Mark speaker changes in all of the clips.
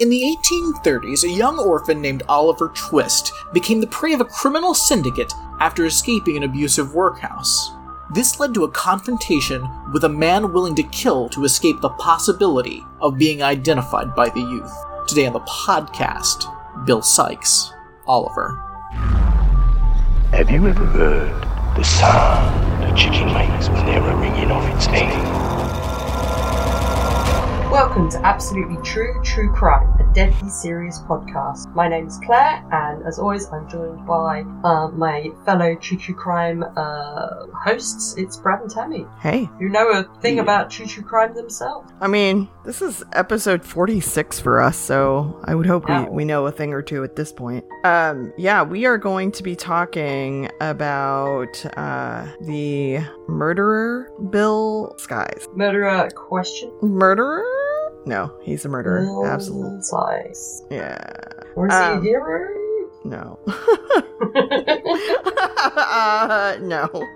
Speaker 1: In the 1830s, a young orphan named Oliver Twist became the prey of a criminal syndicate after escaping an abusive workhouse. This led to a confrontation with a man willing to kill to escape the possibility of being identified by the youth. Today on the podcast, Bill Sykes, Oliver.
Speaker 2: Have you ever heard the sound a chicken makes when they're a ringing off its egg?
Speaker 3: Welcome to Absolutely True True Crime, a deadly serious podcast. My name's Claire, and as always, I'm joined by uh, my fellow True True Crime uh, hosts. It's Brad and Tammy,
Speaker 4: Hey,
Speaker 3: who know a thing about True True Crime themselves.
Speaker 4: I mean, this is episode 46 for us, so I would hope
Speaker 3: Wow.
Speaker 4: we, we know a thing or two at this point. Um, yeah, we are going to be talking about uh, the murderer, Bill Skies.
Speaker 3: Murderer question.
Speaker 4: Murderer? No, he's a murderer. Absolutely.
Speaker 3: Size.
Speaker 4: Yeah,
Speaker 3: Or is
Speaker 4: Um,
Speaker 3: he a hero?
Speaker 4: no. uh, no.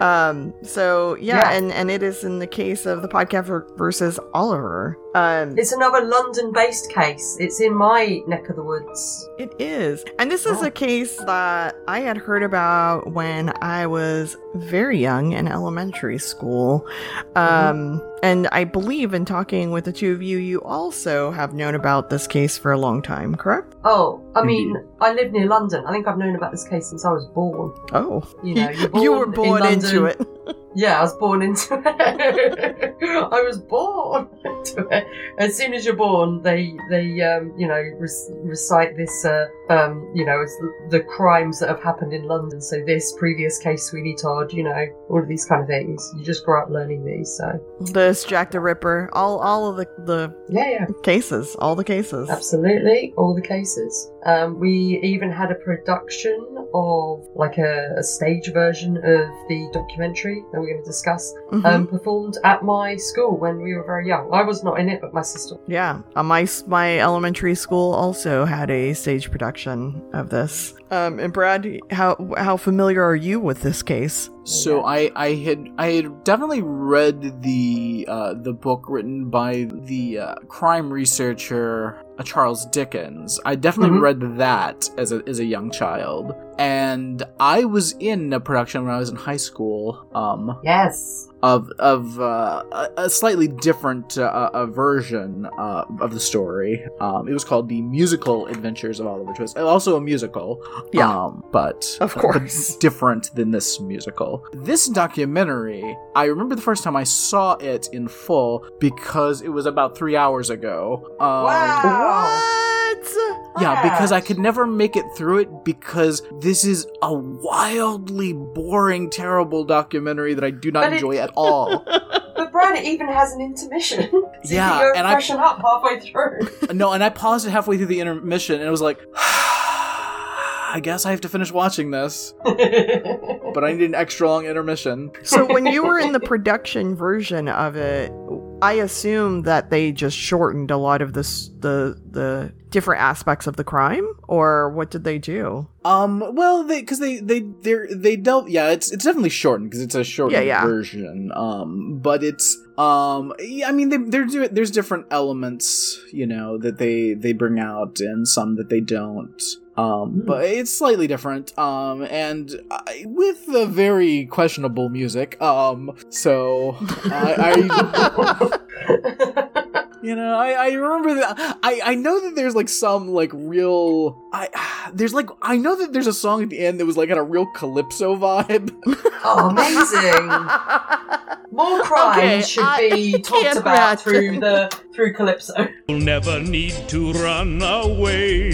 Speaker 4: Um, so yeah,
Speaker 3: Yeah.
Speaker 4: and and it is in the case of the podcast versus Oliver. Um,
Speaker 3: it's another London-based case. It's in my neck of the woods.
Speaker 4: It is. And this is
Speaker 3: Oh.
Speaker 4: a case that I had heard about when I was very young in elementary school.
Speaker 3: Mm-hmm.
Speaker 4: Um, And I believe in talking with the two of you, you also have known about this case for a long time, correct?
Speaker 3: Oh, I mean, I live near London. I think I've known about this case since I was born.
Speaker 4: Oh.
Speaker 3: You know, you're born
Speaker 4: were
Speaker 3: in
Speaker 4: born into
Speaker 3: London.
Speaker 4: it.
Speaker 3: Yeah, I was born into it. I was born into it. As soon as you're born, they they um, you know rec- recite this uh, um, you know it's the crimes that have happened in London. So this previous case, Sweeney Todd, you know all of these kind of things. You just grow up learning these. So
Speaker 4: This Jack the Ripper, all all of the, the
Speaker 3: yeah, yeah.
Speaker 4: cases, all the cases.
Speaker 3: Absolutely, all the cases. Um, we even had a production of like a, a stage version of the documentary that we're going to discuss,
Speaker 4: Mhm.
Speaker 3: um, performed at my school when we were very young. I was not in it, but my sister.
Speaker 4: Yeah, uh, my my elementary school also had a stage production of this. Um, and Brad, how how familiar are you with this case?
Speaker 1: So I, I had I had definitely read the uh, the book written by the uh, crime researcher uh, Charles Dickens. I definitely
Speaker 4: Mm-hmm.
Speaker 3: Mhm.
Speaker 1: read that as a as a young child, and I was in a production when I was in high school. Um,
Speaker 3: Yes.
Speaker 1: of of uh, a- a slightly different uh, a version uh, of the story. Um, it was called the Musical Adventures of Oliver Twist. Also a musical,
Speaker 4: Yeah.
Speaker 1: um, but
Speaker 4: Uh, Of
Speaker 1: but
Speaker 4: course.
Speaker 1: different than this musical. This documentary, I remember the first time I saw it in full because it was about three hours ago. Um,
Speaker 3: Wow.
Speaker 4: What?
Speaker 1: Yeah, because I
Speaker 3: Gosh.
Speaker 1: could never make it through it because this is a wildly boring, terrible documentary that I do not
Speaker 3: But it-
Speaker 1: enjoy at all.
Speaker 3: But Brad, it even has an intermission. so
Speaker 1: Yeah,
Speaker 3: you can
Speaker 1: and
Speaker 3: go
Speaker 1: I-
Speaker 3: freshen up halfway through.
Speaker 1: No, and I paused it halfway through the intermission and it was like, I guess I have to finish watching this, but I need an extra long intermission.
Speaker 4: So when you were in the production version of it, I assume that they just shortened a lot of this the the different aspects of the crime, or what did they do?
Speaker 1: Um, well, they because they they they they dealt. Yeah, it's it's definitely shortened because it's a shortened
Speaker 4: yeah.
Speaker 1: version. Um, but it's um, yeah, I mean, they, they're do There's different elements, you know, that they they bring out and some that they don't. Um,
Speaker 3: Hmm.
Speaker 1: but it's slightly different. Um, and I, with the very questionable music. Um, so I. I You know, I, I remember that. I, I know that there's like some like real. I there's like I know that there's a song at the end that was like had a real calypso vibe.
Speaker 3: oh, amazing. More crimes
Speaker 4: Okay,
Speaker 3: should
Speaker 4: I
Speaker 3: be talked
Speaker 4: can't
Speaker 3: about through
Speaker 4: imagine.
Speaker 3: the through Calypso.
Speaker 5: You'll never need to run away.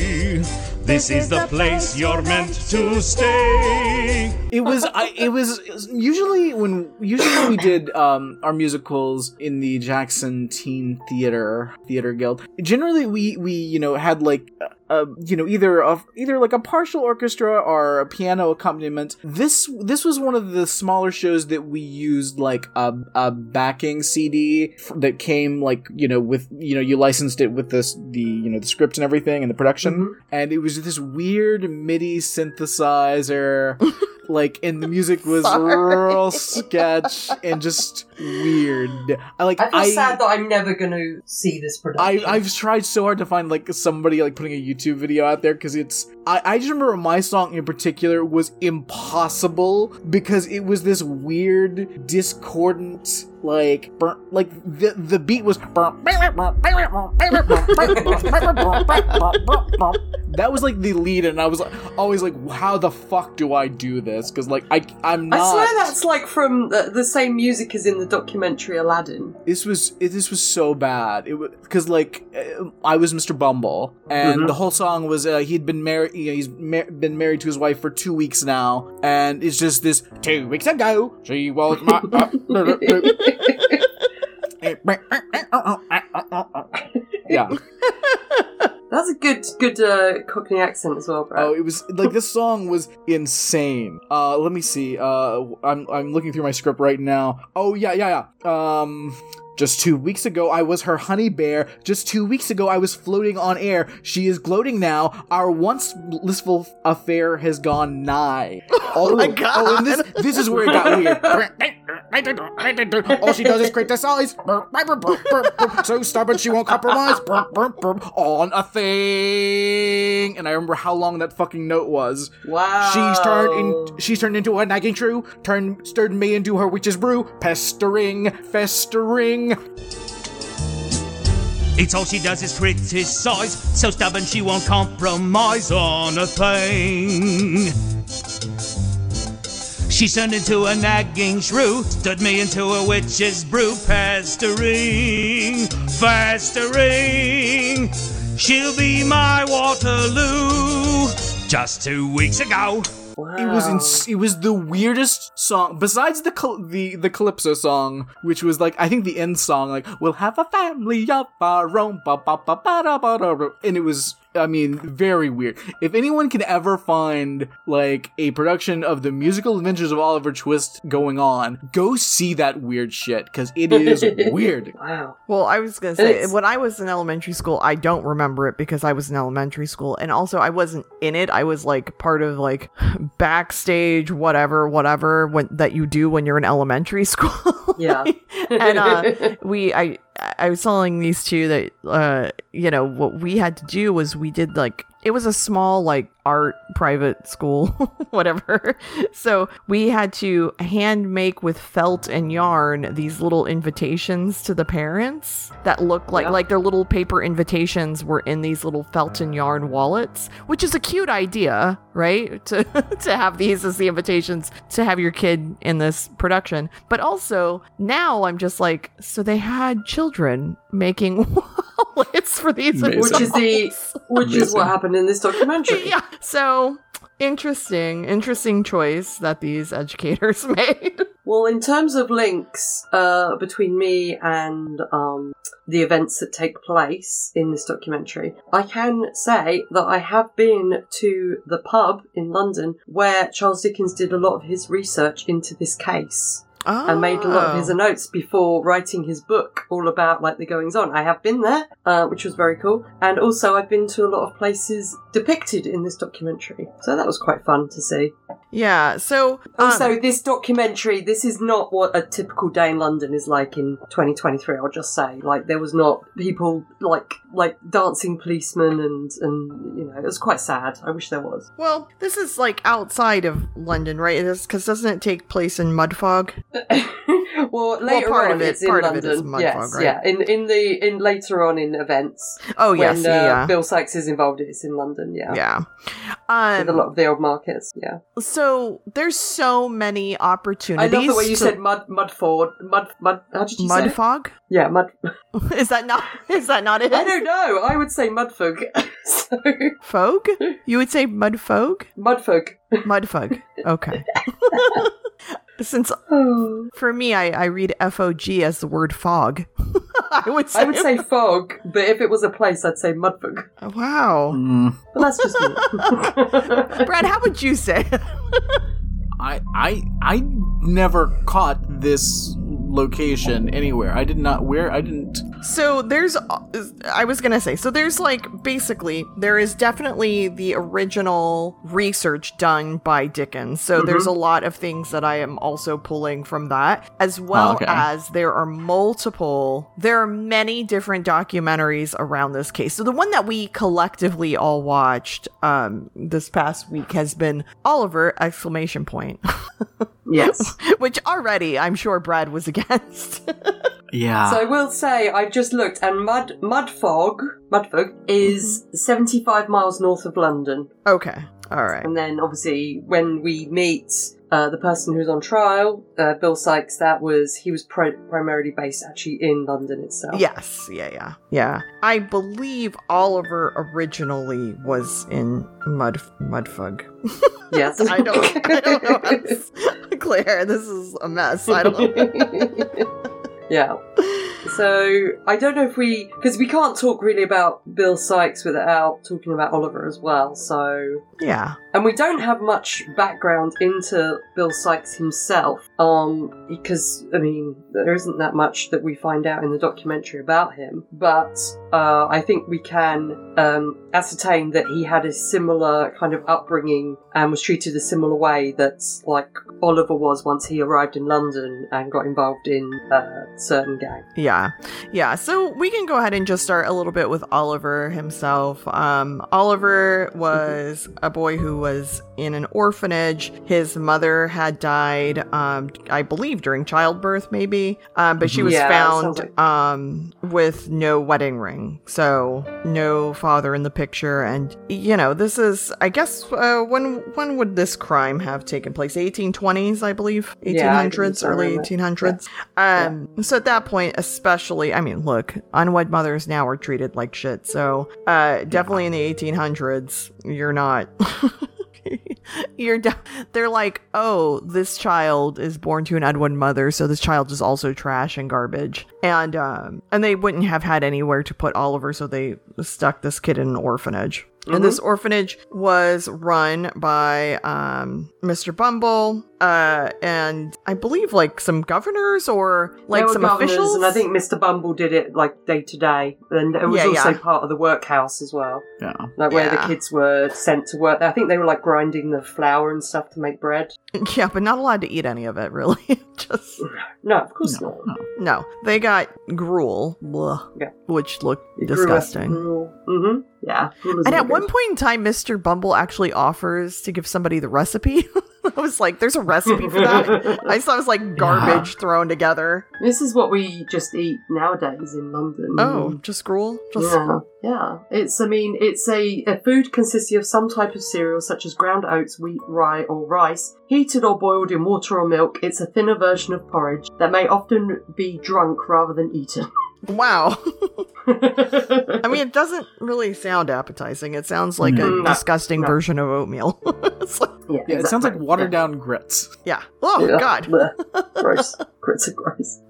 Speaker 5: This is the place you're meant to stay.
Speaker 1: It was I it was it was- usually when usually when we did um our musicals in the Jackson Teen Theater Theater Guild. Generally, we we you know had like. a a you know, either of either like a partial orchestra or a piano accompaniment. This this was one of the smaller shows that we used like a, a backing CD f- that came like you know with you know you licensed it with this the you know the script and everything and the production, and it was this weird MIDI synthesizer like and the music was
Speaker 4: Sorry.
Speaker 1: real sketch and just weird. I like
Speaker 6: I feel
Speaker 1: I
Speaker 6: sad that I'm never going to see this
Speaker 1: I,
Speaker 6: production.
Speaker 1: I've tried so hard to find like somebody like putting a YouTube video out there because it's I, I just remember my song in particular was impossible because it was this weird discordant like burn, like the the beat was that was like the lead and I was always like how the fuck do I do this because like I I'm not
Speaker 3: I swear that's like from the, the same music as in the documentary Aladdin.
Speaker 1: this was it, this was so bad. It was because like uh, I was Mr. Bumble, and the whole song was uh, he'd been married. You know, he's mar- been married to his wife for two weeks now, and it's just this two weeks ago she was my. yeah.
Speaker 3: That's a good good uh, Cockney accent as well,
Speaker 1: Oh,
Speaker 3: bro.
Speaker 1: it was like this song was insane. Uh, let me see. Uh, I'm I'm looking through my script right now. Oh yeah, yeah, yeah. Um. Just two weeks ago, I was her honey bear. Just two weeks ago, I was floating on air. She is gloating now. Our once blissful affair has gone nigh. Oh,
Speaker 4: my God.
Speaker 1: Oh, and this, this is where it got weird. All she does is criticize. So stubborn she won't compromise. On a thing. And I remember how long that fucking note was.
Speaker 3: wow.
Speaker 1: She's turned in. She's turned into a nagging shrew. Turned stirred me into her witch's brew. Pestering, festering.
Speaker 5: It's all she does is criticize, so stubborn she won't compromise on a thing. She's turned into a nagging shrew, stood me into a witch's brew, pestering, festering. She'll be my Waterloo. Just two weeks ago.
Speaker 1: It
Speaker 3: Oh.
Speaker 1: was ins- it was the weirdest song besides the cal- the the calypso song, which was like I think the end song, like we'll have a family of our own, ba ba ba ba da ba da, da." and it was I mean very weird. If anyone can ever find like a production of the musical adventures of Oliver Twist going on, go see that weird shit because it is weird.
Speaker 6: wow.
Speaker 4: Well, I was going to say,
Speaker 6: It's-
Speaker 4: when I was in elementary school, I don't remember it because I was in elementary school. And also, I wasn't in it. I was like part of like backstage, whatever, whatever when, that you do when you're in elementary school.
Speaker 6: Yeah.
Speaker 4: and uh, we, I, I was telling these two that, uh, you know, what we had to do was we did like, it was a small like art private school, whatever. So we had to hand make with felt and yarn these little invitations to the parents that look like
Speaker 6: Yeah.
Speaker 4: like their little paper invitations were in these little felt and yarn wallets, which is a cute idea, right? To to have these as the invitations to have your kid in this production. But also now I'm just like, so they had children making wallets for these
Speaker 1: Amazing.
Speaker 3: which is the
Speaker 4: adults.
Speaker 3: which is
Speaker 1: Amazing.
Speaker 3: what happened in this documentary.
Speaker 4: Yeah. So interesting, interesting choice that these educators made.
Speaker 3: Well, in terms of links uh, between me and um, the events that take place in this documentary, I can say that I have been to the pub in London where Charles Dickens did a lot of his research into this case
Speaker 4: Oh.
Speaker 3: and made a lot of his notes before writing his book all about like the goings on. I have been there, uh, which was very cool, and also I've been to a lot of places depicted in this documentary, so that was quite fun to see.
Speaker 4: Yeah. So um,
Speaker 3: Also, this documentary, this is not what a typical day in London is like in 2023. I'll just say, like, there was not people like like dancing policemen and and you know, it was quite sad. I wish there was.
Speaker 4: Well, this is like outside of London, right? Because doesn't it take place in Mudfog?
Speaker 3: well, later
Speaker 4: part
Speaker 3: on,
Speaker 4: of it-
Speaker 3: it's in
Speaker 4: part of it
Speaker 3: London.
Speaker 4: is Mudfog,
Speaker 3: yes,
Speaker 4: right?
Speaker 3: yeah. In in the in later on in events,
Speaker 4: Oh,
Speaker 3: when
Speaker 4: yes,
Speaker 3: uh,
Speaker 4: yeah,
Speaker 3: Bill Sykes is involved, it's in London. Yeah,
Speaker 4: yeah.
Speaker 3: With a lot
Speaker 4: Um,
Speaker 3: of the old markets. Yeah,
Speaker 4: so there's so many
Speaker 3: I
Speaker 4: opportunities.
Speaker 3: love the way you
Speaker 4: to-
Speaker 3: said mud mudford mud mud. How did you say? it?
Speaker 4: Mudfog.
Speaker 3: Yeah, mud.
Speaker 4: Is that not? Is that not it?
Speaker 3: I don't know. I would say mudfog. so
Speaker 4: Fog? You would say mudfog?
Speaker 3: mudfog.
Speaker 4: Mudfog. Okay. Since
Speaker 3: Oh.
Speaker 4: for me, I, I read F O G as the word fog. I would say.
Speaker 3: I would say fog, but if it was a place, I'd say Mm. mudfog.
Speaker 4: Wow.
Speaker 3: But that's just me.
Speaker 4: Brad, how would you say? it?
Speaker 1: I I I never caught this location anywhere. I did not where I didn't.
Speaker 4: So there's, I was gonna say, so there's like basically there is definitely the original research done by Dickens. So there's a lot of things that I am also pulling from that, as well
Speaker 1: okay.
Speaker 4: as there are multiple, there are many different documentaries around this case. So the one that we collectively all watched um, this past week has been Oliver! Exclamation point,
Speaker 3: Yes.
Speaker 4: which already I'm sure Brad was against.
Speaker 1: Yeah.
Speaker 3: So I will say I've just looked and Mud Mudfog Mudfog is 75 miles north of London.
Speaker 4: okay, all right.
Speaker 3: And then obviously when we meet uh, the person who's on trial, uh, Bill Sykes, that was he was pri- primarily based actually in London itself.
Speaker 4: Yes, yeah, yeah, yeah. I believe Oliver originally was in Mud Mudfug.
Speaker 3: Yes.
Speaker 4: I don't, I don't know. How to s- Claire, this is a mess. I don't know.
Speaker 3: yeah. So I don't know if we because we can't talk really about Bill Sykes without talking about Oliver as well. So
Speaker 4: Yeah,
Speaker 3: and we don't have much background into Bill Sykes himself, um, because I mean there isn't that much that we find out in the documentary about him. But uh, I think we can um, ascertain that he had a similar kind of upbringing and was treated a similar way that like Oliver was once he arrived in London and got involved in a certain gang.
Speaker 4: yeah, yeah. So we can go ahead and just start a little bit with Oliver himself. Um, Oliver was a boy who was in an orphanage. His mother had died, um, I believe, during childbirth, maybe. Um, but she was
Speaker 3: Mm-hmm. Yeah,
Speaker 4: found
Speaker 3: sounds like-
Speaker 4: um, with no wedding ring. So no father in the picture, and you know this is, I guess, uh, when when would this crime have taken place? 1820s, I believe,
Speaker 3: Yeah, I think
Speaker 4: 1800s,
Speaker 3: so,
Speaker 4: early
Speaker 3: around that.
Speaker 4: 1800s. Um, so at that point, especially, I mean, look, unwed mothers now are treated like shit. So uh, definitely in the 1800s, you're not. You're de- they're like, oh, this child is born to an unwed mother, so this child is also trash and garbage, and um, and they wouldn't have had anywhere to put Oliver, so they stuck this kid in an orphanage.
Speaker 3: Mm-hmm.
Speaker 4: And this orphanage was run by um, Mr. Bumble, uh, and I believe like some governors or like
Speaker 3: There were
Speaker 4: some
Speaker 3: governors,
Speaker 4: officials.
Speaker 3: and I think Mr. Bumble did it like day to day, and it was
Speaker 4: Yeah,
Speaker 3: also
Speaker 4: yeah.
Speaker 3: part of the workhouse as well.
Speaker 1: yeah.
Speaker 3: like where
Speaker 4: Yeah.
Speaker 3: the kids were sent to work. I think they were like grinding the flour and stuff to make bread.
Speaker 4: yeah, but not allowed to eat any of it really. Just
Speaker 3: No, of course
Speaker 1: No,
Speaker 3: not.
Speaker 1: no.
Speaker 4: no, they got gruel, bleh,
Speaker 3: Yeah.
Speaker 4: which looked disgusting.
Speaker 3: Mm-hmm. Yeah.
Speaker 4: And at one point in time, Mr. Bumble actually offers to give somebody the recipe. I was like, there's a recipe for that. I saw it was like garbage thrown together.
Speaker 3: this is what we just eat nowadays in London.
Speaker 4: Oh, just gruel? Just
Speaker 3: Mm-hmm. Yeah, yeah. It's, I mean, it's a, a food consisting of some type of cereal such as ground oats, wheat, rye, or rice, heated or boiled in water or milk. It's a thinner version of porridge that may often be drunk rather than eaten.
Speaker 4: wow. I mean, it doesn't really sound appetizing. It sounds like
Speaker 1: No.
Speaker 4: a
Speaker 3: No,
Speaker 4: disgusting
Speaker 3: no.
Speaker 4: version of oatmeal. it's like,
Speaker 3: yeah,
Speaker 1: Yeah, it sounds like
Speaker 3: exactly.
Speaker 1: watered down grits.
Speaker 4: yeah. Oh
Speaker 3: Yeah.
Speaker 4: God.
Speaker 3: Blech. gross. Grits are gross.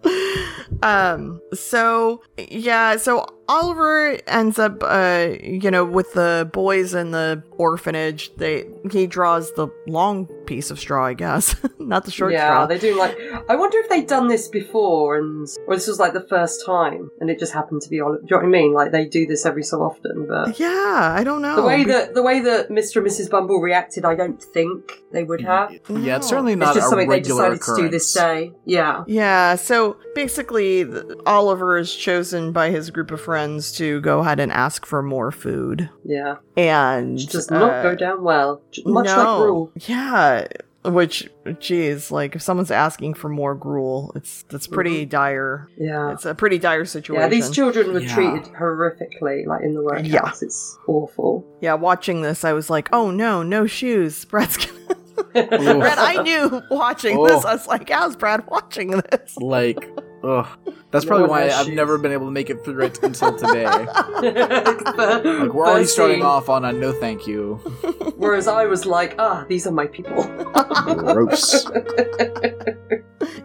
Speaker 4: um so yeah so oliver ends up uh you know with the boys in the orphanage they he draws the long piece of straw i guess not the short
Speaker 3: yeah,
Speaker 4: straw
Speaker 3: they do like. I wonder if they'd done this before, and or this was like the first time, and it just happened to be on. Do you know what I mean? Like they do this every so often, but
Speaker 4: yeah i don't know
Speaker 3: the way
Speaker 4: Oh, Be-
Speaker 3: that the way that Mr. and Mrs. Bumble reacted, I don't think they would have.
Speaker 1: Yeah, it's
Speaker 4: No.
Speaker 1: certainly
Speaker 3: It's
Speaker 1: not
Speaker 3: just
Speaker 1: a
Speaker 3: something they
Speaker 1: regular
Speaker 3: decided
Speaker 1: occurrence.
Speaker 3: to do this day. Yeah.
Speaker 4: yeah so basically th- oliver is chosen by his group of friends to go ahead and ask for more food
Speaker 3: Yeah,
Speaker 4: and
Speaker 3: which does not
Speaker 4: uh,
Speaker 3: go down well. J- Much like gruel.
Speaker 4: Yeah. Which, geez, like if someone's asking for more gruel, it's that's pretty dire.
Speaker 3: Yeah,
Speaker 4: It's a pretty dire situation.
Speaker 3: Mm-hmm. yeah. These children were
Speaker 1: Yeah.
Speaker 3: treated horrifically, like in the workhouse.
Speaker 4: Yeah.
Speaker 3: It's awful.
Speaker 4: Yeah, watching this, I was like, oh no, no shoes. Brad's gonna-
Speaker 1: Oof.
Speaker 4: Brad, I knew watching
Speaker 1: Oh.
Speaker 4: this. I was like, how's Brad watching this?
Speaker 1: Like, ugh. That's
Speaker 3: No
Speaker 1: probably
Speaker 3: one
Speaker 1: why
Speaker 3: has
Speaker 1: I've
Speaker 3: shoes.
Speaker 1: never been able to make it through it until today. like,
Speaker 3: like
Speaker 1: we're already starting off on a no thank you.
Speaker 3: Whereas I was like, ah, these are my people.
Speaker 1: Gross.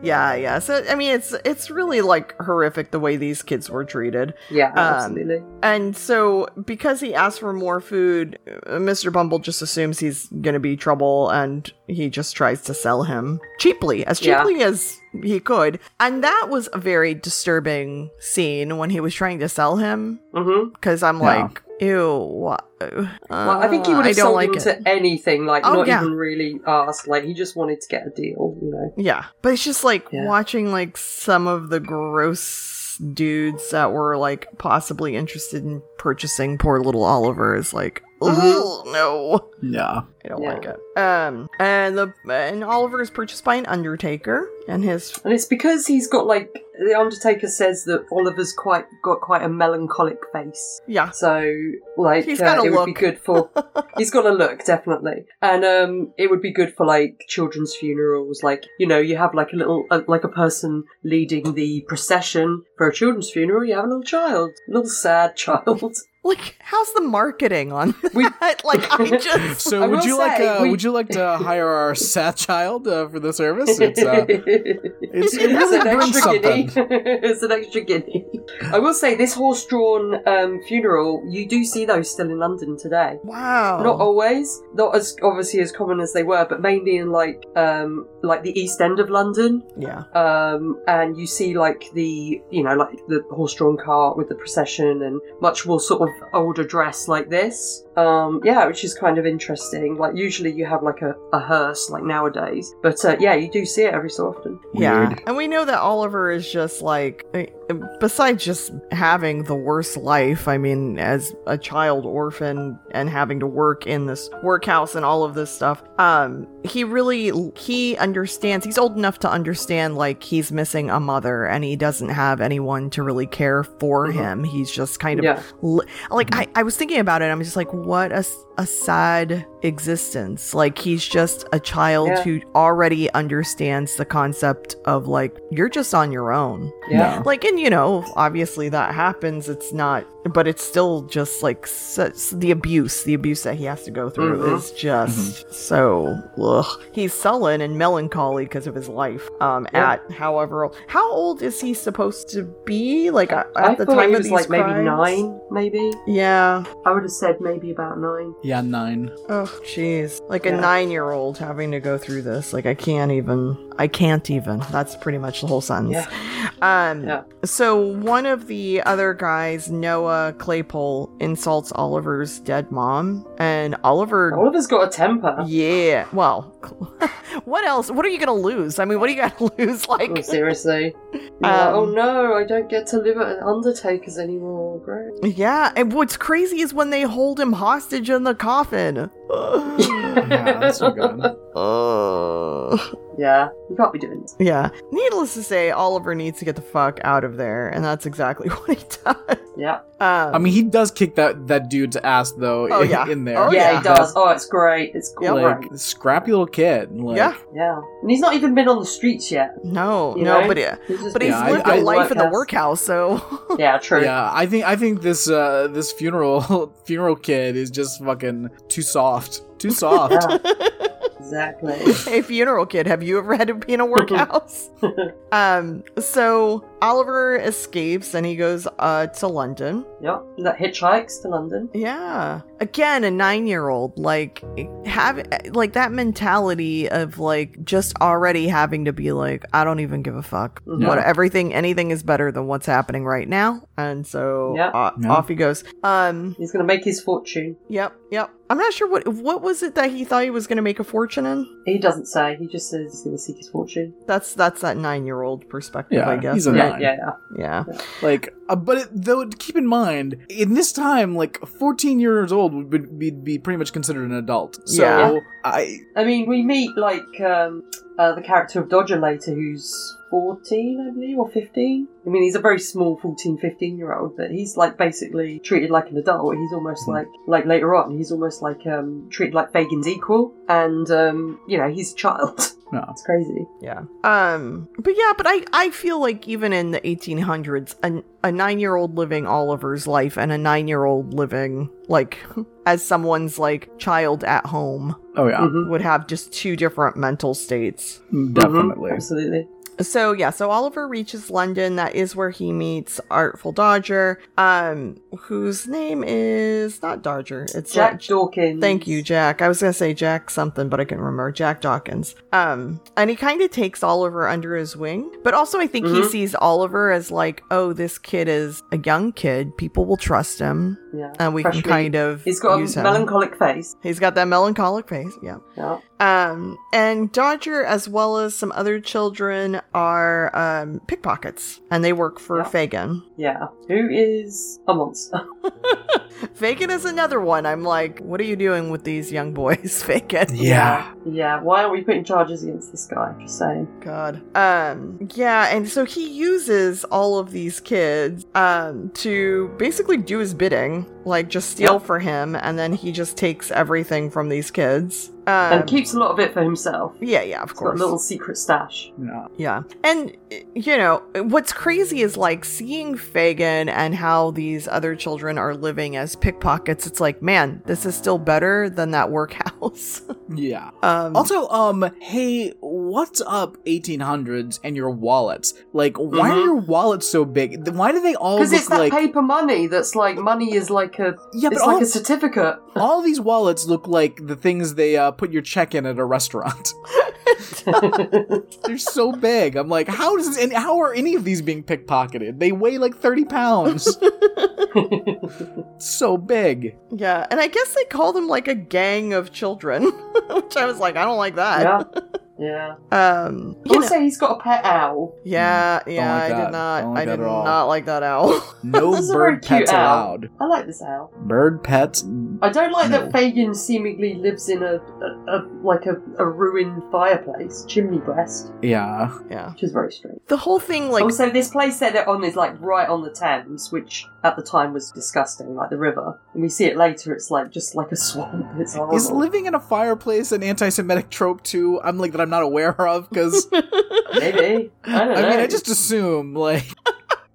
Speaker 4: Yeah, yeah. So I mean, it's it's really like horrific the way these kids were treated.
Speaker 3: Yeah,
Speaker 4: Um,
Speaker 3: absolutely.
Speaker 4: And so because he asked for more food, uh, Mr. Bumble just assumes he's going to be trouble and he just tries to sell him cheaply, as
Speaker 3: Yeah.
Speaker 4: cheaply as he could. And that was a very disturbing scene when he was trying to sell him
Speaker 3: hmm
Speaker 4: cuz I'm
Speaker 1: Yeah.
Speaker 4: like, ew. Uh,
Speaker 3: Well, I think he would
Speaker 4: I
Speaker 3: have
Speaker 4: don't
Speaker 3: sold
Speaker 4: like
Speaker 3: him
Speaker 4: it.
Speaker 3: to anything, like
Speaker 4: Oh,
Speaker 3: not
Speaker 4: yeah.
Speaker 3: even really ask. Like he just wanted to get a deal, you know.
Speaker 4: Yeah. But it's just like
Speaker 3: Yeah.
Speaker 4: watching like some of the gross dudes that were like possibly interested in purchasing poor little Oliver is like,
Speaker 3: Mhm.
Speaker 4: oh no.
Speaker 1: Yeah.
Speaker 4: I don't
Speaker 3: Yeah.
Speaker 4: like it. Um and the and Oliver is purchased by an undertaker and his
Speaker 3: And it's because he's got like the Undertaker says that Oliver's quite got quite a melancholic face.
Speaker 4: yeah.
Speaker 3: So like
Speaker 4: He's
Speaker 3: uh,
Speaker 4: got a
Speaker 3: it would be
Speaker 4: look.
Speaker 3: good for he's got a look definitely, and um, it would be good for like children's funerals. Like you know, you have like a little uh, like a person leading the procession for a children's funeral. You have a little child, a little sad child.
Speaker 4: Like how's the marketing on
Speaker 3: We-
Speaker 4: that? like I just
Speaker 1: So
Speaker 3: I
Speaker 1: would
Speaker 3: will
Speaker 1: you like
Speaker 3: say,
Speaker 1: uh,
Speaker 3: we-
Speaker 1: would you like to hire our sat child uh, for the service? It's uh, it's it
Speaker 3: It's
Speaker 1: really
Speaker 3: an
Speaker 1: brings
Speaker 3: extra guinea.
Speaker 1: something.
Speaker 3: it's an extra guinea. I will say this horse-drawn um, funeral. You do see those still in London today.
Speaker 4: Wow.
Speaker 1: Oh.
Speaker 3: Not always, not as obviously as common as they were, but mainly in like um, like the East End of London.
Speaker 4: yeah.
Speaker 3: Um, and you see like the you know like the horse-drawn cart with the procession and much more sort of older dress like this. Um, yeah, which is kind of interesting. Like usually you have like a, a hearse like nowadays, but uh, yeah, you do see it every so often.
Speaker 4: Yeah.
Speaker 2: Weird.
Speaker 4: And we know that Oliver is just like, eh, besides just having the worst life, I mean, as a child orphan and having to work in this workhouse and all of this stuff, um, he really, he understands, he's old enough to understand, like, he's missing a mother and he doesn't have anyone to really care for
Speaker 3: Mhm.
Speaker 4: him. He's just kind of
Speaker 3: Yeah,
Speaker 4: li- like I, I was thinking about it i'm just like what a, s- a sad existence like he's just a child
Speaker 3: Yeah.
Speaker 4: who already understands the concept of like you're just on your own
Speaker 3: yeah.
Speaker 4: like and you know obviously that happens it's not but it's still just like such the abuse the abuse that he has to go through
Speaker 3: Mhm.
Speaker 4: is just so ugh. he's sullen and melancholy because of his life um
Speaker 3: Yeah.
Speaker 4: at however old how old is he supposed to be like at
Speaker 3: I
Speaker 4: at the
Speaker 3: thought
Speaker 4: time
Speaker 3: he
Speaker 4: of
Speaker 3: was
Speaker 4: these
Speaker 3: like maybe
Speaker 4: crimes?
Speaker 3: nine, maybe.
Speaker 4: yeah
Speaker 3: I would have said maybe about nine.
Speaker 1: Yeah, nine.
Speaker 4: Oh, jeez. Like
Speaker 3: Yeah.
Speaker 4: a nine year old having to go through this. Like, I can't even. I can't even. That's pretty much the whole sentence. Um,
Speaker 3: Yeah.
Speaker 4: So, one of the other guys, Noah Claypole, insults Oliver's dead mom, and Oliver.
Speaker 3: Oliver's got a temper.
Speaker 4: Yeah. Well, what else? What are you going to lose? I mean, what do you got to lose? Like,
Speaker 3: Oh, seriously. Yeah, oh
Speaker 4: Um,
Speaker 3: no, I don't get to live at an Undertaker's anymore. Great.
Speaker 4: yeah. And what's crazy is when they hold him hostage in the coffin.
Speaker 1: Yeah, that's so good.
Speaker 4: Ugh.
Speaker 3: Yeah, you can't be doing this.
Speaker 4: Yeah. Needless to say, Oliver needs to get the fuck out of there, and that's exactly what he does.
Speaker 3: Yeah.
Speaker 4: Um,
Speaker 1: I mean, he does kick that that dude's ass though.
Speaker 4: Oh,
Speaker 1: in,
Speaker 4: yeah.
Speaker 1: in there.
Speaker 4: Oh,
Speaker 3: yeah,
Speaker 4: yeah.
Speaker 3: he does. Oh, it's great. It's great.
Speaker 4: Yeah.
Speaker 1: Like scrappy little kid. Like,
Speaker 4: Yeah.
Speaker 3: Yeah. And he's not even been on the streets yet.
Speaker 4: no,
Speaker 3: You
Speaker 4: no,
Speaker 3: know?
Speaker 4: but it,
Speaker 3: He's just
Speaker 4: but
Speaker 3: been
Speaker 4: he's
Speaker 1: Yeah, I-
Speaker 4: lived a
Speaker 1: I-
Speaker 4: life in the
Speaker 3: Workhouse.
Speaker 4: workhouse, so
Speaker 3: Yeah, true.
Speaker 1: Yeah, I think I think this uh this funeral funeral kid is just fucking too soft. Too soft.
Speaker 3: Yeah. exactly.
Speaker 4: hey, funeral kid, have you ever had to be in a workhouse? um, so Oliver escapes and he goes uh to London.
Speaker 3: yeah. That hitchhikes to London.
Speaker 4: Yeah. Again, a nine year old, like have like that mentality of like just already having to be like, I don't even give a fuck.
Speaker 3: Mhm.
Speaker 4: What everything anything is better than what's happening right now. And so
Speaker 3: Yeah.
Speaker 4: o-
Speaker 1: Yeah.
Speaker 4: off he goes. Um
Speaker 3: He's going to make his fortune.
Speaker 4: yep, yep. I'm not sure what what was it that he thought he was gonna make a fortune in?
Speaker 3: He doesn't say. He just says he's going to seek his fortune.
Speaker 4: That's that's that nine year old perspective,
Speaker 1: Yeah,
Speaker 4: I guess.
Speaker 1: he's a
Speaker 3: Yeah,
Speaker 4: right?
Speaker 1: Nine.
Speaker 3: yeah, yeah.
Speaker 4: yeah.
Speaker 1: Like, uh, but it, though, keep in mind, in this time, like, 14 years old would be, be, be pretty much considered an adult. So,
Speaker 4: Yeah.
Speaker 1: I.
Speaker 3: I mean, we meet like um, uh, the character of Dodger later, who's 14, I believe, or 15. I mean, he's a very small 14, 15 year old, but he's like basically treated like an adult. He's almost
Speaker 1: Mm-hmm.
Speaker 3: like, like later on, he's almost like um, treated like Fagin's equal. And, um, you know, he's a child.
Speaker 1: No.
Speaker 3: It's crazy.
Speaker 4: Yeah. Um. But yeah. But I. I feel like even in the 1800s, a a nine year old living Oliver's life and a nine year old living like as someone's like child at home
Speaker 1: Oh, yeah.
Speaker 3: Mhm.
Speaker 4: would have just two different mental states.
Speaker 3: Mm-hmm.
Speaker 1: Definitely.
Speaker 3: Absolutely.
Speaker 4: so yeah, so Oliver reaches London. That is where he meets Artful Dodger, um, whose name is not Dodger. It's
Speaker 3: Jack
Speaker 4: Jack.
Speaker 3: Dawkins.
Speaker 4: Thank you, Jack. I was gonna say Jack something, but I couldn't remember. Jack Dawkins. Um, and he kind of takes Oliver under his wing, but also I think he
Speaker 3: Mhm.
Speaker 4: sees Oliver as like, oh, this kid is a young kid. People will trust him,
Speaker 3: Yeah.
Speaker 4: and we
Speaker 3: Freshman.
Speaker 4: can kind of
Speaker 3: He's got a
Speaker 4: use him.
Speaker 3: melancholic face.
Speaker 4: He's got that melancholic face. Yeah.
Speaker 3: Yeah.
Speaker 4: Um, and Dodger, as well as some other children, are um, pickpockets, and they work for
Speaker 3: Yeah.
Speaker 4: Fagin.
Speaker 3: Yeah. Who is a monster?
Speaker 4: Fagin is another one. I'm like, what are you doing with these young boys, Fagin?
Speaker 1: Yeah.
Speaker 3: Yeah. Why are we putting charges against this guy? Just saying.
Speaker 4: God. Um, yeah, and so he uses all of these kids um, to basically do his bidding, like just steal
Speaker 3: Yep.
Speaker 4: for him, and then he just takes everything from these kids. Um,
Speaker 3: and keeps a lot of it for himself.
Speaker 4: yeah, yeah, of
Speaker 3: He's got a
Speaker 4: course.
Speaker 3: little secret stash.
Speaker 1: No.
Speaker 4: Yeah. And, you know, what's crazy is like seeing Fagin and how these other children are living as pickpockets. It's like, man, this is still better than that workhouse.
Speaker 1: Yeah.
Speaker 4: um,
Speaker 1: Also, um, hey, what's up, 1800s and your wallets? Like, why are
Speaker 3: Mhm.
Speaker 1: your wallets so big? Th- Why do they all
Speaker 3: Because
Speaker 1: look
Speaker 3: it's that
Speaker 1: like?
Speaker 3: paper money that's like money is like a
Speaker 1: yeah, but
Speaker 3: it's
Speaker 1: all,
Speaker 3: like a certificate.
Speaker 1: all these wallets look like the things they uh, put your check in at a restaurant. They're so big. I'm like, how does and how are any of these being pickpocketed? They weigh like 30 pounds. so big.
Speaker 4: yeah. And I guess they call them like a gang of children, which I was like, I don't like that.
Speaker 3: yeah. Yeah.
Speaker 4: Um, you know-
Speaker 3: also, he's got a pet owl.
Speaker 4: yeah,
Speaker 1: Mm. don't
Speaker 4: yeah,
Speaker 1: like
Speaker 4: I
Speaker 1: that.
Speaker 4: did not,
Speaker 1: Don't
Speaker 4: I
Speaker 1: like that
Speaker 4: did
Speaker 1: at all.
Speaker 4: not like that owl.
Speaker 1: No
Speaker 3: This is a very
Speaker 1: bird
Speaker 3: cute
Speaker 1: pets
Speaker 3: owl.
Speaker 1: allowed.
Speaker 3: I like this owl.
Speaker 1: Bird pets.
Speaker 3: I don't like
Speaker 1: No.
Speaker 3: that Fagin seemingly lives in a, a, a like a, a ruined fireplace chimney breast,
Speaker 1: Yeah.
Speaker 4: yeah.
Speaker 3: which is very strange.
Speaker 4: The whole thing, like,
Speaker 3: also, this place that they're on is like right on the Thames, which at the time was disgusting, like the river. And we see it later; it's like just like a swamp. It's horrible.
Speaker 1: Is living in a fireplace an anti-Semitic trope too? I'm like that I'm not aware of because
Speaker 3: Maybe I don't know.
Speaker 1: I mean I just assume like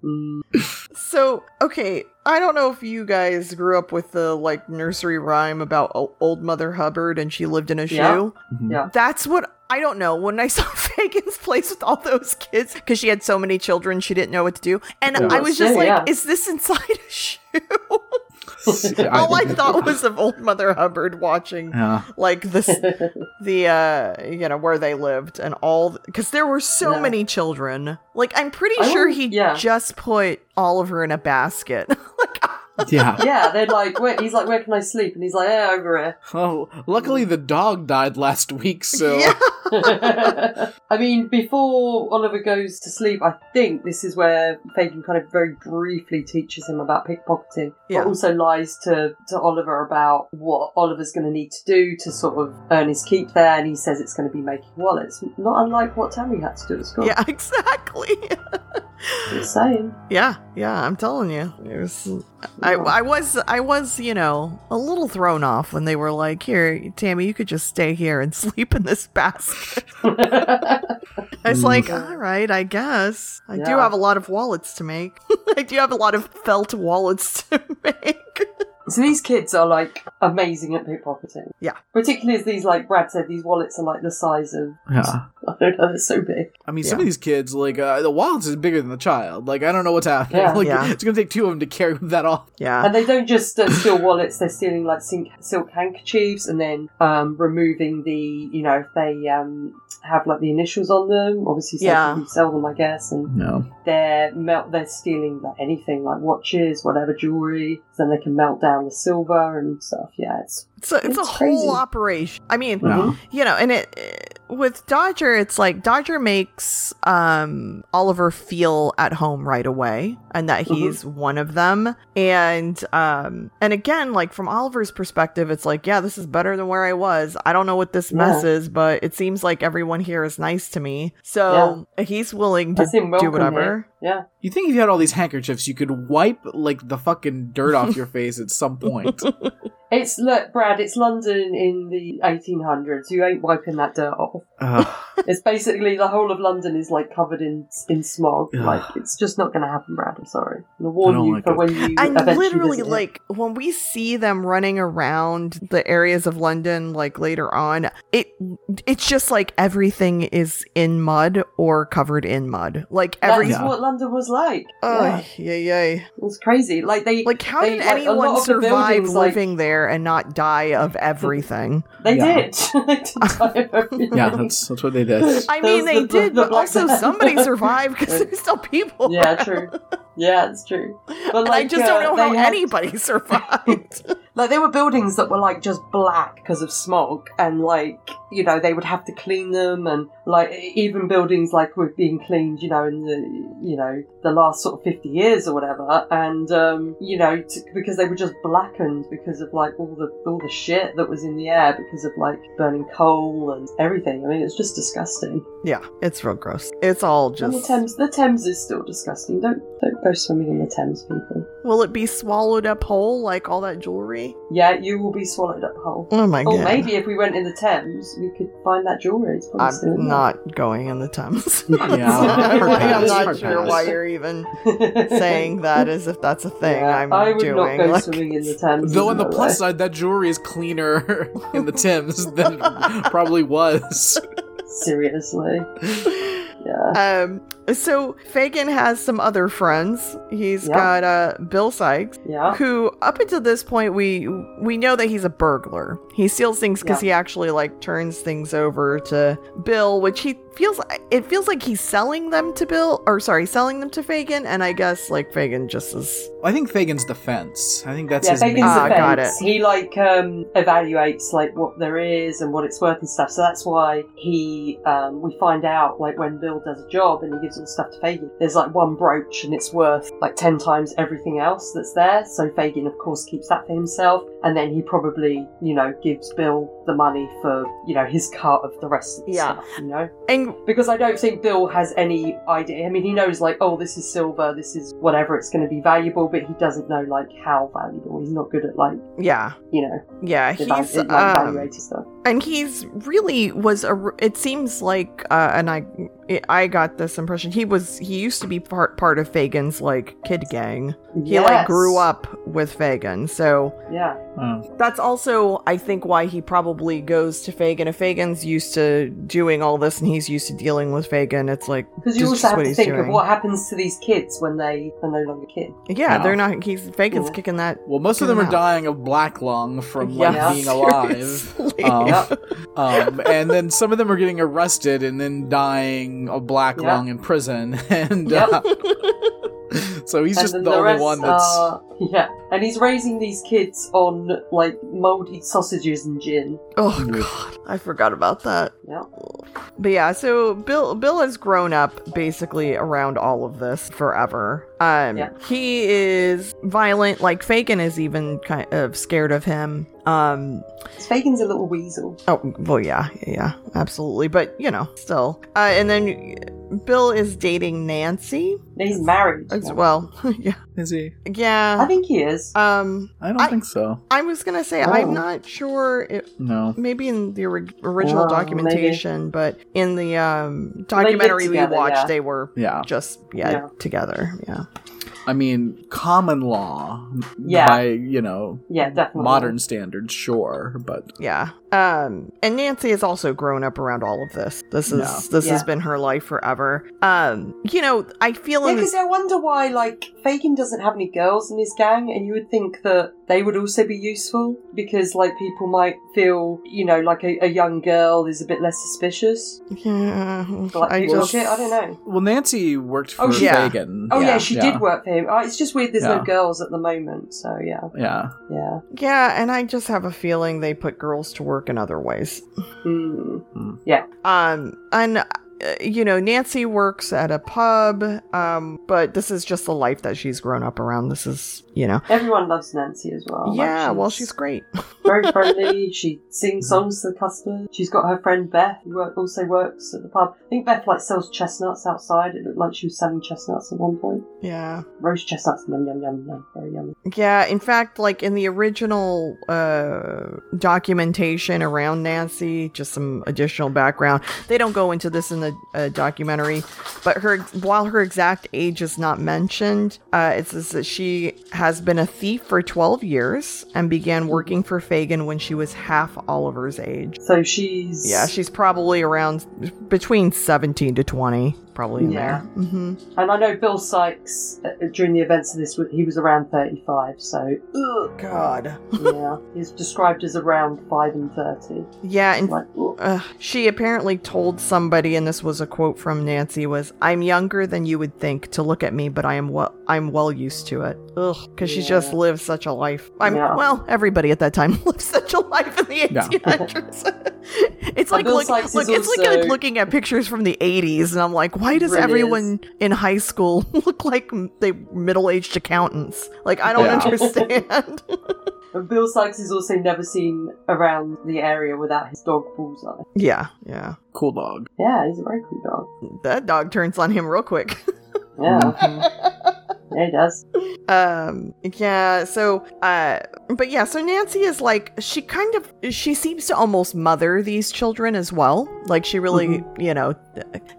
Speaker 3: Mm,
Speaker 4: So, okay, I don't know if you guys grew up with the like nursery rhyme about o- old Mother Hubbard and she lived in a shoe.
Speaker 3: Yeah. Yeah.
Speaker 4: That's what I don't know. When I saw Fagin's place with all those kids, because she had so many children, she didn't know what to do. And
Speaker 1: Yeah.
Speaker 4: I was just
Speaker 3: Yeah,
Speaker 4: like,
Speaker 3: yeah.
Speaker 4: is this inside a shoe? all I
Speaker 1: I-
Speaker 4: thought was of old Mother Hubbard watching
Speaker 1: yeah.
Speaker 4: like this the uh you know where they lived and all because there were so
Speaker 3: Yeah.
Speaker 4: many children like i'm pretty
Speaker 3: I
Speaker 4: sure
Speaker 3: don't-
Speaker 4: he
Speaker 3: yeah.
Speaker 4: just put oliver in a basket like
Speaker 1: yeah.
Speaker 3: yeah, they're like, where, he's like, where can I sleep? And he's like, eh, over here.
Speaker 1: Oh, luckily the dog died last week, so
Speaker 4: yeah
Speaker 3: I mean, before Oliver goes to sleep, I think this is where Fagin kind of very briefly teaches him about pickpocketing,
Speaker 4: Yeah.
Speaker 3: but also lies to, to Oliver about what Oliver's going to need to do to sort of earn his keep there, and he says it's going to be making wallets, not unlike what Tammy had to do at school.
Speaker 4: yeah exactly
Speaker 3: Just saying.
Speaker 4: yeah yeah i'm telling you it was I, I was i was you know a little thrown off when they were like here tammy you could just stay here and sleep in this basket i was like all right i guess i do
Speaker 3: Mm. Yeah.
Speaker 4: have a lot of wallets to make i do have a lot of felt wallets to make
Speaker 3: So these kids are like amazing at pickpocketing.
Speaker 4: Yeah.
Speaker 3: Particularly as these, like Brad said, these wallets are like the size of,
Speaker 1: yeah.
Speaker 3: I don't know, they're so big.
Speaker 1: I mean, some of these kids, like uh, the wallet is bigger than the child. Like I don't know what's happening.
Speaker 3: Yeah.
Speaker 1: Like,
Speaker 4: Yeah.
Speaker 1: It's gonna take two of them to carry that off.
Speaker 4: yeah
Speaker 3: And they don't just uh, steal wallets; they're stealing like silk, silk handkerchiefs and then um, removing the, you know, if they um, have like the initials on them. Obviously, so they
Speaker 4: Yeah. Mm-hmm.
Speaker 3: can sell them, I guess. And
Speaker 1: No.
Speaker 3: they're melt, they're stealing like anything, like watches, whatever jewelry. So then they can melt down the silver and stuff. Yeah, it's
Speaker 4: So it's, a
Speaker 3: It's
Speaker 4: whole
Speaker 3: crazy.
Speaker 4: operation. I mean,
Speaker 1: No.
Speaker 4: you know, and it, it- with Dodger, it's like Dodger makes um, Oliver feel at home right away, and that
Speaker 3: Mhm.
Speaker 4: he's one of them. And um, and again, like from Oliver's perspective, it's like, yeah, this is better than where I was. I don't know what this mess is, but it seems like everyone here is nice to me, so he's willing to
Speaker 3: I seem
Speaker 4: do
Speaker 3: welcome
Speaker 4: whatever.
Speaker 3: here. Yeah.
Speaker 1: You think if you had all these handkerchiefs, you could wipe like the fucking dirt off your face at some point.
Speaker 3: It's look, Brad. It's London in the 1800s. You ain't wiping that dirt off.
Speaker 1: Ugh.
Speaker 3: It's basically the whole of London is like covered in in smog.
Speaker 1: Ugh.
Speaker 3: Like it's just not going to happen, Brad. I'm sorry. I'm gonna warn
Speaker 1: don't
Speaker 3: you
Speaker 1: like
Speaker 3: for
Speaker 1: it.
Speaker 3: when you
Speaker 4: And
Speaker 3: eventually
Speaker 4: literally,
Speaker 3: visit it.
Speaker 4: like when we see them running around the areas of London, like later on, it it's just like everything is in mud or covered in mud. Like every,
Speaker 3: that's
Speaker 1: Yeah.
Speaker 3: what London was like.
Speaker 4: oh
Speaker 3: Yeah.
Speaker 4: yeah, yeah.
Speaker 3: It was crazy. Like they
Speaker 4: Like how
Speaker 3: They-
Speaker 4: did
Speaker 3: like, a lot
Speaker 4: anyone
Speaker 3: of the
Speaker 4: survive
Speaker 3: buildings, like-
Speaker 4: living there and not die of everything?
Speaker 3: they
Speaker 1: Yeah.
Speaker 3: did. they did die of everything.
Speaker 1: yeah, that's that's what they did.
Speaker 4: I
Speaker 3: Those-
Speaker 4: mean, they
Speaker 3: the-
Speaker 4: did,
Speaker 3: the
Speaker 4: but
Speaker 3: black
Speaker 4: also
Speaker 3: death.
Speaker 4: somebody survived because there's still people.
Speaker 3: yeah, true. Yeah, it's true. But
Speaker 4: And I
Speaker 3: like,
Speaker 4: just
Speaker 3: uh,
Speaker 4: don't know how
Speaker 3: they had-
Speaker 4: anybody survived.
Speaker 3: Like there were buildings that were like just black because of smog, and like you know they would have to clean them, and like even buildings like were being cleaned, you know, in the you know the last sort of fifty years or whatever, and um, you know t- because they were just blackened because of like all the all the shit that was in the air because of like burning coal and everything. I mean it's just disgusting.
Speaker 4: yeah, it's real gross. It's all
Speaker 3: And the
Speaker 4: just.
Speaker 3: Thames, the Thames is still disgusting. Don't don't go swimming in the Thames, people.
Speaker 4: Will it be swallowed up whole like all that jewelry?
Speaker 3: Yeah, you will be swallowed up whole.
Speaker 4: Oh my
Speaker 3: Or
Speaker 4: god.
Speaker 3: maybe if we went in the Thames, we could find that jewellery. It's probably still
Speaker 4: I'm
Speaker 3: in
Speaker 4: not going in the Thames.
Speaker 1: Yeah.
Speaker 4: Like, I'm not
Speaker 1: Hard
Speaker 4: sure
Speaker 1: pass.
Speaker 4: why you're even
Speaker 3: there.
Speaker 4: saying that as if that's a thing
Speaker 3: Yeah,
Speaker 4: I'm
Speaker 3: I would
Speaker 4: doing.
Speaker 3: not go
Speaker 4: Like,
Speaker 3: swimming in the Thames.
Speaker 1: Though
Speaker 3: there's
Speaker 1: on the
Speaker 3: no
Speaker 1: plus
Speaker 3: way.
Speaker 1: side, that jewelry is cleaner in the Thames than probably was.
Speaker 3: seriously, yeah.
Speaker 4: um, so Fagin has some other friends. He's
Speaker 3: Yeah.
Speaker 4: got uh, Bill Sykes.
Speaker 3: Yeah,
Speaker 4: who up until this point we we know that he's a burglar he steals things because he actually like turns things over to bill which he feels it feels like he's selling them to bill or sorry selling them to fagin and i guess like fagin just is
Speaker 1: I think Fagin's the fence. I think that's
Speaker 3: yeah.
Speaker 1: his main-
Speaker 3: Bacon's
Speaker 4: Ah,
Speaker 3: offense.
Speaker 4: got it.
Speaker 3: He like um, evaluates like what there is and what it's worth and stuff. So that's why he um, we find out like when Bill does a job and he gives all the stuff to Fagin. There's like one brooch and it's worth like ten times everything else that's there. So Fagin, of course, keeps that for himself, and then he probably you know gives Bill the money for you know his cut of the rest of the
Speaker 4: Yeah.
Speaker 3: stuff. You know
Speaker 4: and
Speaker 3: because I don't think Bill has any idea. I mean, he knows like, oh, this is silver, this is whatever, it's going to be valuable, but he doesn't know like how valuable. He's not good at like
Speaker 4: yeah
Speaker 3: you know
Speaker 4: yeah
Speaker 3: eva-
Speaker 4: he's
Speaker 3: like,
Speaker 4: um,
Speaker 3: evaluating stuff.
Speaker 4: and he's really was a r- it seems like uh and i i got this impression he was he used to be part part of fagin's like kid gang he like
Speaker 3: Yes.
Speaker 4: grew up with fagin so
Speaker 3: Yeah,
Speaker 1: Oh.
Speaker 4: That's also, I think, why he probably goes to Fagin. If Fagin's used to doing all this and he's used to dealing with Fagin, it's like
Speaker 3: because you
Speaker 4: just-
Speaker 3: also
Speaker 4: just
Speaker 3: have
Speaker 4: what
Speaker 3: to
Speaker 4: he's
Speaker 3: think of
Speaker 4: doing.
Speaker 3: what happens to these kids when they are no longer kids.
Speaker 4: Yeah,
Speaker 1: Yeah.
Speaker 4: they're not. He's Fagin's
Speaker 3: Mhm.
Speaker 4: kicking that.
Speaker 1: Well, most of them are
Speaker 4: Yeah.
Speaker 1: dying of black lung from like
Speaker 3: Yeah.
Speaker 1: being alive.
Speaker 4: seriously.
Speaker 1: Um,
Speaker 3: Yeah.
Speaker 1: um, and then some of them are getting arrested and then dying of black
Speaker 3: Yep.
Speaker 1: lung in prison. And
Speaker 3: Yep.
Speaker 1: uh, so he's
Speaker 3: And
Speaker 1: just the,
Speaker 3: then
Speaker 1: only
Speaker 3: rest uh,
Speaker 1: one that's.
Speaker 3: Are, yeah, and he's raising these kids on like mouldy sausages and gin.
Speaker 4: Oh
Speaker 1: Yeah.
Speaker 4: god, I forgot about that.
Speaker 3: Yeah.
Speaker 4: But yeah, so Bill Bill has grown up basically around all of this forever. Um
Speaker 3: Yeah.
Speaker 4: he is violent, like Fagin is even kind of scared of him. Um
Speaker 3: Fagin's a little weasel.
Speaker 4: Oh, well, yeah, yeah, absolutely. But, you know, still. Uh, and then Bill is dating Nancy
Speaker 3: He's married.
Speaker 4: as well. yeah.
Speaker 1: Is he?
Speaker 3: I
Speaker 4: Yeah.
Speaker 3: think he is.
Speaker 4: Um,
Speaker 1: I don't
Speaker 4: I-
Speaker 1: think so.
Speaker 4: I was going to say,
Speaker 3: Oh.
Speaker 4: I'm not sure if.
Speaker 1: No.
Speaker 4: Maybe in the ori- original
Speaker 3: Oh,
Speaker 4: documentation, but in the um,
Speaker 3: lived
Speaker 4: documentary
Speaker 3: together,
Speaker 4: we watched,
Speaker 3: yeah.
Speaker 4: they were
Speaker 1: Yeah.
Speaker 4: just yeah,
Speaker 3: Yeah.
Speaker 4: together. Yeah,
Speaker 1: I mean, common law.
Speaker 3: Yeah.
Speaker 1: By, you know,
Speaker 3: Yeah, definitely.
Speaker 1: modern standards, sure. But
Speaker 4: yeah. Um, and Nancy has also grown up around all of this. This is
Speaker 1: No.
Speaker 4: this has
Speaker 3: Yeah.
Speaker 4: been her life forever. Um, you know, I feel
Speaker 3: Yeah,
Speaker 4: in
Speaker 3: because I wonder why, like, Fagin doesn't have any girls in his gang, and you would think that they would also be useful because, like, people might feel, you know, like a, a young girl is a bit less suspicious.
Speaker 4: Yeah,
Speaker 3: Like,
Speaker 4: I
Speaker 3: people
Speaker 4: just
Speaker 3: shit, I don't know.
Speaker 1: well, Nancy worked for
Speaker 3: Oh,
Speaker 4: she- Yeah.
Speaker 1: Fagin.
Speaker 3: Oh, yeah,
Speaker 4: Yeah,
Speaker 3: she did work for him. Oh, it's just weird there's
Speaker 1: Yeah.
Speaker 3: no girls at the moment, so yeah,
Speaker 1: Yeah.
Speaker 3: yeah.
Speaker 4: Yeah, and I just have a
Speaker 3: Hmm.
Speaker 4: feeling they put girls to work in other ways.
Speaker 3: Mm.
Speaker 4: Um, and uh, you know, Nancy works at a pub, um, but this is just the life that she's grown up around. This is, you know,
Speaker 3: Everyone loves Nancy as well. Like,
Speaker 4: yeah, well, she's great.
Speaker 3: very friendly. She sings songs to the customers. She's got her friend Beth, who work, also works at the pub. I think Beth like sells chestnuts outside. It looked like she was selling chestnuts at one point.
Speaker 4: Yeah.
Speaker 3: Roast chestnuts, yum yum yum yum, very yummy.
Speaker 4: Yeah, in fact, like in the original uh, documentation around Nancy, just some additional background. They don't go into this in the uh, documentary, but her while her exact age is not mentioned, uh, it says that she has been a thief for 12 years and began working for Fagin when she was half Oliver's age.
Speaker 3: So she's
Speaker 4: Yeah, she's probably around between 17 to 20, probably in
Speaker 3: Yeah.
Speaker 4: there. hmm
Speaker 3: and I know Bill Sykes uh, during the events of this. He was around thirty-five, so ugh,
Speaker 4: God.
Speaker 3: yeah, he's described as around five and thirty.
Speaker 4: Yeah, in
Speaker 3: Like, ugh.
Speaker 4: Uh, she apparently told somebody, and this was a quote from Nancy: "Was I'm younger than you would think to look at me, but I am well. I'm well used to it. Ugh, because she just
Speaker 3: Yeah.
Speaker 4: lived such a life. I'm
Speaker 3: Yeah.
Speaker 4: well. Everybody at that time lived such a life in the
Speaker 1: Yeah.
Speaker 4: 1800s. it's like
Speaker 3: Bill
Speaker 4: look,
Speaker 3: Sykes is
Speaker 4: look, it's like,
Speaker 3: also-
Speaker 4: like looking at pictures from the 80s, and I'm like, why does
Speaker 3: Really
Speaker 4: everyone in high school look like m- they middle-aged accountants? Like I don't
Speaker 1: Yeah.
Speaker 4: understand.
Speaker 3: And Bill Sykes is also never seen around the area without his dog Bullseye.
Speaker 4: yeah, yeah.
Speaker 1: Cool dog.
Speaker 3: Yeah, he's a very cool dog.
Speaker 4: That dog turns on him real quick.
Speaker 3: Yeah,
Speaker 4: Mm-hmm.
Speaker 3: yeah, he does.
Speaker 4: um yeah so uh but yeah so nancy is like she kind of she seems to almost mother these children as well like she really
Speaker 3: Mm-hmm.
Speaker 4: you know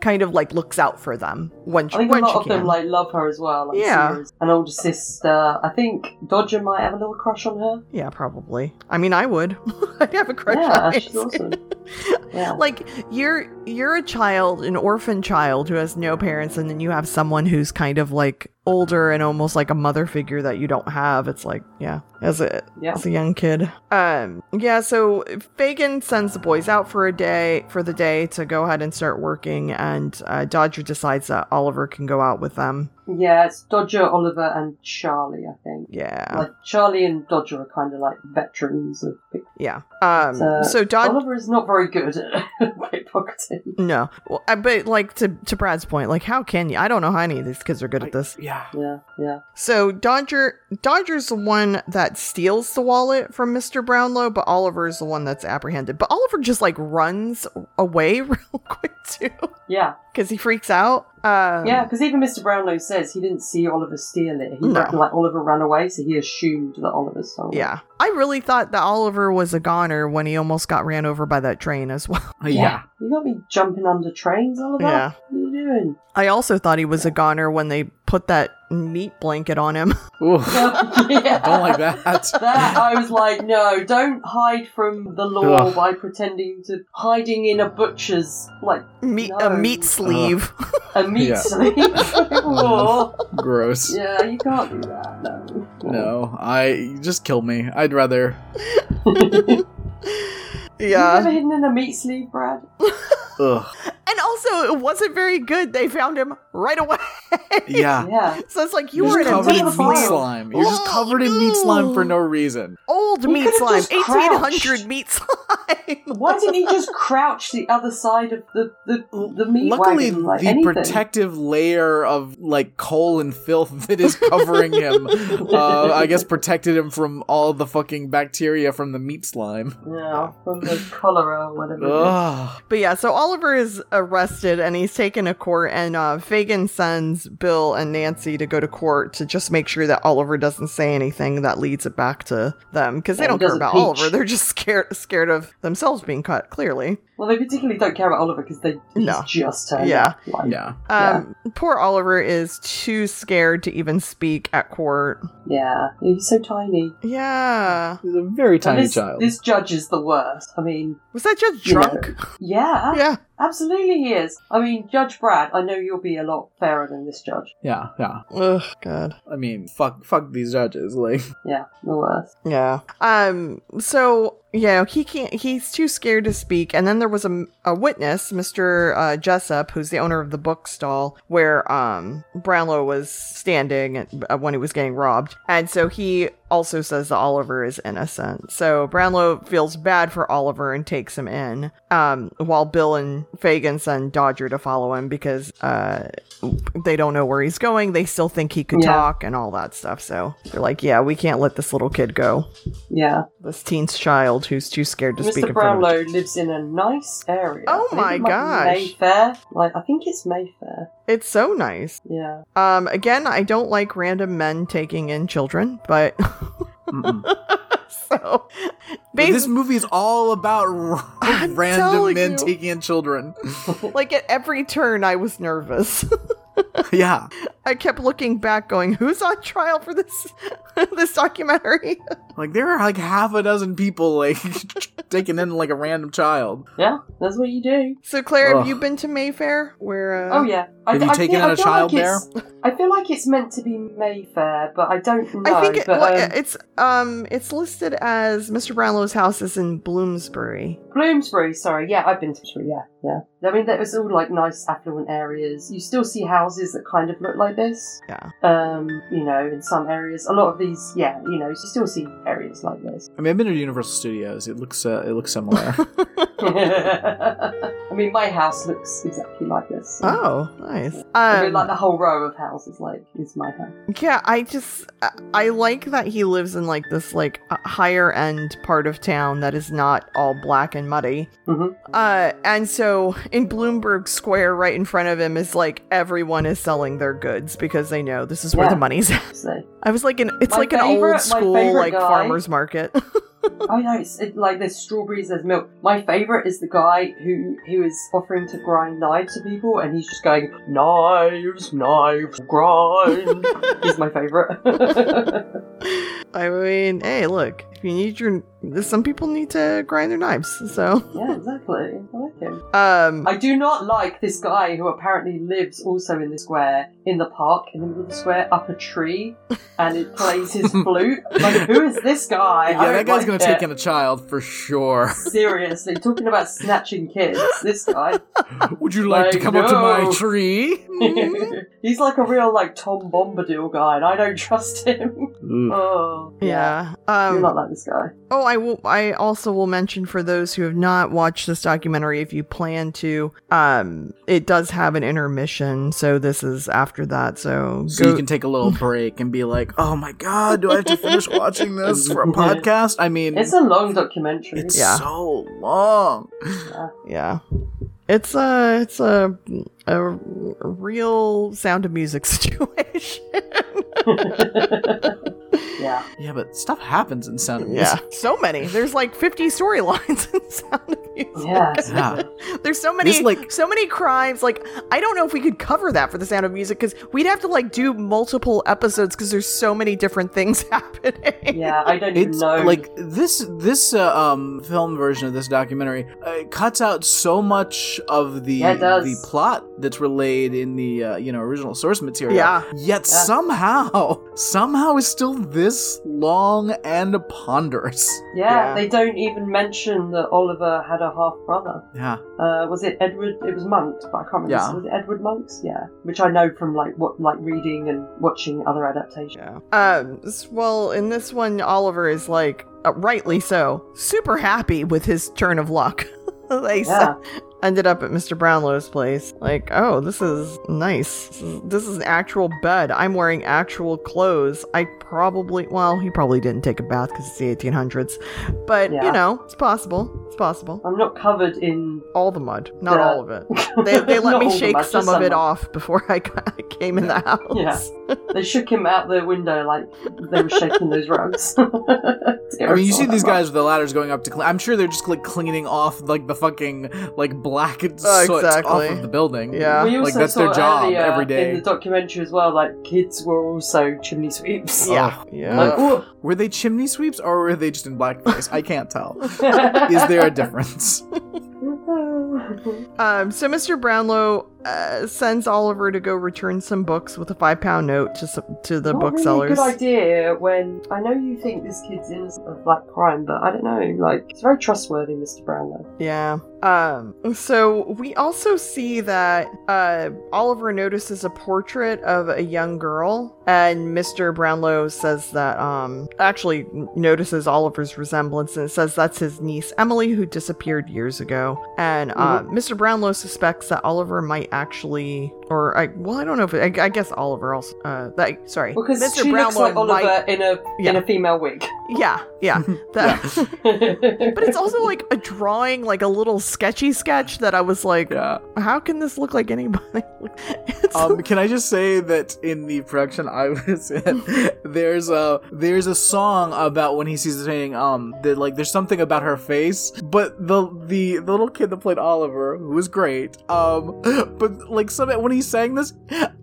Speaker 4: kind of like looks out for them when she,
Speaker 3: I think a
Speaker 4: when
Speaker 3: lot
Speaker 4: she
Speaker 3: of them
Speaker 4: can
Speaker 3: like love her as well. Like,
Speaker 4: Yeah.
Speaker 3: she is an older sister. I think Dodger might have a little crush on her.
Speaker 4: yeah probably i mean i would i'd have a crush on
Speaker 3: yeah, she's
Speaker 4: Nancy.
Speaker 3: awesome. Yeah,
Speaker 4: like you're you're a child an orphan child who has no parents and then you have someone who's kind of like older and almost like a mother figure that you don't have it's like yeah as a
Speaker 3: yeah.
Speaker 4: as a young kid. Um, yeah, so Fagin sends the boys out for a day for the day to go ahead and start working, and uh, Dodger decides that Oliver can go out with them.
Speaker 3: Yeah, it's Dodger, Oliver, and Charlie. I think.
Speaker 4: Yeah,
Speaker 3: Like Charlie and Dodger are kind of like veterans of pick-
Speaker 4: yeah. Um,
Speaker 3: Uh,
Speaker 4: so Dodger.
Speaker 3: Oliver is not very good at pickpocketing.
Speaker 4: no, well, I- but like to to Brad's point, like how can you? I don't know how any of these kids are good at this.
Speaker 1: Yeah.
Speaker 3: Yeah, yeah.
Speaker 4: So Dodger Dodger's the one that steals the wallet from Mr. Brownlow, but Oliver's the one that's apprehended. But Oliver just like runs away real quick too
Speaker 3: Yeah,
Speaker 4: because he freaks out. Um,
Speaker 3: yeah, because even Mr. Brownlow says he didn't see Oliver steal it. He
Speaker 4: No.
Speaker 3: reckon, like Oliver ran away, so he assumed that Oliver stole it.
Speaker 4: Yeah. I really thought that Oliver was a goner when he almost got ran over by that train as well.
Speaker 1: Uh, yeah.
Speaker 3: You gotta be jumping under trains, Oliver.
Speaker 4: Yeah.
Speaker 3: What are you doing?
Speaker 4: I also thought he was a goner when they put that meat blanket on him.
Speaker 1: Ooh,
Speaker 3: Yeah.
Speaker 1: don't like that.
Speaker 3: That I was like, no, don't hide from the law
Speaker 1: Ugh.
Speaker 3: by pretending to hiding in a butcher's like
Speaker 4: meat
Speaker 3: No.
Speaker 4: a meat sleeve.
Speaker 3: a meat
Speaker 1: Yeah.
Speaker 3: sleeve. Or-
Speaker 1: Gross.
Speaker 3: yeah, you can't do that. No.
Speaker 1: No, I just kill me. I'd rather.
Speaker 3: Have you
Speaker 4: yeah.
Speaker 3: ever hidden in a meat sleeve, Brad?
Speaker 1: Ugh.
Speaker 4: And also it wasn't very good. They found him right away.
Speaker 1: Yeah.
Speaker 3: Yeah.
Speaker 4: So it's like you
Speaker 1: You're
Speaker 4: were in
Speaker 1: just covered
Speaker 4: a meat
Speaker 1: in meat
Speaker 3: slime.
Speaker 4: sleeve.
Speaker 1: slime. You're just
Speaker 4: Oh,
Speaker 1: covered in meat slime for
Speaker 4: no.
Speaker 1: no reason.
Speaker 4: Old
Speaker 3: You
Speaker 4: meat
Speaker 3: could've
Speaker 4: slime.
Speaker 3: just
Speaker 4: Eighteen hundred
Speaker 3: crouched.
Speaker 4: meat slime.
Speaker 3: Why didn't he just crouch the other side of the the, the meat
Speaker 1: Luckily,
Speaker 3: wagon like
Speaker 1: the
Speaker 3: anything?
Speaker 1: protective layer of like coal and filth that is covering him, uh, I guess, protected him from all the fucking bacteria from the meat slime.
Speaker 3: yeah, from the cholera or whatever. it is.
Speaker 1: Ugh.
Speaker 4: But yeah, so Oliver is arrested and he's taken to court, and uh, Fagin sends Bill and Nancy to go to court to just make sure that Oliver doesn't say anything that leads it back to them because they
Speaker 3: Yeah, he
Speaker 4: don't care
Speaker 3: doesn't
Speaker 4: about
Speaker 3: peach.
Speaker 4: Oliver. They're just scared scared of themselves being caught. Clearly,
Speaker 3: Well, they particularly don't care about Oliver because they he's
Speaker 4: No.
Speaker 3: just turned
Speaker 4: Yeah.
Speaker 3: up. Like,
Speaker 1: Yeah.
Speaker 4: um, poor Oliver is too scared to even speak at court.
Speaker 3: yeah, he's so tiny.
Speaker 4: Yeah,
Speaker 1: He's a very
Speaker 3: And
Speaker 1: tiny
Speaker 3: this,
Speaker 1: child.
Speaker 3: This judge is the worst. I mean,
Speaker 4: was that just
Speaker 3: You know.
Speaker 4: drunk?
Speaker 3: yeah,
Speaker 4: Yeah,
Speaker 3: absolutely he is. I mean, Judge Brad, I know you'll be a lot fairer than this judge.
Speaker 1: yeah, yeah.
Speaker 4: ugh, god.
Speaker 1: I mean, fuck, fuck these judges. Like,
Speaker 3: Yeah, the worst.
Speaker 4: Yeah. Um. So you know he can't. He's too scared to speak. And then there was a, a witness, Mister uh, Jessup, who's the owner of the book stall where um Brownlow was standing uh, when he was getting robbed. And so he also says that Oliver is innocent. So Brownlow feels bad for Oliver and takes him in, um, while Bill and Fagin send Dodger to follow him because uh, they don't know where he's going. They still think he could
Speaker 3: Yeah.
Speaker 4: talk and all that stuff. So they're like, yeah, we can't let this little kid go.
Speaker 3: Yeah.
Speaker 4: This teen's child who's too scared to speak
Speaker 3: Mr.
Speaker 4: in front of
Speaker 3: Brownlow lives in a nice area.
Speaker 4: Oh
Speaker 3: I think it
Speaker 4: my
Speaker 3: might be
Speaker 4: gosh.
Speaker 3: Mayfair. Like I think it's Mayfair.
Speaker 4: It's so nice.
Speaker 3: Yeah.
Speaker 4: Um, again, I don't like random men taking in children, but
Speaker 1: Mm-mm.
Speaker 4: so
Speaker 1: this movie is all about r-
Speaker 4: I'm
Speaker 1: random
Speaker 4: telling
Speaker 1: men
Speaker 4: you.
Speaker 1: taking in children.
Speaker 4: like at every turn i was nervous
Speaker 1: yeah.
Speaker 4: i kept looking back going who's on trial for this this documentary
Speaker 1: Like there are like half a dozen people like taking in like a random child.
Speaker 3: Yeah. That's what you do.
Speaker 4: so claire have you
Speaker 1: Ugh.
Speaker 4: been to mayfair where uh,
Speaker 3: Oh yeah. I,
Speaker 1: Have you
Speaker 3: I
Speaker 1: taken
Speaker 3: feel- I
Speaker 1: in a
Speaker 3: feel
Speaker 1: child
Speaker 3: like
Speaker 1: there?
Speaker 3: it's- I feel like it's meant to be Mayfair, but I don't know.
Speaker 4: I think it,
Speaker 3: but,
Speaker 4: well,
Speaker 3: um,
Speaker 4: it's um it's listed as Mr. Brownlow's house is in Bloomsbury.
Speaker 3: Bloomsbury, sorry, yeah, I've been to Bloomsbury, yeah, yeah. I mean, that was all like nice affluent areas. You still see houses that kind of look like this.
Speaker 4: Yeah.
Speaker 3: Um, you know, in some areas, a lot of these, yeah, you know, you still see areas like this.
Speaker 1: I mean, I've been to Universal Studios. It looks uh, it looks similar.
Speaker 3: I mean, my house looks exactly like this.
Speaker 4: Oh, nice.
Speaker 3: I mean,
Speaker 4: Um,
Speaker 3: like the whole row of houses, like, is my house.
Speaker 4: yeah, I just I- I like that he lives in like this like uh, higher end part of town that is not all black and muddy.
Speaker 3: Mhm.
Speaker 4: Uh, and so in Bloomberg Square, right in front of him, is like everyone is selling their goods because they know this is where
Speaker 3: Yeah.
Speaker 4: the money's at.
Speaker 3: So,
Speaker 4: I was like, an, it's
Speaker 3: My
Speaker 4: like an
Speaker 3: favorite- my
Speaker 4: old school
Speaker 3: favorite
Speaker 4: like
Speaker 3: guy-
Speaker 4: farmers market.
Speaker 3: oh no, it's it, like there's strawberries, there's milk. My favorite is the guy who who is offering to grind knives to people, and he's just going knives, knives, grind. He's my favorite.
Speaker 4: I mean, hey, look, if you need your, some people need to grind their knives. So,
Speaker 3: yeah, exactly. I like him.
Speaker 4: um,
Speaker 3: I do not like this guy who apparently lives also in the square, in the park, in the middle of the square, up a tree, and it plays his flute. Like, who is this guy?
Speaker 1: yeah, that guy's gonna take
Speaker 3: him.
Speaker 1: in a child for sure.
Speaker 3: Seriously, talking about snatching kids, this guy.
Speaker 1: Would you like, to
Speaker 3: Like,
Speaker 1: come up to my
Speaker 3: no.
Speaker 1: tree?
Speaker 3: He's like a real like Tom Bombadil guy, and I don't trust him. oh,
Speaker 4: yeah.
Speaker 3: I
Speaker 4: Um,
Speaker 3: Do not like this guy.
Speaker 4: Oh, I will. I also will mention for those who have not watched this documentary, if you plan to, um, it does have an intermission. So this is after that. So,
Speaker 1: So
Speaker 4: go-
Speaker 1: you can take a little break and be like, "Oh my god, do I have to finish watching this for a podcast?" I mean,
Speaker 3: It's a long documentary.
Speaker 1: it's
Speaker 4: Yeah.
Speaker 1: so long.
Speaker 4: yeah, it's a it's a a real Sound of Music situation.
Speaker 3: yeah.
Speaker 1: Yeah, but stuff happens in Sound of
Speaker 4: yeah,
Speaker 1: Music.
Speaker 4: so many. There's like 50 storylines in Sound of Music.
Speaker 3: Yeah. it's-
Speaker 1: Yeah.
Speaker 4: There's so many,
Speaker 1: There's, like-
Speaker 4: so many crimes. Like, I don't know if we could cover that for the Sound of Music because we'd have to like do multiple episodes because there's so many different things happening.
Speaker 3: Yeah, I don't even
Speaker 1: It's
Speaker 3: know.
Speaker 1: like this this uh, um film version of this documentary uh, cuts out so much of the
Speaker 3: Yeah, it does.
Speaker 1: the plot that's relayed in the uh, you know original source material.
Speaker 4: Yeah.
Speaker 1: Yet
Speaker 3: Yeah.
Speaker 1: somehow somehow is still this long and ponderous.
Speaker 3: yeah,
Speaker 4: yeah.
Speaker 3: they don't even mention that Oliver had a half brother.
Speaker 1: Yeah.
Speaker 3: Uh, was it Edward? It was Monks, but I can't remember.
Speaker 1: Yeah.
Speaker 3: Was it Edward Monks? Yeah, which I know from like what like reading and watching other adaptations.
Speaker 4: Yeah. Um. s- Well, in this one, Oliver is like, uh, rightly so, super happy with his turn of luck. they s-
Speaker 3: Yeah.
Speaker 4: ended up at Mr. Brownlow's place. Like, oh, this is nice. This is, this is an actual bed. I'm wearing actual clothes. I probably, well, he probably didn't take a bath because it's the 1800s, but
Speaker 3: Yeah.
Speaker 4: you know, it's possible. It's possible.
Speaker 3: I'm not covered in.
Speaker 4: All the mud, not
Speaker 3: Yeah.
Speaker 4: all of it. They, they let
Speaker 3: Not
Speaker 4: me
Speaker 3: all the
Speaker 4: shake
Speaker 3: mud, just
Speaker 4: some of it
Speaker 3: mud.
Speaker 4: off before I ca- came in the house.
Speaker 3: Yeah. They shook him out the window like they were shaking those rugs.
Speaker 1: I mean, you see
Speaker 3: Terrible.
Speaker 1: these guys with the ladders going up to. Clean. I'm sure they're just like cleaning off like the fucking like black soot
Speaker 4: Uh, exactly.
Speaker 1: off of the building.
Speaker 4: Yeah.
Speaker 3: We also
Speaker 1: Like, that's
Speaker 3: saw
Speaker 1: their job
Speaker 3: earlier
Speaker 1: every day.
Speaker 3: in the documentary as well. Like kids were also chimney sweeps.
Speaker 4: Yeah. Yeah.
Speaker 3: Like, "Ooh."
Speaker 1: Were they chimney sweeps or were they just in blackface? I can't tell. Is there a difference?
Speaker 4: Um, so Mr. Brownlow uh, sends Oliver to go return some books with a five pound note to s- to the
Speaker 3: Not
Speaker 4: booksellers.
Speaker 3: Oh, Really a good idea when I know you think this kid's innocent of black crime, but I don't know. Like, it's very trustworthy, Mr. Brownlow.
Speaker 4: Yeah. Um so we also see that uh Oliver notices a portrait of a young girl and Mr. Brownlow says that um actually notices Oliver's resemblance and says that's his niece Emily who disappeared years ago. And uh
Speaker 3: Mm-hmm.
Speaker 4: Mr. Brownlow suspects that Oliver might actually or I well I don't know if I, I guess Oliver also uh that sorry
Speaker 3: Because she looks like Oliver
Speaker 4: might-
Speaker 3: in a in
Speaker 4: Yeah.
Speaker 3: a female wig.
Speaker 4: yeah yeah that But it's also like a drawing, like a little sketchy sketch that I was like,
Speaker 1: Yeah.
Speaker 4: how can this look like anybody? it's
Speaker 1: Um, can I just say that in the production I was in, there's a there's a song about when he sees the painting. Um, that like there's something about her face, but the the, the little kid that played Oliver, who was great. Um, but like some when he sang this,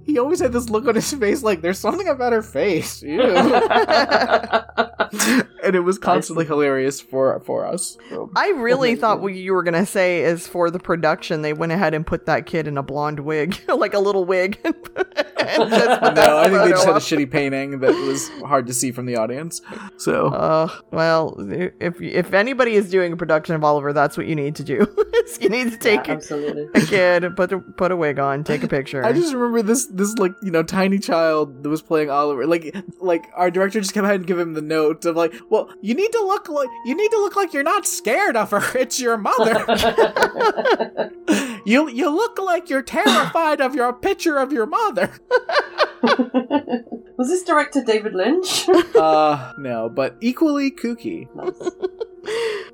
Speaker 1: he always had this look on his face, like there's something about her face, ew. and it was constantly hilarious for for us. So,
Speaker 4: I really thought what you were gonna say is for the production, they went ahead and put that kid in a blonde wig, like a little wig. and just put that
Speaker 1: no, uh, I think they just had
Speaker 4: photo
Speaker 1: a
Speaker 4: up.
Speaker 1: shitty painting that was hard to see from the audience.
Speaker 4: Uh,
Speaker 1: So.
Speaker 4: Ugh, well, if if anybody is doing a production of Oliver, that's what you need to do. is you need to take
Speaker 3: Yeah, absolutely.
Speaker 4: a kid, put a, put a wig on, take a picture.
Speaker 1: I just remember this this like you know tiny child that was playing Oliver like like our director just came ahead and give him the note of like well you need to look like you need to look like you're not scared of her it's your mother you you look like you're terrified of your picture of your mother
Speaker 3: Was this director David Lynch?
Speaker 1: uh no but equally kooky
Speaker 3: Nice.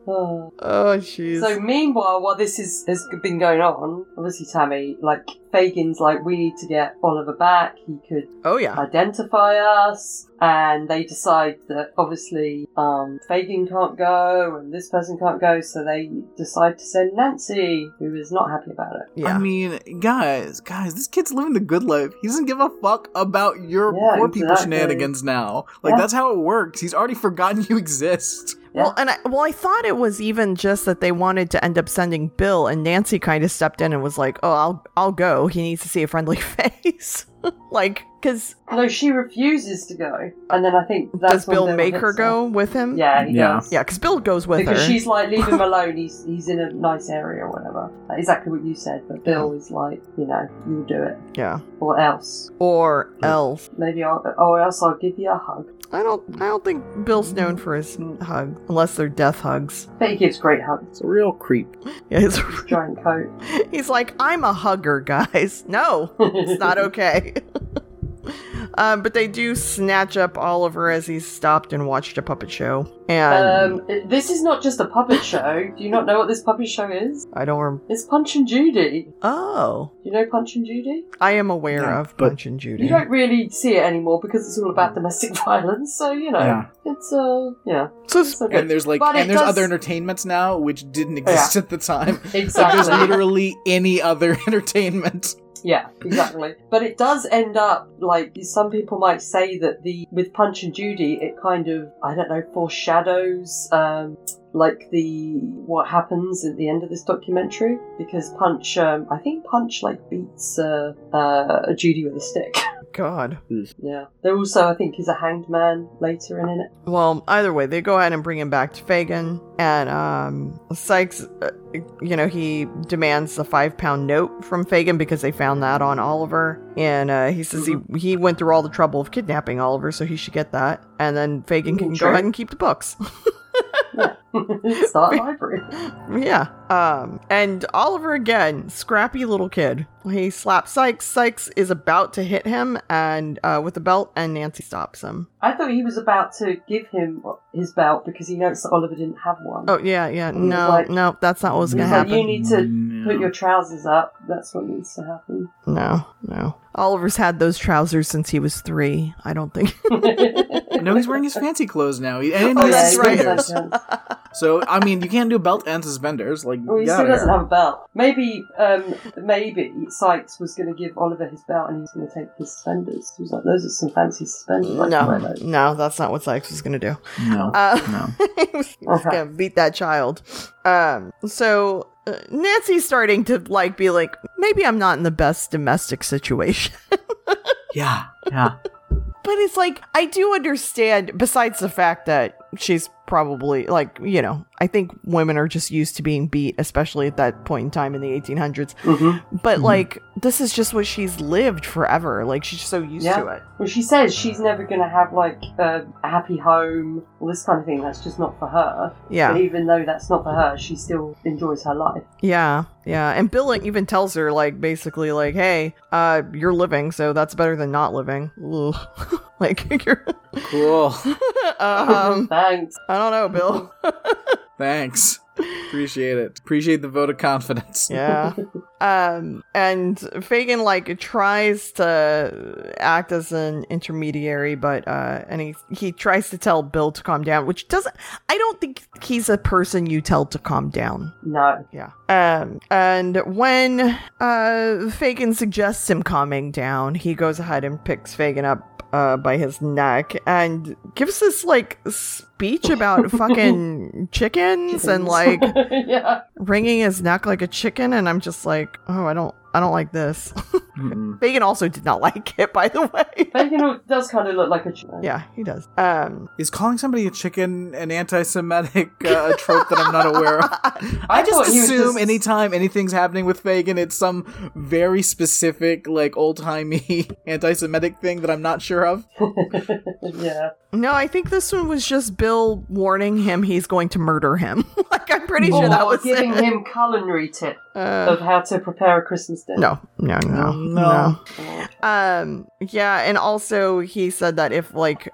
Speaker 3: Oh.
Speaker 4: oh jeez.
Speaker 3: So meanwhile, while this is has been going on, obviously Tammy, like Fagin's like, we need to get Oliver back. He could
Speaker 4: oh yeah.
Speaker 3: identify us, and they decide that obviously um, Fagin can't go and this person can't go, so they decide to send Nancy, who is not happy about it.
Speaker 4: Yeah.
Speaker 1: I mean guys guys this kid's living the good life he doesn't give a fuck about your
Speaker 3: Yeah,
Speaker 1: poor people
Speaker 3: exactly.
Speaker 1: shenanigans now like
Speaker 3: Yeah.
Speaker 1: that's how it works he's already forgotten you exist.
Speaker 4: Well, and I, well, I thought it was even just that they wanted to end up sending Bill, and Nancy kind of stepped in and was like, "Oh, I'll I'll go. He needs to see a friendly face." like, because
Speaker 3: No, she refuses to go, and then I think that's
Speaker 4: does
Speaker 3: when
Speaker 4: Bill
Speaker 3: Bill
Speaker 4: make her
Speaker 3: hits
Speaker 4: go with him?
Speaker 3: Yeah, he
Speaker 1: Yeah.
Speaker 3: does.
Speaker 4: yeah, because Bill goes with
Speaker 3: because
Speaker 4: her.
Speaker 3: she's like, leave him alone. He's he's in a nice area or whatever. Like, exactly what you said. But Bill is like, you know, you'll do it
Speaker 4: yeah,
Speaker 3: or else.
Speaker 4: or else
Speaker 3: Maybe I'll or else I'll give you a hug.
Speaker 4: I don't I don't think Bill's known for his hug unless they're death hugs.
Speaker 3: But he gives great hugs.
Speaker 1: It's a real creep.
Speaker 4: Yeah, he's,
Speaker 3: Giant coat.
Speaker 4: he's like, "I'm a hugger, guys. No, it's not okay." Um, but they do snatch up Oliver as he's stopped and watched a puppet show. And
Speaker 3: Um, this is not just a puppet show. Do you not know what this puppet show is?
Speaker 4: I don't remember.
Speaker 3: It's Punch and Judy. Do
Speaker 4: Oh,
Speaker 3: you know Punch and Judy?
Speaker 4: I am aware
Speaker 1: Yeah,
Speaker 4: of
Speaker 1: but-
Speaker 4: Punch and
Speaker 3: You
Speaker 4: Judy.
Speaker 3: don't really see it anymore because it's all about domestic violence. So you know,
Speaker 1: Yeah.
Speaker 3: it's uh, yeah,
Speaker 4: So
Speaker 3: it's okay.
Speaker 1: and there's like
Speaker 3: But it
Speaker 1: and there's
Speaker 3: does-
Speaker 1: other entertainments now which didn't exist at the time like there's
Speaker 3: exactly.
Speaker 1: literally any other entertainment
Speaker 3: Yeah, exactly. but it does end up like some people might say that the with Punch and Judy, it kind of I don't know foreshadows um, like the what happens at the end of this documentary because Punch, um, I think Punch like beats uh, uh, Judy with a stick.
Speaker 4: God.
Speaker 3: yeah, there also I think is a hanged man later in it.
Speaker 4: Well, either way, they go ahead and bring him back to Fagin, and um, Sykes, uh, you know, he demands the five pound note from Fagin because they found that on Oliver, and uh, he says
Speaker 1: Mm-hmm.
Speaker 4: he he went through all the trouble of kidnapping Oliver, so he should get that, and then Fagin can
Speaker 3: Sure.
Speaker 4: go ahead and keep the books.
Speaker 3: Start library.
Speaker 4: Yeah. Um, and Oliver again, scrappy little kid. He slaps Sykes. Sykes is about to hit him, and uh, with the belt, and Nancy stops him.
Speaker 3: I thought he was about to give him his belt because he noticed that Oliver didn't have one.
Speaker 4: Oh yeah, yeah.
Speaker 3: And he's
Speaker 4: No,
Speaker 3: like-
Speaker 4: no, that's not what was
Speaker 3: He's
Speaker 4: gonna
Speaker 3: like,
Speaker 4: happen.
Speaker 3: you need to
Speaker 1: Mm.
Speaker 3: put your trousers up. That's what needs to happen.
Speaker 4: No, no. Oliver's had those trousers since he was three. I don't think.
Speaker 1: no he's wearing his fancy clothes now He- and
Speaker 4: Oh,
Speaker 1: he
Speaker 4: that's
Speaker 1: has
Speaker 4: right.
Speaker 1: suspenders so i mean you can't do belt and suspenders like
Speaker 3: Well, Oh, he
Speaker 1: get
Speaker 3: still
Speaker 1: outta
Speaker 3: doesn't
Speaker 1: here.
Speaker 3: have a belt. Maybe, um, maybe Sykes was going to give Oliver his belt, and he was going to take his suspenders. He was like, "Those are some fancy suspenders." I can wear
Speaker 4: no,
Speaker 3: those."
Speaker 4: no, that's not what Sykes was gonna do.
Speaker 1: no
Speaker 4: Uh, he was, he was
Speaker 3: Okay.
Speaker 4: gonna beat that child. Um, so uh, Nancy's starting to like be like, maybe I'm not in the best domestic situation.
Speaker 1: Yeah, yeah.
Speaker 4: But it's like, I do understand, besides the fact that she's probably like, you know, I think women are just used to being beat, especially at that point in time in the 1800s.
Speaker 1: Mm-hmm.
Speaker 3: Mhm.
Speaker 4: But like, this is just what she's lived forever. Like, she's so used
Speaker 3: Yeah.
Speaker 4: to it.
Speaker 3: Well, she says she's never going to have like a happy home, all this kind of thing. That's just not for her.
Speaker 4: Yeah.
Speaker 3: But even though that's not for her, she still enjoys her life.
Speaker 4: Yeah, yeah. And Bill even tells her, like, basically, like, hey, uh, you're living, so that's better than not living. Ugh. like, you're.
Speaker 1: Cool.
Speaker 4: um,
Speaker 3: Thanks.
Speaker 4: I don't know, Bill.
Speaker 1: Thanks. Appreciate it. Appreciate the vote of confidence.
Speaker 4: yeah. Um, and Fagin, like, tries to act as an intermediary, but, uh, and he, he tries to tell Bill to calm down, which doesn't, I don't think he's a person you tell to calm down.
Speaker 3: No.
Speaker 4: Yeah. Um, and when uh, Fagin suggests him calming down, he goes ahead and picks Fagin up uh, by his neck and gives this like speech about fucking chickens and like
Speaker 3: yeah.
Speaker 4: wringing his neck like a chicken. And I'm just like, oh, I don't, I don't like this.
Speaker 1: Mm-mm.
Speaker 4: Fagin also did not like it, by the way.
Speaker 3: Bacon does kind of look like a.
Speaker 4: yeah, he does. Um,
Speaker 1: Is calling somebody a chicken an anti-Semitic uh, a trope that I'm not aware of? I,
Speaker 3: thought
Speaker 1: just
Speaker 3: he was
Speaker 1: assume
Speaker 3: just-
Speaker 1: anytime anything's happening with Fagin, it's some very specific, like old-timey anti-Semitic thing that I'm not sure of.
Speaker 3: yeah.
Speaker 4: no, I think this one was just Bill warning him he's going to murder him. like, I'm pretty sure that
Speaker 3: Or
Speaker 4: was
Speaker 3: Oh, giving
Speaker 4: it.
Speaker 3: him culinary tip
Speaker 4: Uh,
Speaker 3: of how to prepare a Christmas dinner.
Speaker 4: No, no, no, no.
Speaker 1: No.
Speaker 4: Um, yeah, and also he said that if like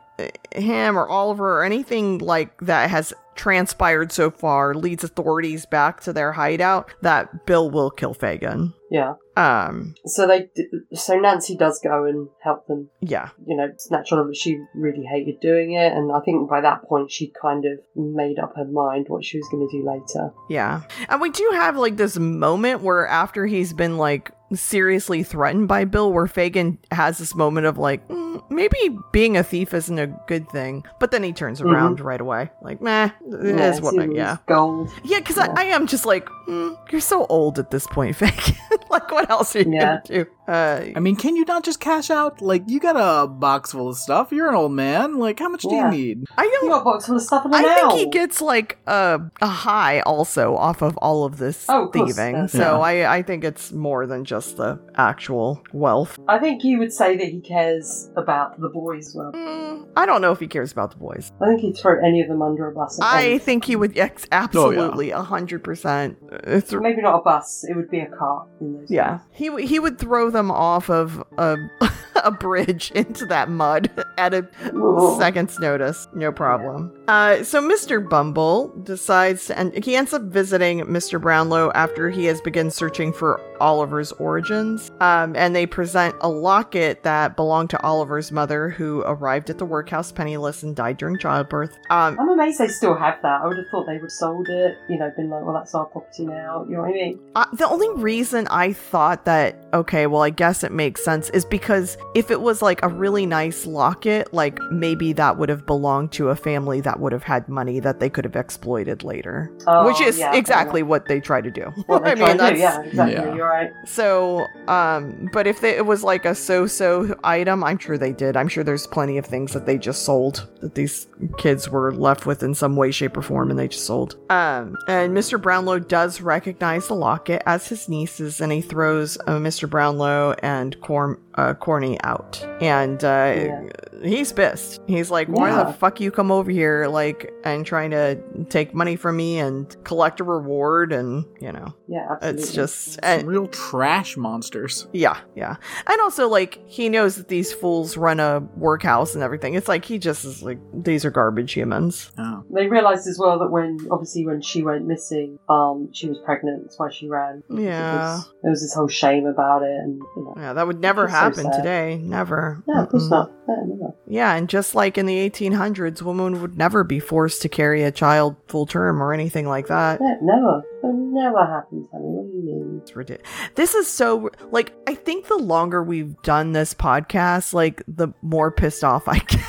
Speaker 4: him or Oliver or anything like that has transpired so far leads authorities back to their hideout, that Bill will kill Fagin.
Speaker 3: Yeah.
Speaker 4: Um,
Speaker 3: So they. d- So Nancy does go and help them
Speaker 4: yeah,
Speaker 3: you know, it's natural that she really hated doing it. And I think by that point, she kind of made up her mind what she was going to do later.
Speaker 4: yeah, and we do have like this moment where after he's been like seriously threatened by Bill, where Fagin has this moment of like mm, maybe being a thief isn't a good thing, but then he turns around right away, like meh, it
Speaker 3: Mm-hmm. Yeah,
Speaker 4: is what,
Speaker 3: see
Speaker 4: I-
Speaker 3: these
Speaker 4: yeah.
Speaker 3: Gold.
Speaker 4: Yeah, because
Speaker 3: Yeah.
Speaker 4: I, I am just like, mm, you're so old at this point, Fake. like, what else are you
Speaker 3: Yeah.
Speaker 4: gonna do? Uh,
Speaker 1: I mean, can you not just cash out? Like, you got a box full of stuff. You're an old man. Like, how much do
Speaker 3: Yeah.
Speaker 1: you need?
Speaker 4: I
Speaker 3: You
Speaker 4: don't.
Speaker 3: got a box full of stuff in an
Speaker 4: I think he
Speaker 3: owl.
Speaker 4: gets like a a high also off of all of this
Speaker 3: Oh, of course,
Speaker 4: thieving.
Speaker 3: that's-
Speaker 4: so I I think it's more than just the actual wealth.
Speaker 3: I think he would say that he cares about the boys as well.
Speaker 4: Mm, I don't know if he cares about the boys.
Speaker 3: I think he'd throw any of them under a bus.
Speaker 4: I
Speaker 3: I
Speaker 4: think he would ex- absolutely a hundred percent. It's
Speaker 3: Maybe not a bus, it would be a car. In those
Speaker 4: Yeah, he w- he would throw them off of a a bridge into that mud at a
Speaker 3: Whoa.
Speaker 4: second's notice, no problem. Uh, so Mr. Bumble decides, to and he ends up visiting Mr. Brownlow after he has begun searching for Oliver's origins. Um, and they present a locket that belonged to Oliver's mother, who arrived at the workhouse penniless and died during childbirth. Um,
Speaker 3: I'm amazed they still have that. I would have thought they would have sold it, you know, been like, well, that's our property now. You know what I mean?
Speaker 4: Uh, the only reason I thought that, okay, well, I guess it makes sense is because if it was like a really nice locket, like maybe that would have belonged to a family that would have had money that they could have exploited later,
Speaker 3: Oh,
Speaker 4: which is
Speaker 3: yeah, fair
Speaker 4: exactly what they try to do.
Speaker 3: What they
Speaker 4: I
Speaker 3: try and
Speaker 4: mean,
Speaker 3: do,
Speaker 4: that's
Speaker 3: yeah, exactly.
Speaker 1: Yeah.
Speaker 3: You're right.
Speaker 4: so, um, but if they, it was like a so so item, I'm sure they did. I'm sure there's plenty of things that they just sold that these kids were left with in some way, shape, or form, and they just sold. Um, and Mr. Brownlow does recognize the locket as his niece's, and he throws uh, Mr. Brownlow and Corm. Uh, Corny out, and uh,
Speaker 3: Yeah.
Speaker 4: he's pissed. He's like, "Why
Speaker 3: Yeah.
Speaker 4: the fuck you come over here, like, and trying to take money from me and collect a reward?" And you know,
Speaker 3: Yeah, absolutely.
Speaker 4: it's just
Speaker 1: Some real trash monsters.
Speaker 4: yeah, yeah. And also, like, he knows that these fools run a workhouse and everything. It's like he just is like, these are garbage humans.
Speaker 1: Oh.
Speaker 3: They realised as well that when, obviously, when she went missing, um, she was pregnant. That's why she ran.
Speaker 4: Yeah.
Speaker 3: Because There was this whole shame about it, and you know.
Speaker 4: Yeah, that would never
Speaker 3: It's so
Speaker 4: happen
Speaker 3: sad.
Speaker 4: today. Never.
Speaker 3: No, of course
Speaker 4: Mm-mm.
Speaker 3: not. No, no, no.
Speaker 4: Yeah, and just like in the 1800s, women would never be forced to carry a child full term or anything like that.
Speaker 3: No, never. That never happened, Tammy. What do you mean?
Speaker 4: It's ridiculous. This is so like I think the longer we've done this podcast, like the more pissed off I get.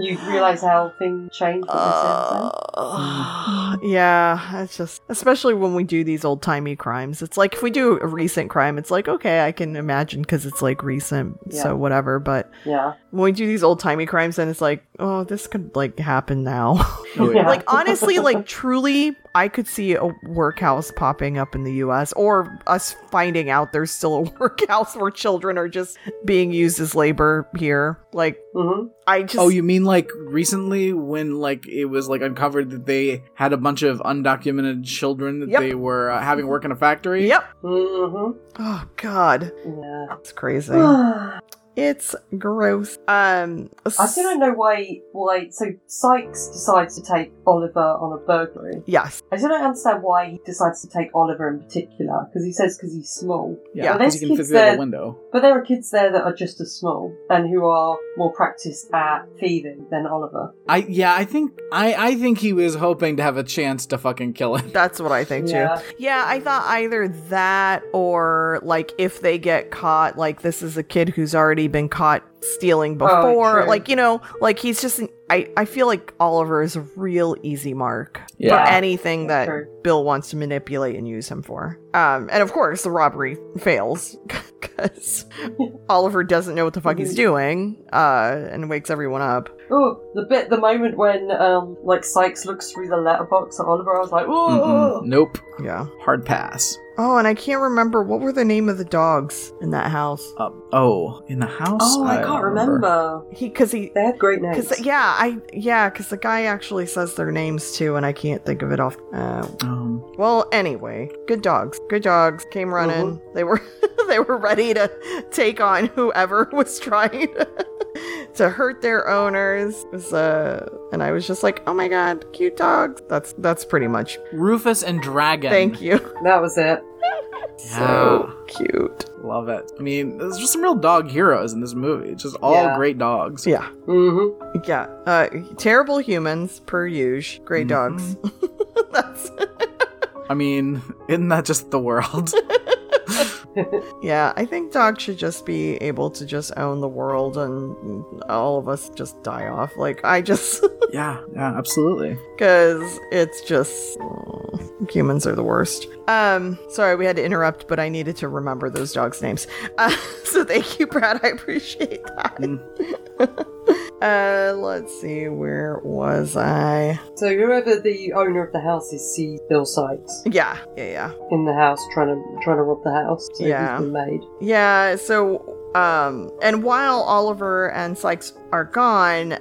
Speaker 3: You realise how things change with this
Speaker 4: Uh, yeah, it's just especially when we do these old timey crimes. It's like if we do a recent crime, it's like okay, I can imagine because it's like recent,
Speaker 3: Yeah.
Speaker 4: so whatever. But
Speaker 3: Yeah.
Speaker 4: when we do these old timey crimes, then it's like oh, this could like happen now.
Speaker 1: Oh, yeah.
Speaker 4: like honestly, like truly, I could see a workhouse popping up in the U.S. or us finding out there's still a workhouse where children are just being used as labor here. Like
Speaker 3: hmm
Speaker 4: I just
Speaker 1: Oh, you mean like recently when like it was like uncovered that they had a bunch of undocumented children that
Speaker 4: Yep.
Speaker 1: they were uh, having work in a factory?
Speaker 4: Yep.
Speaker 3: hmm
Speaker 4: Oh God,
Speaker 3: Mm-hmm. Yeah.
Speaker 4: it's crazy.
Speaker 1: Oh,
Speaker 3: I
Speaker 4: It's gross. Um,
Speaker 3: still don't know why. Why? So Sykes decides to take Oliver on a burglary.
Speaker 4: Yes.
Speaker 3: I still don't understand why he decides to take Oliver in particular because he says because he's small.
Speaker 4: Yeah,
Speaker 1: because
Speaker 3: those
Speaker 1: you can fit
Speaker 3: kids
Speaker 1: through
Speaker 3: that-
Speaker 1: the window.
Speaker 3: But there are kids there that are just as small and who are more practiced at thieving than Oliver.
Speaker 1: I yeah, I think I I think he was hoping to have a chance to fucking kill it.
Speaker 4: That's what I think
Speaker 3: Yeah.
Speaker 4: too. Yeah, I thought either that or like if they get caught, like this is a kid who's already been caught stealing
Speaker 3: Oh,
Speaker 4: before.
Speaker 3: true.
Speaker 4: like, you know, like he's just, an, I, I feel like Oliver is a real easy mark
Speaker 1: Yeah.
Speaker 4: for anything that
Speaker 3: True.
Speaker 4: Bill wants to manipulate and use him for. Um, and of course, the robbery fails because Oliver doesn't know what the fuck
Speaker 3: Mm-hmm.
Speaker 4: he's doing uh, and wakes everyone up.
Speaker 3: Oh, the bit, the moment when um, like Sykes looks through the letterbox at Oliver, I was like,
Speaker 1: Mm-mm.
Speaker 3: oh,
Speaker 1: Nope.
Speaker 4: Yeah.
Speaker 1: Hard pass.
Speaker 4: Oh, and I can't remember what were the name of the dogs in that house.
Speaker 1: Uh, oh, in the house.
Speaker 3: oh, I
Speaker 1: don't
Speaker 3: can't remember.
Speaker 4: He, because he,
Speaker 3: They had great names.
Speaker 4: because yeah, I yeah, because the guy actually says their names too, and I can't think of it off. Uh,
Speaker 1: Um,
Speaker 4: well, anyway, good dogs, good dogs came running. They were they were ready to take on whoever was trying to hurt their owners. It was, uh, and I was just like, oh my god, cute dogs. That's that's pretty much.
Speaker 1: Rufus and Dragon.
Speaker 4: Thank you.
Speaker 3: That was it.
Speaker 4: So cute.
Speaker 1: Love it. I mean, there's just some real dog heroes in this movie. It's just all
Speaker 3: Yeah.
Speaker 1: great dogs.
Speaker 4: Yeah.
Speaker 3: Mm-hmm.
Speaker 4: Yeah. Uh, terrible humans, per usual. Great
Speaker 1: Mhm.
Speaker 4: dogs. That's
Speaker 1: I mean, isn't that just the world?
Speaker 4: yeah. I think dogs should just be able to just own the world, and all of us just die off. Like I just
Speaker 1: yeah, yeah, absolutely.
Speaker 4: because it's just oh, humans are the worst. Um, sorry, we had to interrupt, but I needed to remember those dogs' names. Uh, so thank you, Brad. I appreciate that.
Speaker 1: Mm.
Speaker 4: uh, let's see. Where was I?
Speaker 3: So whoever the owner of the house is sees Bill Sykes
Speaker 4: Yeah. Yeah. Yeah.
Speaker 3: in the house trying to trying to rob the house. So
Speaker 4: Yeah.
Speaker 3: he's been made.
Speaker 4: Yeah, so um and while Oliver and Sykes are gone,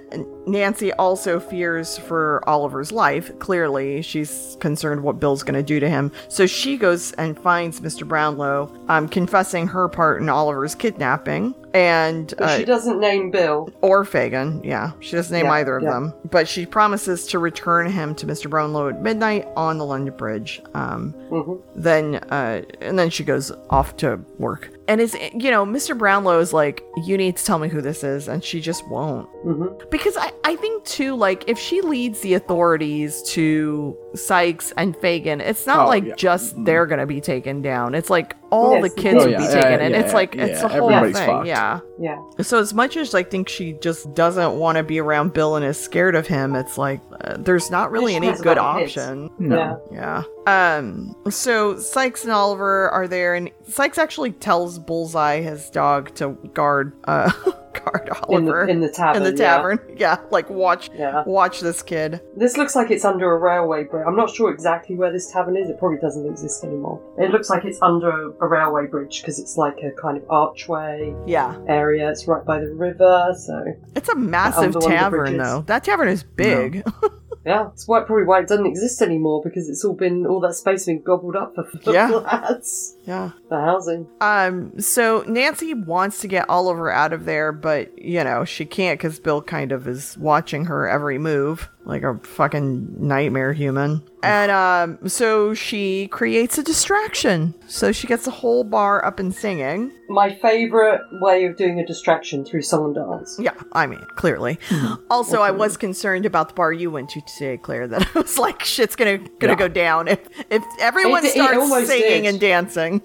Speaker 4: Nancy also fears for Oliver's life. Clearly, she's concerned what Bill's going to do to him. So she goes and finds Mr. Brownlow, um confessing her part in Oliver's kidnapping and
Speaker 3: But
Speaker 4: uh,
Speaker 3: she doesn't name Bill.
Speaker 4: or Fagan, yeah. She doesn't name
Speaker 3: Yeah,
Speaker 4: either of
Speaker 3: yeah.
Speaker 4: them. But she promises to return him to Mr. Brownlow at midnight on the London Bridge. Um
Speaker 3: hmm
Speaker 4: then uh and then she goes off to work and is you know mr brownlow is like you need to tell me who this is and she just won't
Speaker 3: hmm
Speaker 4: because i i think too like if she leads the authorities to sykes and fagan it's not
Speaker 1: Oh,
Speaker 4: like
Speaker 1: yeah.
Speaker 4: just they're gonna be taken down it's like all
Speaker 3: Yes.
Speaker 4: the kids
Speaker 3: Oh,
Speaker 4: would
Speaker 3: yeah,
Speaker 4: be
Speaker 3: yeah,
Speaker 4: taken
Speaker 1: yeah,
Speaker 4: and
Speaker 1: yeah,
Speaker 4: it's like
Speaker 1: yeah,
Speaker 4: it's the whole thing
Speaker 1: everybody's fucked.
Speaker 4: yeah
Speaker 3: Yeah.
Speaker 4: so as much as I think she just doesn't want to be around Bill and is scared of him, it's like uh, there's not really
Speaker 3: she
Speaker 4: any
Speaker 3: has
Speaker 4: good
Speaker 3: about the kids.
Speaker 4: option.
Speaker 3: Yeah.
Speaker 1: No.
Speaker 4: Yeah. Um. So Sykes and Oliver are there, and Sykes actually tells Bullseye his dog to guard, uh,
Speaker 3: In
Speaker 4: guard
Speaker 3: the,
Speaker 4: Oliver
Speaker 3: in the tavern. yeah.
Speaker 4: tavern. Yeah. like watch,
Speaker 3: Yeah.
Speaker 4: watch this kid.
Speaker 3: This looks like it's under a railway bridge. I'm not sure exactly where this tavern is. It probably doesn't exist anymore. It looks like it's under a railway bridge because it's like a kind of archway
Speaker 4: Yeah,
Speaker 3: area. It's right by the river, so
Speaker 4: it's a massive
Speaker 3: the one with the
Speaker 4: tavern
Speaker 3: bridges.
Speaker 4: though. That tavern is big.
Speaker 3: yeah, it's why, probably why it doesn't exist anymore because it's all been all that space been gobbled up for the
Speaker 4: Yeah.
Speaker 3: flats,
Speaker 4: yeah.
Speaker 3: the housing.
Speaker 4: Um, so Nancy wants to get Oliver out of there, but you know, she can't because Bill kind of is watching her every move like a fucking nightmare human. And um, so she creates a distraction. So she gets the whole bar up and singing.
Speaker 3: My favourite way of doing a distraction through someone dance.
Speaker 4: Yeah, I mean, clearly.
Speaker 3: Hmm.
Speaker 4: Also, I was concerned about the bar you went to today, Claire, that I was like, shit's gonna gonna go down if if everyone
Speaker 3: It- it
Speaker 4: starts
Speaker 3: almost
Speaker 4: singing
Speaker 3: did.
Speaker 4: and dancing.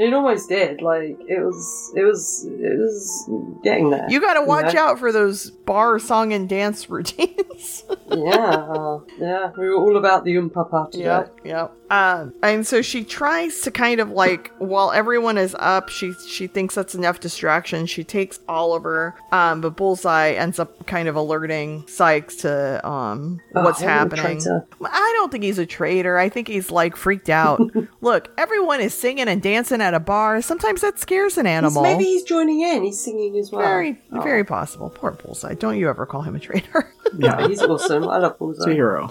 Speaker 3: It almost did. Like it was, it was, it was getting there.
Speaker 4: You gotta watch
Speaker 3: Yeah.
Speaker 4: out for those bar song and dance routines.
Speaker 3: yeah, yeah. We were all about the umpapa today.
Speaker 4: Yep, yep. Um, and so she tries to kind of like while everyone is up, she she thinks that's enough distraction. She takes Oliver, um, but Bullseye ends up kind of alerting Sykes to um
Speaker 3: Oh,
Speaker 4: what's
Speaker 3: what a
Speaker 4: happening.
Speaker 3: traitor.
Speaker 4: I don't think he's a traitor. I think he's like freaked out. Look, everyone is singing and dancing at a bar. Sometimes that scares an
Speaker 3: He's-
Speaker 4: animal.
Speaker 3: Maybe he's joining in. He's singing as well.
Speaker 4: very,
Speaker 3: Oh,
Speaker 4: very possible. Poor Bullseye. Don't you ever call him a traitor.
Speaker 1: Yeah,
Speaker 3: He's awesome. I love
Speaker 1: it's a
Speaker 3: Bullseye.
Speaker 1: hero.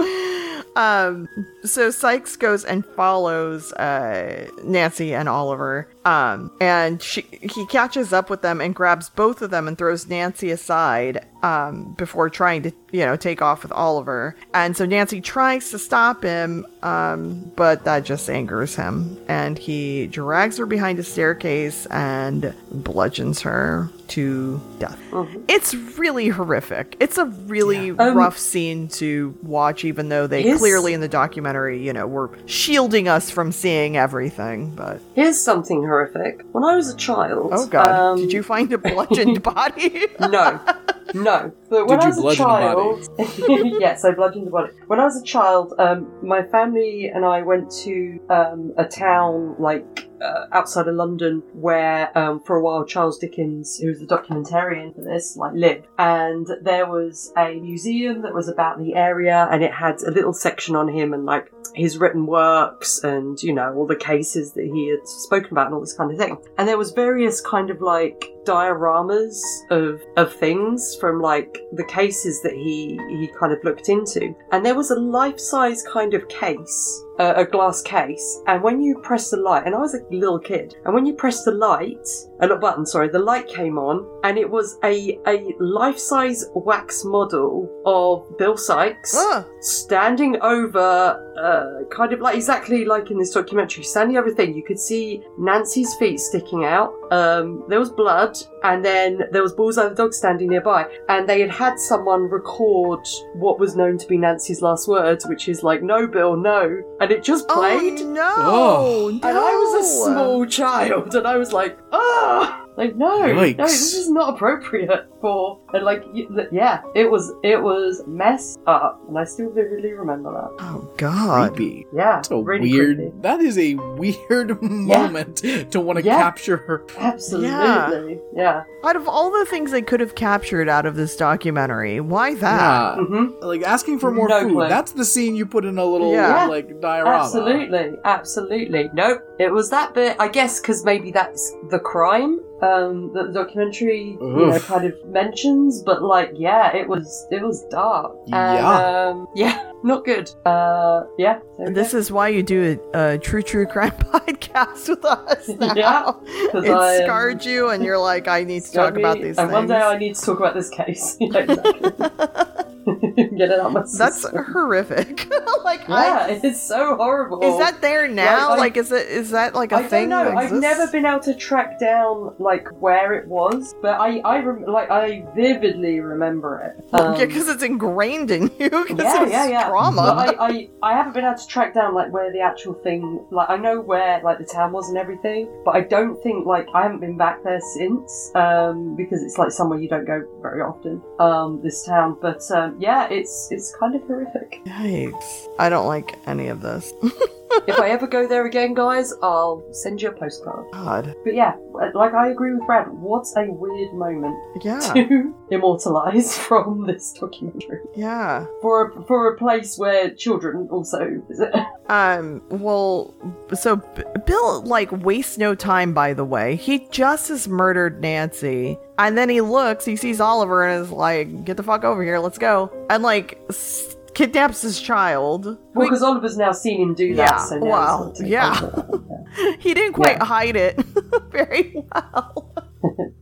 Speaker 4: Um, so Sykes goes and follows uh, Nancy and Oliver, um, and she he catches up with them and grabs both of them and throws Nancy aside um, before trying to you know take off with Oliver. And so Nancy tries to stop him, um, but that just angers him, and he drags her behind a staircase and bludgeons her to death. It's really horrific. It's a really
Speaker 3: Um,
Speaker 4: rough scene to watch, even though they
Speaker 3: Yes.
Speaker 4: clearly in the documentary, you know, were shielding us from seeing everything. But
Speaker 3: Here's something horrific. When I was a child,
Speaker 4: oh god,
Speaker 3: um,
Speaker 4: did you find a bludgeoned body?
Speaker 3: no, no. But when
Speaker 1: Did you
Speaker 3: I was a
Speaker 1: bludgeon the body?
Speaker 3: child, yes, I bludgeoned the body. When I was a child, um, my family and I went to um, a town like uh, outside of London where, um, for a while, Charles Dickens, who was the documentarian for this, like lived, and there was a museum that was about the area, and it had a little section on him and like his written works and you know all the cases that he had spoken about and all this kind of thing and there was various kind of like dioramas of of things from like the cases that he he kind of looked into and there was a life-size kind of case uh, a glass case and when you press the light and i was a little kid and when you press the light a little button sorry the light came on and it was a a life-size wax model of bill sykes
Speaker 4: Ugh.
Speaker 3: standing over, uh, kind of like exactly like in this documentary, standing over a thing. You could see Nancy's feet sticking out. Um, there was blood, and then there was Bullseye the dog standing nearby. And they had had someone record what was known to be Nancy's last words, which is like, "No, Bill, no," and it just played.
Speaker 4: Oh no!
Speaker 1: Oh.
Speaker 4: no.
Speaker 3: And I was a small child, and I was like, ah, like no,
Speaker 1: Yikes.
Speaker 3: no, this is not appropriate for, and like, y- th- yeah, it was, it was messed up, and I still vividly remember that.
Speaker 4: Oh god!
Speaker 1: Creepy.
Speaker 3: Yeah,
Speaker 1: That's a
Speaker 3: really
Speaker 1: weird.
Speaker 3: creepy.
Speaker 1: That is a weird moment to want to
Speaker 3: Yeah.
Speaker 1: capture her.
Speaker 3: Absolutely, yeah.
Speaker 4: Out of all the things they could have captured out of this documentary, why that?
Speaker 1: Yeah,
Speaker 3: hmm
Speaker 1: like asking for more
Speaker 3: No
Speaker 1: food.
Speaker 3: clue.
Speaker 1: That's the scene you put in a little
Speaker 4: Yeah.
Speaker 1: like diorama.
Speaker 3: Absolutely, absolutely. Nope, it was that bit. I guess because maybe that's the crime um, that the documentary you know,
Speaker 1: Oof.
Speaker 3: kind of mentions. But like, yeah, it was it was dark. And,
Speaker 1: Yeah.
Speaker 3: um, yeah, not good. Uh, yeah.
Speaker 4: And this is why you do a, a true true crime podcast with us now.
Speaker 3: Yeah,
Speaker 4: it
Speaker 3: I am-
Speaker 4: scarred you, and you're like, I need to talk about these
Speaker 3: And
Speaker 4: things.
Speaker 3: one day I need to talk about this case. Yeah, exactly. Get it out my
Speaker 4: That's
Speaker 3: system.
Speaker 4: horrific. like, I,
Speaker 3: yeah, it's so horrible.
Speaker 4: is that there now?
Speaker 3: I-
Speaker 4: like, is it is that like a
Speaker 3: I don't
Speaker 4: thing?
Speaker 3: know.
Speaker 4: that
Speaker 3: I've
Speaker 4: exists?
Speaker 3: never been able to track down like where it was, but I, I rem- like I vividly remember it. Um,
Speaker 4: yeah, because it's ingrained in you. Because
Speaker 3: yeah,
Speaker 4: it's
Speaker 3: yeah, yeah.
Speaker 4: trauma.
Speaker 3: But I, I, I haven't been able to track down like where the actual thing like I know where like the town was and everything, but I don't think like I haven't been back there since um, because it's like somewhere you don't go very often. Um, this town, but um, yeah, it's it's kind of horrific.
Speaker 4: Yikes! I don't like any of this. Oh
Speaker 3: if I ever go there again, guys, I'll send you a postcard.
Speaker 4: God.
Speaker 3: But yeah, like I agree with Brad. What a weird moment
Speaker 4: Yeah.
Speaker 3: to immortalize from this documentary
Speaker 4: yeah.
Speaker 3: for a, for a place where children also.
Speaker 4: Um, well, so B- Bill, like, wastes no time, by the way. He just has murdered Nancy. And then he looks, he sees Oliver and is like, get the fuck over here, let's go. And, like, s- kidnaps his child.
Speaker 3: Well, because Oliver's now seen him do that,
Speaker 4: Yeah,
Speaker 3: so now
Speaker 4: well,
Speaker 3: he's got to take
Speaker 4: yeah.
Speaker 3: over.
Speaker 4: He didn't quite
Speaker 3: Yeah.
Speaker 4: hide it very well.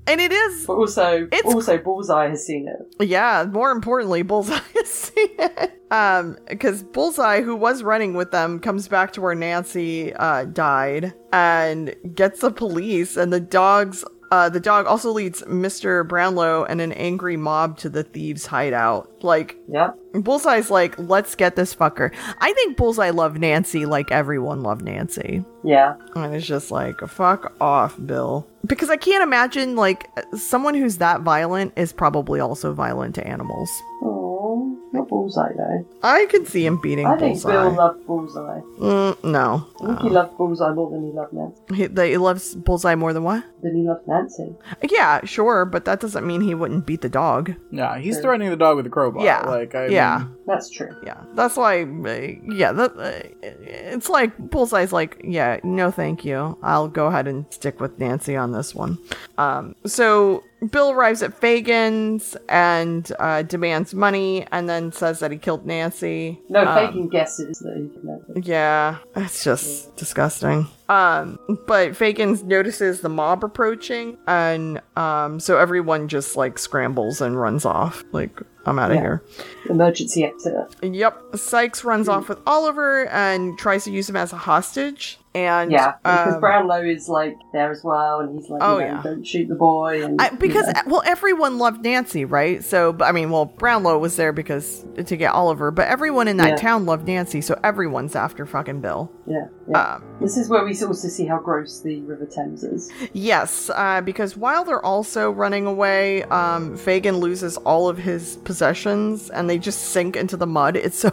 Speaker 4: and it is,
Speaker 3: But also,
Speaker 4: It's-
Speaker 3: also Bullseye has seen it.
Speaker 4: yeah, more importantly, Bullseye has seen it. Um, because Bullseye, who was running with them, comes back to where Nancy uh, died and gets the police, and the dogs Uh, the dog also leads Mr. Brownlow and an angry mob to the thieves' hideout. Like,
Speaker 3: Yeah.
Speaker 4: Bullseye's like, let's get this fucker. I think Bullseye loved Nancy like everyone loved Nancy.
Speaker 3: Yeah.
Speaker 4: And it's just like, fuck off, Bill. Because I can't imagine, like, someone who's that violent is probably also violent to animals.
Speaker 3: Oh, not bullseye though.
Speaker 4: I could see him beating
Speaker 3: I think
Speaker 4: Bullseye.
Speaker 3: Bill loved bullseye.
Speaker 4: Mm, no.
Speaker 3: I think he loved bullseye more than he loved Nancy.
Speaker 4: He, that he loves Bullseye more than what?
Speaker 3: Than he loved Nancy.
Speaker 4: Yeah, sure, but that doesn't mean he wouldn't beat the dog.
Speaker 1: Yeah, he's threatening the dog with a crowbar.
Speaker 4: Yeah.
Speaker 1: Like, I
Speaker 4: yeah.
Speaker 1: mean,
Speaker 3: That's true.
Speaker 4: yeah. That's why, uh, yeah, that, uh, it's like Bullseye's like, yeah, no thank you. I'll go ahead and stick with Nancy on this one. Um, so Bill arrives at Fagin's and uh, demands money and then says that he killed Nancy.
Speaker 3: No,
Speaker 4: Um,
Speaker 3: Fagin guesses that he can Nancy.
Speaker 4: yeah, it's just disgusting. Um, but Fagin notices the mob approaching, and um, so everyone just like scrambles and runs off. Like, I'm out of
Speaker 3: Yeah.
Speaker 4: here.
Speaker 3: Emergency exit.
Speaker 4: Yep. Sykes
Speaker 3: Hmm.
Speaker 4: runs off with Oliver and tries to use him as a hostage. And
Speaker 3: Yeah, because
Speaker 4: um,
Speaker 3: Brownlow is like there as well, and he's like,
Speaker 4: Oh,
Speaker 3: you know,
Speaker 4: yeah.
Speaker 3: don't shoot the boy. And,
Speaker 4: I, because uh,
Speaker 3: you know.
Speaker 4: well, everyone loved Nancy, right? So but- I mean, well, Brownlow was there because to get Oliver, but everyone in that
Speaker 3: Yeah.
Speaker 4: town loved Nancy, so everyone's after fucking Bill.
Speaker 3: yeah, yeah.
Speaker 4: Um,
Speaker 3: this is where we also see how gross the River Thames is.
Speaker 4: Yes, uh, because while they're also running away, um, Fagin loses all of his possessions and they just sink into the mud. It's so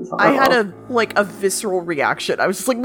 Speaker 3: It's like,
Speaker 4: I had
Speaker 3: oh,
Speaker 4: a like a visceral reaction. I was just like,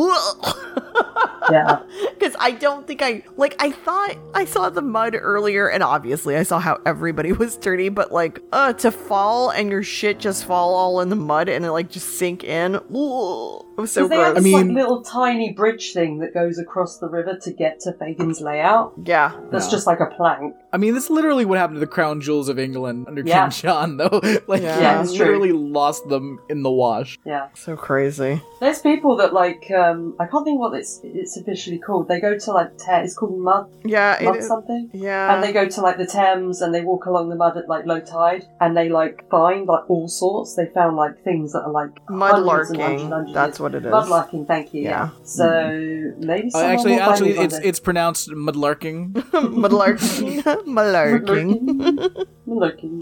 Speaker 3: yeah,
Speaker 4: because I don't think I like I thought I saw the mud earlier, and obviously I saw how everybody was dirty, but like uh, to fall and your shit just fall all in the mud and it like just sink in. Ugh, it was so
Speaker 3: because they have
Speaker 4: gross.
Speaker 3: this
Speaker 1: I
Speaker 3: like
Speaker 1: mean-
Speaker 3: little tiny bridge thing that goes across the river to get to Fagin's layout.
Speaker 4: yeah,
Speaker 3: That's
Speaker 1: No.
Speaker 3: just like a plank.
Speaker 1: I mean, that's literally what happened to the crown jewels of England under
Speaker 3: Yeah.
Speaker 1: King John, though. like,
Speaker 4: Yeah.
Speaker 3: Yeah,
Speaker 1: he
Speaker 3: that's true.
Speaker 1: literally lost them in the wash.
Speaker 3: Yeah,
Speaker 4: so crazy.
Speaker 3: there's people that like um, I can't think what it's it's officially called. They go to like Thames. It's called mud,
Speaker 4: Yeah,
Speaker 3: mud
Speaker 4: it is.
Speaker 3: something.
Speaker 4: Yeah,
Speaker 3: And they go to like the Thames and they walk along the mud at like low tide and they like find like all sorts. They found like things that are like hundreds and hundreds and
Speaker 4: mudlarking.
Speaker 3: hundreds.
Speaker 4: That's what it is. Mm-hmm.
Speaker 3: Mudlarking, thank you. Yeah. So maybe
Speaker 1: Uh,
Speaker 3: someone
Speaker 1: actually,
Speaker 3: will find
Speaker 1: actually,
Speaker 3: these one
Speaker 1: it's
Speaker 3: day.
Speaker 1: it's pronounced mudlarking.
Speaker 4: mudlarking. mudlarking.
Speaker 3: Mudlarking. Mudlarking.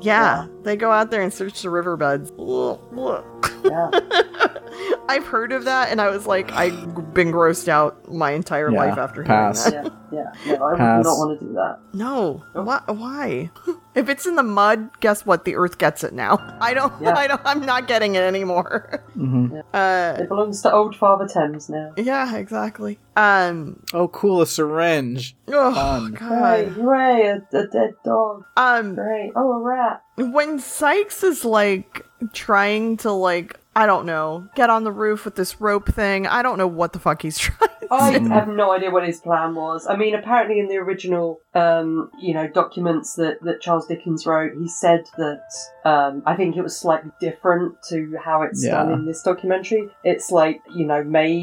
Speaker 4: Yeah, they go out there and search the riverbeds. Ugh, ugh.
Speaker 3: Yeah.
Speaker 4: I've heard of that, and I was like, I've been grossed out my entire
Speaker 1: Yeah,
Speaker 4: life after hearing
Speaker 1: pass.
Speaker 4: that.
Speaker 3: Yeah. Yeah. No, I would
Speaker 1: Pass.
Speaker 3: not want to do that.
Speaker 4: No, why? why? if it's in the mud, guess what? The Earth gets it now. I don't.
Speaker 3: Yeah.
Speaker 4: I don't. I'm not getting it anymore.
Speaker 1: Mhm.
Speaker 4: Uh,
Speaker 3: It belongs to old Father Thames now.
Speaker 4: yeah, exactly. Um.
Speaker 1: Oh, cool, a syringe.
Speaker 4: Oh
Speaker 1: Fun.
Speaker 3: Hooray,
Speaker 4: God.
Speaker 3: hooray, a, a dead dog.
Speaker 4: Um.
Speaker 3: Great. Oh, a rat.
Speaker 4: when Sykes is like trying to like I don't know get on the roof with this rope thing. I don't know what the fuck he's trying.
Speaker 3: I have no idea what his plan was. I mean, apparently in the original, um, you know, documents that, that Charles Dickens wrote, he said that um, I think it was slightly different to how it's done
Speaker 1: Yeah.
Speaker 3: in this documentary. It's like you know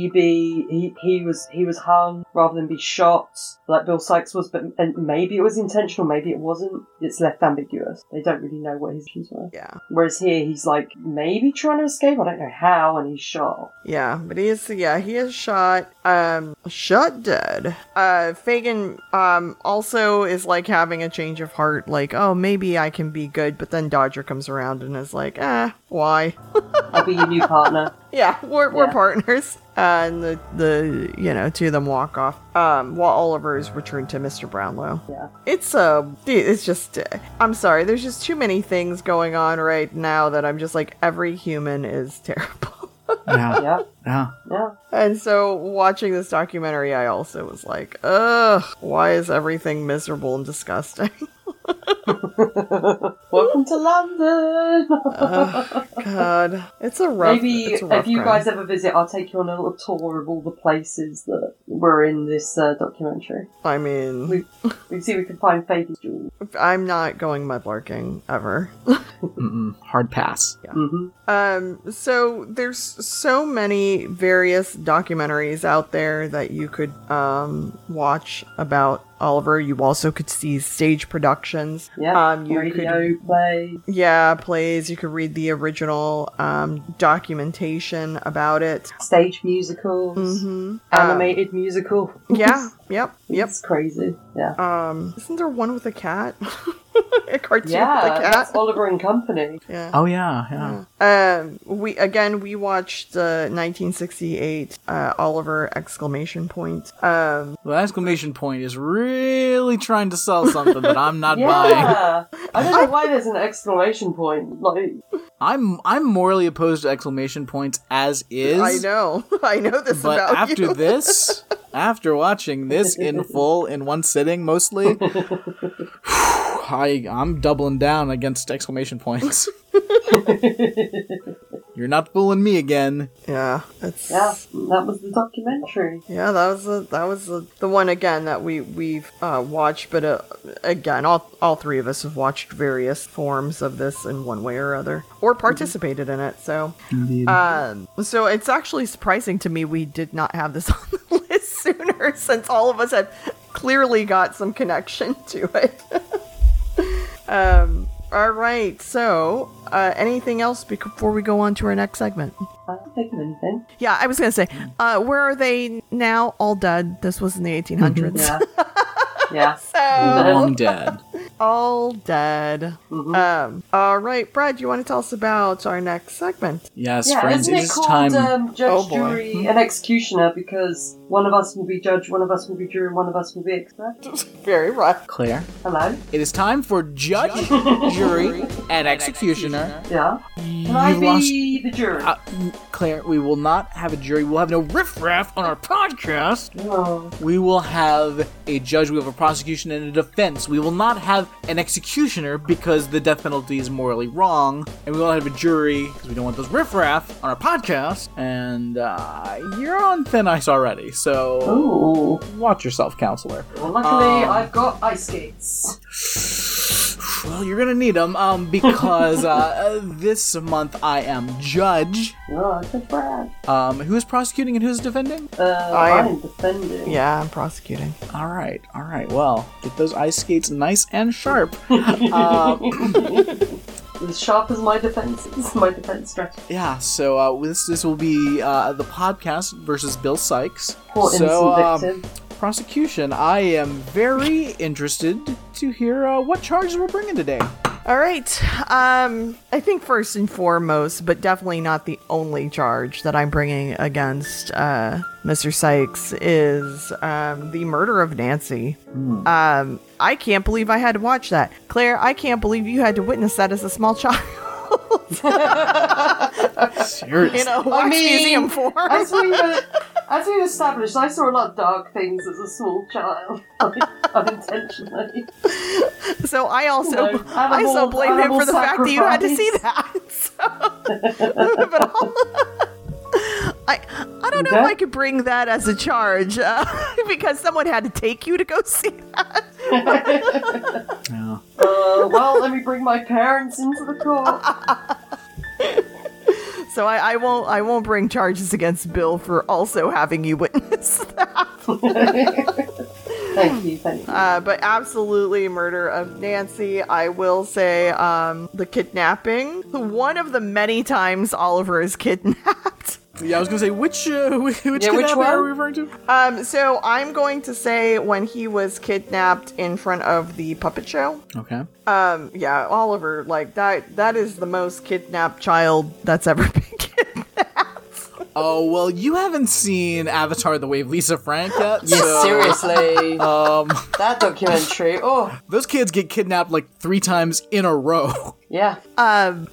Speaker 3: maybe he, he was he was hung rather than be shot like Bill Sykes was, but and maybe it was intentional, maybe it wasn't. It's left ambiguous. They don't really know what his issues were.
Speaker 4: Yeah,
Speaker 3: Whereas here, he's like maybe trying to escape. I don't know how, and he's shot.
Speaker 4: yeah, but he is yeah he is shot um shot dead. Uh, Fagin um also is like having a change of heart, like oh maybe I can be good, but then Dodger comes around and is like ah why
Speaker 3: I'll be your new partner.
Speaker 4: Yeah, we're, we're
Speaker 3: Yeah.
Speaker 4: partners. Uh, and the, the, you know, two of them walk off um, while Oliver is returned to Mr. Brownlow.
Speaker 3: Yeah.
Speaker 4: It's, uh, it's just, I'm sorry, there's just too many things going on right now that I'm just like, every human is terrible.
Speaker 1: Yeah,
Speaker 3: Yeah,
Speaker 1: yeah.
Speaker 3: yeah.
Speaker 4: and so watching this documentary, I also was like, ugh, why is everything miserable and disgusting?
Speaker 3: Welcome to London.
Speaker 4: Ugh, God, it's a rough.
Speaker 3: Maybe
Speaker 4: it's a rough
Speaker 3: if you
Speaker 4: grind.
Speaker 3: guys ever visit, I'll take you on a little tour of all the places that were in this uh, documentary.
Speaker 4: I mean,
Speaker 3: We we see we can find Fagan's jewels.
Speaker 4: I'm not going mudlarking ever.
Speaker 1: Mm-mm. Hard pass.
Speaker 3: hmm
Speaker 4: Um, so there's so many various documentaries out there that you could um, watch about Oliver. You also could see stage productions ones.
Speaker 3: Yeah.
Speaker 4: Um, you could
Speaker 3: Radio play.
Speaker 4: yeah plays. You could read the original um, documentation about it.
Speaker 3: Stage musicals.
Speaker 4: Mm-hmm.
Speaker 3: Animated musical.
Speaker 4: yeah. Yep. Yep.
Speaker 3: It's crazy. Yeah.
Speaker 4: Um, isn't there one with a cat? a cartoon
Speaker 3: Yeah,
Speaker 4: with a cat.
Speaker 3: that's Oliver and Company.
Speaker 4: Yeah.
Speaker 1: Oh yeah, yeah.
Speaker 4: Um, we again we watched uh, 1968 uh, Oliver exclamation point. Um,
Speaker 1: Well, exclamation point is really trying to sell something that I'm not buying.
Speaker 3: Yeah, I don't know why there's an exclamation point. Like,
Speaker 1: I'm I'm morally opposed to exclamation points as is.
Speaker 4: I know, I know this
Speaker 1: But
Speaker 4: about
Speaker 1: after
Speaker 4: you.
Speaker 1: this, after watching this in full in one sitting mostly, I I'm doubling down against exclamation points. You're not fooling me again.
Speaker 4: yeah, it's
Speaker 3: yeah, that was the documentary.
Speaker 4: Yeah, that was the, that was the, the one again that we we've uh, watched, but uh, again, all all three of us have watched various forms of this in one way or other, or participated in it. So, um, so it's actually surprising to me we did not have this on the list sooner, since all of us had clearly got some connection to it. um, all right, so uh, anything else bec- before we go on to our next segment?
Speaker 3: I don't think of anything.
Speaker 4: Yeah, I was gonna say, uh, where are they now? All dead. This was in the 1800s.
Speaker 3: Yeah, yeah.
Speaker 4: So
Speaker 1: Long dead.
Speaker 4: all dead. Um, all right, Brad, you want to tell us about our next segment?
Speaker 1: Yes,
Speaker 3: yeah,
Speaker 1: friends,
Speaker 3: isn't
Speaker 1: it
Speaker 3: it
Speaker 1: is
Speaker 3: called
Speaker 1: time. Hmm?
Speaker 3: um, judge,
Speaker 4: Oh, boy.
Speaker 3: jury, and executioner? Because one of us will be judge, one of us will be jury, and one of us will be expert.
Speaker 4: Very rough.
Speaker 1: Claire.
Speaker 3: Hello.
Speaker 1: It is time for judge, jury, and executioner.
Speaker 3: Yeah. Can I
Speaker 1: You
Speaker 3: be
Speaker 1: lost-
Speaker 3: the jury?
Speaker 1: Uh, Claire, we will not have a jury. We'll have no riffraff on our podcast.
Speaker 3: oh,
Speaker 1: We will have a judge, we will have a prosecution, and a defense. We will not have an executioner because the death penalty is morally wrong. And we will not have a jury because we don't want those riffraff on our podcast. And uh, you're on thin ice already, so
Speaker 3: Ooh.
Speaker 1: watch yourself, counselor.
Speaker 3: Well, luckily
Speaker 1: Um.
Speaker 3: I've got ice skates.
Speaker 1: Well, you're gonna need them um, because uh, uh, this month I am judge.
Speaker 3: Oh, good Brad.
Speaker 1: Um, who is prosecuting and who's defending?
Speaker 3: Uh,
Speaker 4: I am-
Speaker 3: I'm defending.
Speaker 4: Yeah, I'm prosecuting.
Speaker 1: All right, all right. Well, get those ice skates nice and sharp.
Speaker 3: As sharp as my defenses, my defense strategy.
Speaker 1: Yeah. So uh, this this will be uh, the podcast versus Bill Sykes.
Speaker 3: Poor
Speaker 1: so um,
Speaker 3: innocent victim.
Speaker 1: prosecution. I am very interested to hear uh, what charges we're bringing today.
Speaker 4: All right. Um, I think first and foremost, but definitely not the only charge that I'm bringing against uh, Mr. Sykes is um, the murder of Nancy. Um, I can't believe I had to watch that, Claire. I can't believe you had to witness that as a small child.
Speaker 1: Seriously.
Speaker 4: in a wax
Speaker 3: mean,
Speaker 4: museum for.
Speaker 3: as we were, as we established, I saw a lot of dark things as a small child, unintentionally.
Speaker 4: so I also,
Speaker 3: No,
Speaker 4: I also
Speaker 3: animal-
Speaker 4: blame him for
Speaker 3: animal
Speaker 4: the fact that you had to see that. So, but I'll- I, I don't know if
Speaker 3: Okay.
Speaker 4: I could bring that as a charge uh, because someone had to take you to go see that.
Speaker 1: Yeah.
Speaker 3: Uh, well, let me bring my parents into the court.
Speaker 4: So I, I won't, I won't bring charges against Bill for also having you witness that.
Speaker 3: Thank you, thank you.
Speaker 4: Uh, but absolutely, murder of Nancy. I will say um, the kidnapping. One of the many times Oliver is kidnapped.
Speaker 1: yeah. I was gonna say which uh, which, which
Speaker 3: Yeah, which
Speaker 1: kidnapping are
Speaker 3: one?
Speaker 1: we referring to?
Speaker 4: Um, so I'm going to say when he was kidnapped in front of the puppet show.
Speaker 1: Okay.
Speaker 4: Um, yeah, Oliver, like that that is the most kidnapped child that's ever been kidnapped.
Speaker 1: Oh well, you haven't seen Avatar: The Way of Lisa Frank yet. so,
Speaker 3: seriously,
Speaker 1: Um,
Speaker 3: that documentary. Oh,
Speaker 1: those kids get kidnapped like three times in a row.
Speaker 3: yeah.
Speaker 4: Um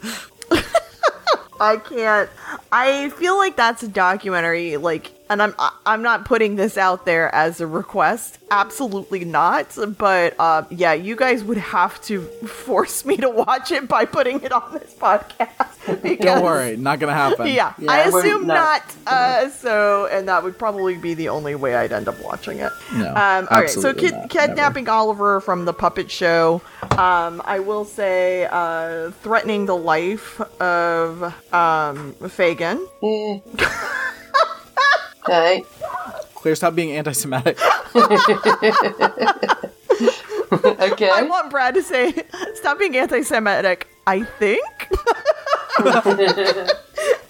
Speaker 4: I can't I feel like that's a documentary like and I'm I- I'm not putting this out there as a request. Absolutely not. But uh, yeah, you guys would have to force me to watch it by putting it on this podcast.
Speaker 1: Don't
Speaker 4: because-
Speaker 1: worry, not gonna happen.
Speaker 4: Yeah,
Speaker 3: Yeah,
Speaker 4: I
Speaker 3: I wouldn't-
Speaker 4: assume
Speaker 3: no.
Speaker 4: not. Uh, so, and that would probably be the only way I'd end up watching it.
Speaker 1: No,
Speaker 4: Um, all right, so
Speaker 1: absolutely
Speaker 4: kid-
Speaker 1: not,
Speaker 4: kidnapping Oliver from the puppet show. Um, I will say uh, threatening the life of um, Fagin.
Speaker 3: Yeah. okay.
Speaker 1: Claire, stop being anti-Semitic.
Speaker 3: okay.
Speaker 4: I want Brad to say, stop being anti Semitic. I think.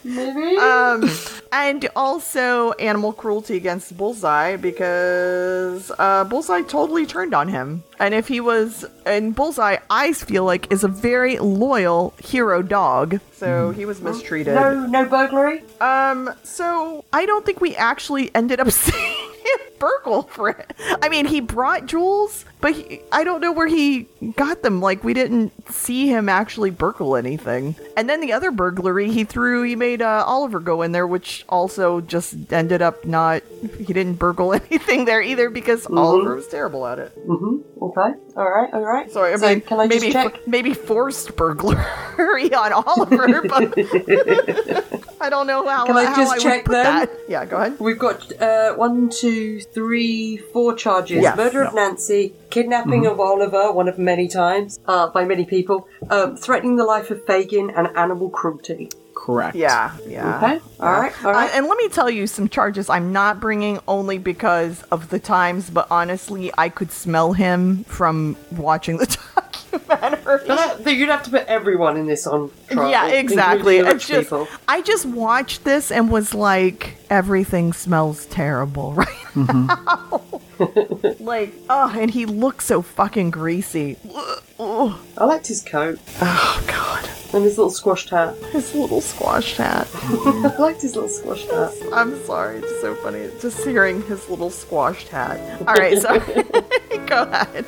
Speaker 3: Maybe.
Speaker 4: Um, and also animal cruelty against Bullseye because uh, Bullseye totally turned on him. And if he was, and Bullseye, I feel like, is a very loyal hero dog. So he was mistreated.
Speaker 3: no, no burglary.
Speaker 4: Um, so I don't think we actually ended up seeing Burkle for it. I mean, he brought jewels, but he, I don't know where he got them. Like, we didn't see him actually Burkle anything. And then the other burglary he threw, he made uh, Oliver go in there, which also just ended up not, he didn't Burkle anything there either because Oliver was terrible at it.
Speaker 3: Mm-hmm. Okay. All right. All right.
Speaker 4: So, I
Speaker 3: So
Speaker 4: mean,
Speaker 3: can I just
Speaker 4: maybe,
Speaker 3: check?
Speaker 4: maybe forced burglary on Oliver, but I don't know how,
Speaker 3: Can I
Speaker 4: how
Speaker 3: just
Speaker 4: would
Speaker 3: check
Speaker 4: put
Speaker 3: them?
Speaker 4: that. Yeah, go ahead.
Speaker 3: We've got uh, one, two, three, four charges:
Speaker 4: Yes. Mm-hmm.
Speaker 3: murder of Nancy, kidnapping of Oliver, one of many times uh, by many people, um, threatening the life of Fagin, and animal cruelty.
Speaker 1: Correct.
Speaker 4: Yeah, yeah.
Speaker 3: Okay. All right. All
Speaker 4: Ah. Uh,
Speaker 3: right.
Speaker 4: and let me tell you some charges I'm not bringing only because of the times, but honestly, I could smell him from watching the documentary.
Speaker 3: But that- you'd have to put everyone in this on trial.
Speaker 4: yeah, exactly.
Speaker 3: including the
Speaker 4: It's
Speaker 3: rich
Speaker 4: just-
Speaker 3: people.
Speaker 4: I just watched this and was like, everything smells terrible right
Speaker 3: Mm-hmm.
Speaker 4: now. like, oh, and he looks so fucking greasy. Ugh, ugh.
Speaker 3: I liked his coat
Speaker 4: Oh, God.
Speaker 3: and his little squashed hat.
Speaker 4: His little squash hat.
Speaker 3: I liked his little squashed hat.
Speaker 4: I'm sorry, it's so funny. Just hearing his little squashed hat. All right, so go ahead.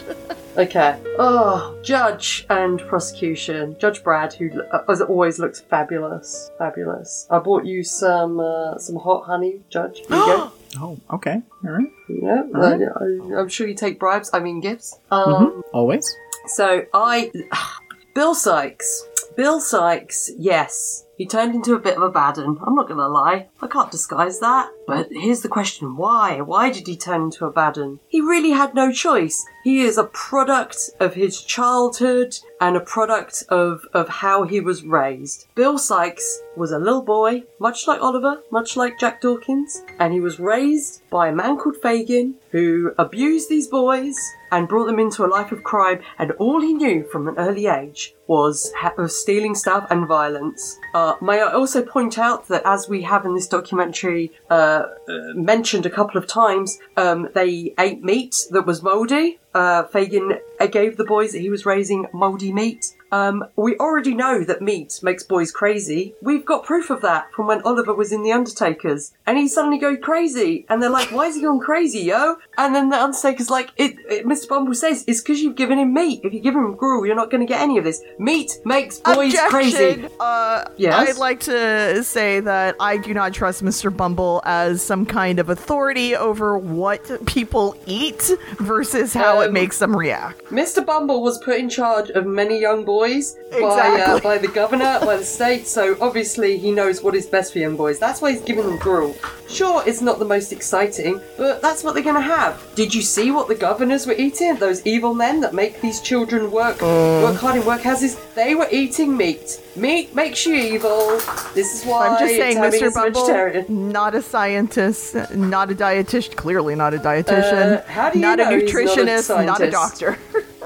Speaker 3: Okay. Oh, judge and prosecution. Judge Brad, who uh, as always looks fabulous, fabulous. I bought you some uh, some hot honey, Judge. Here you go.
Speaker 1: Oh, okay. All right.
Speaker 3: Yeah,
Speaker 1: Alright.
Speaker 3: I, am sure you take bribes. I mean gifts. Um,
Speaker 4: Mm-hmm.
Speaker 1: Always.
Speaker 3: So I, Bill Sykes. Bill Sykes. Yes, he turned into a bit of a baddon. I'm not gonna lie. I can't disguise that. But here's the question: Why? Why did he turn into a baddon? He really had no choice. He is a product of his childhood and a product of of how he was raised. Bill Sykes was a little boy, much like Oliver, much like Jack Dawkins, and he was raised by a man called Fagin who abused these boys and brought them into a life of crime. And all he knew from an early age was ha- of stealing stuff and violence. Uh, may I also point out that, as we have in this documentary uh, uh, mentioned a couple of times, um, they ate meat that was mouldy. Uh, Fagin uh, gave the boys that he was raising mouldy meat. Um, we already know that meat makes boys crazy. We've got proof of that from when Oliver was in The Undertakers, and he suddenly goes crazy, and they're like, "Why is he going crazy, yo?" And then The Undertaker's like, it, it, "Mr. Bumble says it's because you've given him meat. If you give him gruel, you're not going to get any of this. Meat makes boys
Speaker 4: Objection.
Speaker 3: crazy."
Speaker 4: Uh,
Speaker 3: Yes?
Speaker 4: I'd like to say that I do not trust Mr. Bumble as some kind of authority over what people eat versus how it
Speaker 3: Um,
Speaker 4: makes them react.
Speaker 3: Mr. Bumble was put in charge of many young boys by uh,
Speaker 4: Exactly.
Speaker 3: by the governor, by the state, so obviously he knows what is best for young boys. That's why he's giving them gruel. Sure, it's not the most exciting, but that's what they're going to have. Did you see what the governors were eating? Those evil men that make these children work
Speaker 4: Mm.
Speaker 3: work hard in workhouses. They were eating meat. Meat makes you evil. This is why
Speaker 4: I'm just saying,
Speaker 3: Tammy
Speaker 4: Mr.
Speaker 3: is a
Speaker 4: Bumble,
Speaker 3: vegetarian.
Speaker 4: not a scientist, not a dietitian, clearly not a dietitian,
Speaker 3: Uh, how do you
Speaker 4: not
Speaker 3: know
Speaker 4: a
Speaker 3: he's not a
Speaker 4: nutritionist, not a,
Speaker 3: scientist?
Speaker 4: doctor.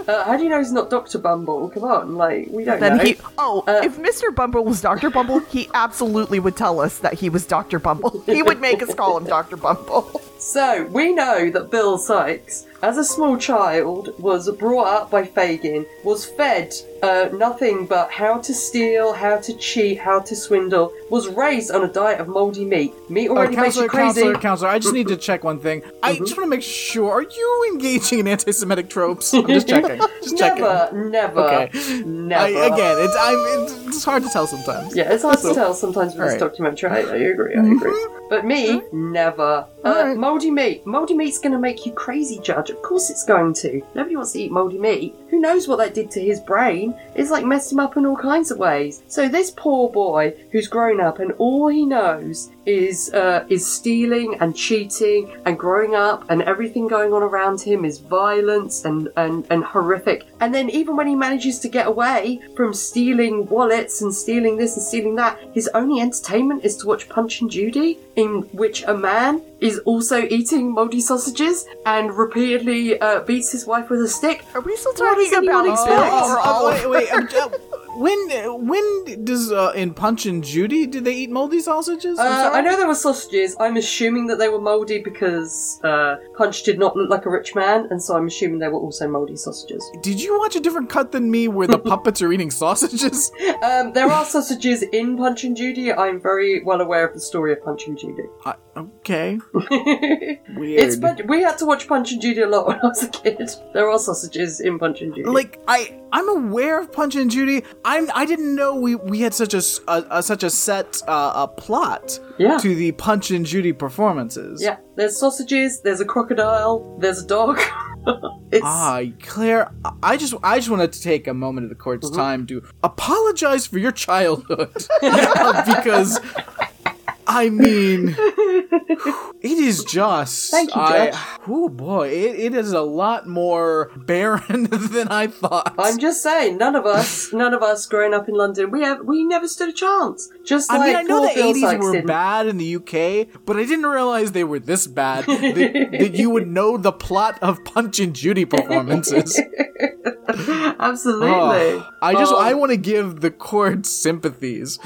Speaker 3: Uh, how do you know he's not Doctor Bumble? Come on, like we don't
Speaker 4: Then
Speaker 3: know.
Speaker 4: he. Oh,
Speaker 3: Uh,
Speaker 4: if Mr. Bumble was Dr. Bumble, he absolutely would tell us that he was Dr. Bumble. He would make us call him Dr. Bumble.
Speaker 3: So, we know that Bill Sykes, as a small child, was brought up by Fagin, was fed uh, nothing but how to steal, how to cheat, how to swindle, was raised on a diet of mouldy meat. Meat
Speaker 1: Uh,
Speaker 3: already makes you
Speaker 1: counselor,
Speaker 3: crazy. Mm-hmm.
Speaker 1: counselor, counselor, I just need to check one thing. I just want to make sure. Are you engaging in anti-Semitic tropes? I'm just checking. Just checking.
Speaker 3: Never, never,
Speaker 1: Okay. I,
Speaker 3: never.
Speaker 1: again, it's I'm it's, it's hard to tell sometimes.
Speaker 3: Yeah, it's hard to tell sometimes with this
Speaker 1: Alright. Mm-hmm.
Speaker 3: documentary. I, I agree, I agree. But me, never. Uh, mouldy meat. Mouldy meat's going to make you crazy, Judge. Of course it's going to. Nobody wants to eat mouldy meat. Who knows what that did to his brain? It's like messed him up in all kinds of ways. So this poor boy who's grown up and all he knows is uh, is stealing and cheating and growing up and everything going on around him is violence and, and, and horrific. And then even when he manages to get away from stealing wallets and stealing this and stealing that, his only entertainment is to watch Punch and Judy, in which a man is also eating mouldy sausages and repeatedly uh, beats his wife with a stick.
Speaker 4: Are we still
Speaker 3: What does
Speaker 4: talking about
Speaker 3: anyone
Speaker 4: Oh,
Speaker 3: expect?
Speaker 4: all- all-
Speaker 1: wait, wait, I'm- uh, when when does uh, in Punch and Judy do they eat moldy sausages? I'm
Speaker 3: Uh,
Speaker 1: sorry.
Speaker 3: I know there were sausages. I'm assuming that they were mouldy because uh, Punch did not look like a rich man, and so I'm assuming they were also mouldy sausages.
Speaker 1: Did you watch a different cut than me where the puppets are eating sausages?
Speaker 3: Um, there are sausages in Punch and Judy. I'm very well aware of the story of Punch and Judy.
Speaker 1: I, okay, weird.
Speaker 3: it's but we had to watch Punch and Judy a lot when I was a kid. There are sausages in Punch and Judy.
Speaker 1: like I I'm aware of Punch and Judy. I'm I didn't know we we had such a, s- a- a- such a set uh, a plot
Speaker 3: Yeah.
Speaker 1: to the Punch and Judy performances.
Speaker 3: yeah, there's sausages. There's a crocodile. There's a dog. it's
Speaker 1: Ah, Claire, I- I just I just wanted to take a moment of the court's
Speaker 3: Mm-hmm.
Speaker 1: time to apologize for your childhood because I mean it is just
Speaker 3: Thank you,
Speaker 1: I,
Speaker 3: Josh.
Speaker 1: Oh boy, it, it is a lot more barren than I thought.
Speaker 3: I'm just saying, none of us, none of us growing up in London, we have we never stood a chance. Just
Speaker 1: I
Speaker 3: like
Speaker 1: mean, I know
Speaker 3: poor
Speaker 1: the
Speaker 3: Bill
Speaker 1: 80s
Speaker 3: Sykes
Speaker 1: were
Speaker 3: didn't.
Speaker 1: bad in the UK, but I didn't realize they were this bad that, that you would know the plot of Punch and Judy performances.
Speaker 3: Absolutely.
Speaker 1: Oh, I just
Speaker 3: Oh,
Speaker 1: I want to give the court sympathies,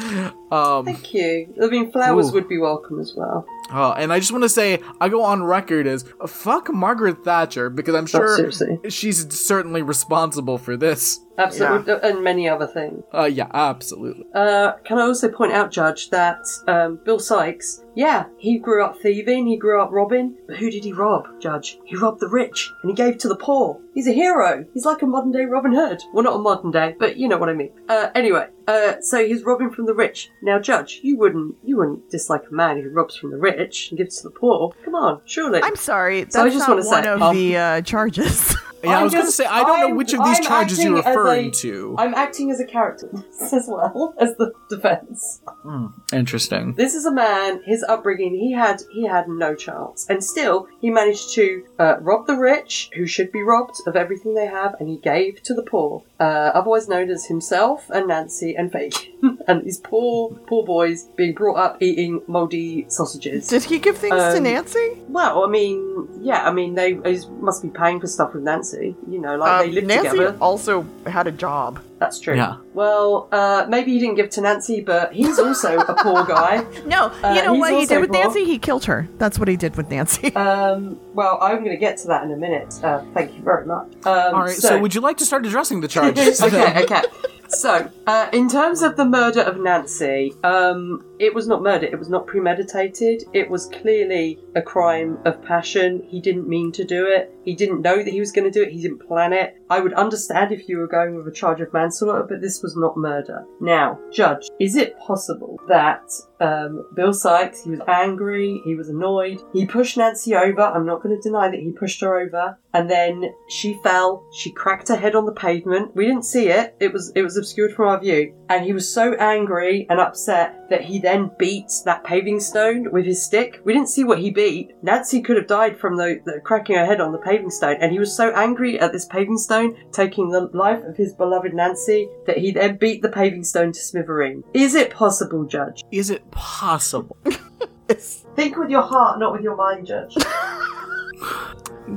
Speaker 1: um,
Speaker 3: Thank you. I mean, flowers
Speaker 1: Ooh.
Speaker 3: would be welcome as well.
Speaker 1: oh, and I just want to say I go on record as uh, fuck Margaret Thatcher because I'm
Speaker 3: Oh,
Speaker 1: sure
Speaker 3: seriously.
Speaker 1: she's certainly responsible for this.
Speaker 3: Absolutely, and many other things.
Speaker 1: Uh, yeah, absolutely.
Speaker 3: Uh, can I also point out, Judge, that um, Bill Sykes, yeah, he grew up thieving, he grew up robbing, but who did he rob, Judge? He robbed the rich and he gave to the poor. He's a hero. He's like a modern day Robin Hood. Well, not a modern day, but you know what I mean. Uh, anyway, uh, so he's robbing from the rich. Now, Judge, you wouldn't you wouldn't dislike a man who robs from the rich and gives to the poor. Come on, surely.
Speaker 4: I'm sorry. That's
Speaker 3: So I just
Speaker 4: not
Speaker 3: wanna say,
Speaker 4: one of
Speaker 3: um,
Speaker 4: the uh, charges.
Speaker 1: Yeah, i
Speaker 3: I'm
Speaker 1: was gonna
Speaker 3: just-
Speaker 1: say I don't know
Speaker 3: I'm-
Speaker 1: which of these
Speaker 3: I'm
Speaker 1: charges you're
Speaker 3: acting as
Speaker 1: referring
Speaker 3: a-
Speaker 1: to.
Speaker 3: I'm acting as a character as well as the defense.
Speaker 1: Interesting.
Speaker 3: This is a man. His upbringing, he had he had no chance, and still he managed to uh, rob the rich, who should be robbed of everything they have, and he gave to the poor, uh, otherwise known as himself and Nancy and Fagin, and these poor poor boys being brought up eating mouldy sausages.
Speaker 4: Did he give things to
Speaker 3: Um,
Speaker 4: Nancy?
Speaker 3: Well, I mean, yeah, I mean they, they must be paying for stuff with Nancy, you know, like they
Speaker 4: Um,
Speaker 3: live
Speaker 4: Nancy
Speaker 3: together.
Speaker 4: also had a job.
Speaker 3: That's true.
Speaker 1: Yeah.
Speaker 3: Well, uh, maybe he didn't give to Nancy, but he's also a poor guy.
Speaker 4: No, you
Speaker 3: Uh,
Speaker 4: know
Speaker 3: he's
Speaker 4: what he
Speaker 3: also
Speaker 4: did with
Speaker 3: poor.
Speaker 4: Nancy? He killed her. That's what he did with Nancy.
Speaker 3: Um, well, I'm going to get to that in a minute. Uh, thank you very much. Um,
Speaker 1: All right. So, would you like to start addressing the charges?
Speaker 3: okay, okay. So, uh, in terms of the murder of Nancy, um, it was not murder. It was not premeditated. It was clearly a crime of passion. He didn't mean to do it. He didn't know that he was going to do it. He didn't plan it. I would understand if you were going with a charge of manslaughter, but this was not murder. Now, Judge, is it possible that um, Bill Sykes, he was angry, he was annoyed, he pushed Nancy over. I'm not going to deny that he pushed her over, and then she fell. She cracked her head on the pavement. We didn't see it; it was it was obscured from our view. And he was so angry and upset that he then beat that paving stone with his stick. We didn't see what he beat. Nancy could have died from the, the cracking her head on the paving stone, and he was so angry at this paving stone taking the life of his beloved Nancy that he then beat the paving stone to smithereens. Is it possible, Judge?
Speaker 1: Is it possible?
Speaker 3: Think with your heart, not with your mind, Judge.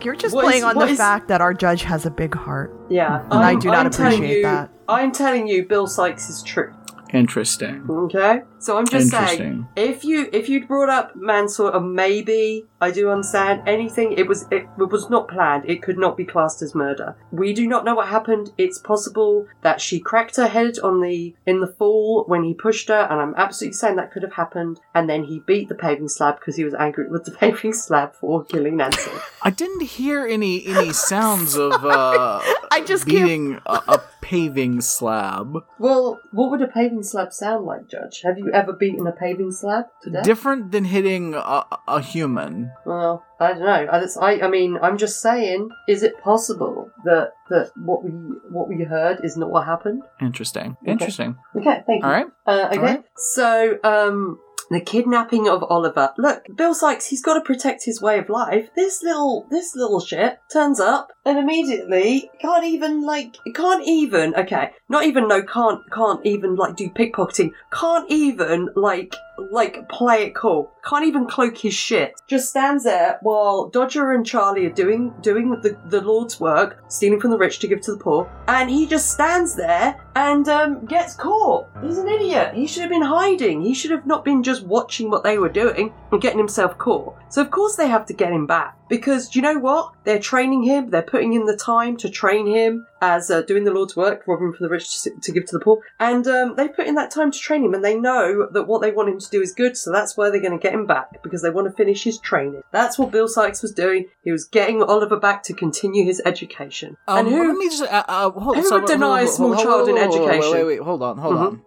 Speaker 4: You're just
Speaker 3: What
Speaker 4: playing
Speaker 3: is-
Speaker 4: on the
Speaker 3: what is-
Speaker 4: fact that our judge has a big heart.
Speaker 3: Yeah,
Speaker 4: And I
Speaker 3: I'm-
Speaker 4: do not
Speaker 3: I'm telling
Speaker 4: appreciate
Speaker 3: you-
Speaker 4: that.
Speaker 3: I'm telling you, Bill Sykes is true.
Speaker 1: Interesting.
Speaker 3: Okay, so I'm just saying,
Speaker 1: Interesting.
Speaker 3: if you if you'd brought up manslaughter, maybe I do understand anything. It was it, was not planned. It could not be classed as murder. We do not know what happened. It's possible that she cracked her head on the in the fall when he pushed her, and I'm absolutely saying that could have happened. And then he beat the paving slab because he was angry with the paving slab for killing Nancy.
Speaker 1: I didn't hear any any sounds of uh
Speaker 4: I just can't-
Speaker 1: beating a, a paving slab.
Speaker 3: Well, what would a paving slab sound like, Judge? Have you ever beaten a paving slab to death?
Speaker 1: Different than hitting a, a human.
Speaker 3: well, I don't know. I, that's- I, I mean, I'm just saying, is it possible that that what we what we heard is not what happened?
Speaker 1: Interesting.
Speaker 3: Okay.
Speaker 1: Interesting.
Speaker 3: Okay, thank you.
Speaker 1: All right.
Speaker 3: Uh, okay,
Speaker 1: All right.
Speaker 3: so um, The kidnapping of Oliver. Look, Bill Sykes, he's got to protect his way of life. This little, this little shit turns up and immediately can't even like, can't even, okay, not even no, can't, can't even like do pickpocketing. Can't even like, like play it cool. Can't even cloak his shit. Just stands there while Dodger and Charlie are doing doing the the Lord's work, stealing from the rich to give to the poor, and he just stands there and um, gets caught. He's an idiot. He should have been hiding. He should have not been just watching what they were doing and getting himself caught. So of course they have to get him back because do you know what? They're training him. They're putting in the time to train him as uh, doing the Lord's work, robbing from the rich to, to give to the poor. And um, they put in that time to train him, and they know that what they want him to do is good, so that's why they're going to get him back because they want to finish his training. That's what Bill Sykes was doing. He was getting Oliver back to continue his education.
Speaker 1: Um,
Speaker 3: and
Speaker 1: let
Speaker 3: who?
Speaker 1: me just, uh, uh, hold,
Speaker 3: who
Speaker 1: so-
Speaker 3: would deny
Speaker 1: hold-
Speaker 3: a small
Speaker 1: hold-
Speaker 3: child
Speaker 1: hold-
Speaker 3: in
Speaker 1: hold- hold-
Speaker 3: education? Mm-hmm.
Speaker 1: Wait, wait, wait, hold on, hold on.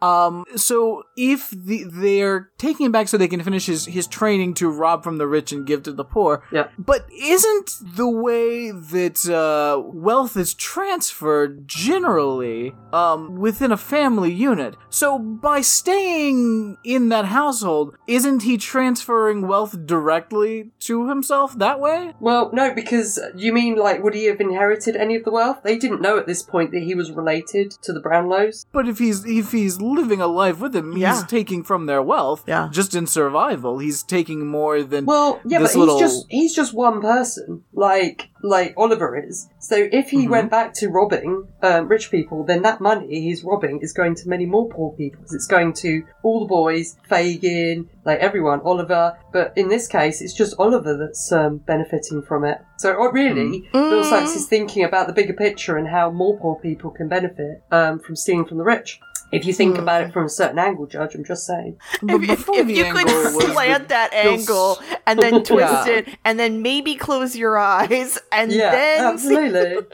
Speaker 1: Um, so if the, they're taking him back so they can finish his, his training to rob from the rich and give to the poor,
Speaker 3: Yeah.
Speaker 1: but isn't the way that uh, wealth is transferred generally um, within a family unit? So by staying in that household, isn't he transferring wealth directly to himself that way?
Speaker 3: Well, no, because you mean like would he have inherited any of the wealth? They didn't know at this point that he was related to the Brownlows.
Speaker 1: But if he's if he's living a life with him,
Speaker 4: Yeah.
Speaker 1: he's taking from their wealth.
Speaker 4: Yeah.
Speaker 1: Just in survival, he's taking more than
Speaker 3: Well, yeah,
Speaker 1: This
Speaker 3: but
Speaker 1: little-
Speaker 3: he's just he's just one person, like like Oliver is. So if he
Speaker 1: Mhm.
Speaker 3: went back to robbing um, rich people, then that money he's robbing is going to many more poor people. It's going to all the boys, Fagin, like everyone, Oliver. But in this case, it's just Oliver that's um, benefiting from it. So oh, really,
Speaker 1: Hmm.
Speaker 3: Bill Sykes is thinking about the bigger picture and how more poor people can benefit um, from stealing from the rich. If you
Speaker 1: Hmm.
Speaker 3: think about it from a certain angle, Judge, I'm just saying.
Speaker 1: But
Speaker 4: if, if,
Speaker 1: before
Speaker 4: if
Speaker 1: the
Speaker 4: you
Speaker 1: angle was
Speaker 4: could
Speaker 1: the-
Speaker 4: slant that
Speaker 1: the s-
Speaker 4: angle and then twist
Speaker 1: Yeah.
Speaker 4: it and then maybe close your eyes and
Speaker 3: Yeah,
Speaker 4: then see
Speaker 3: absolutely.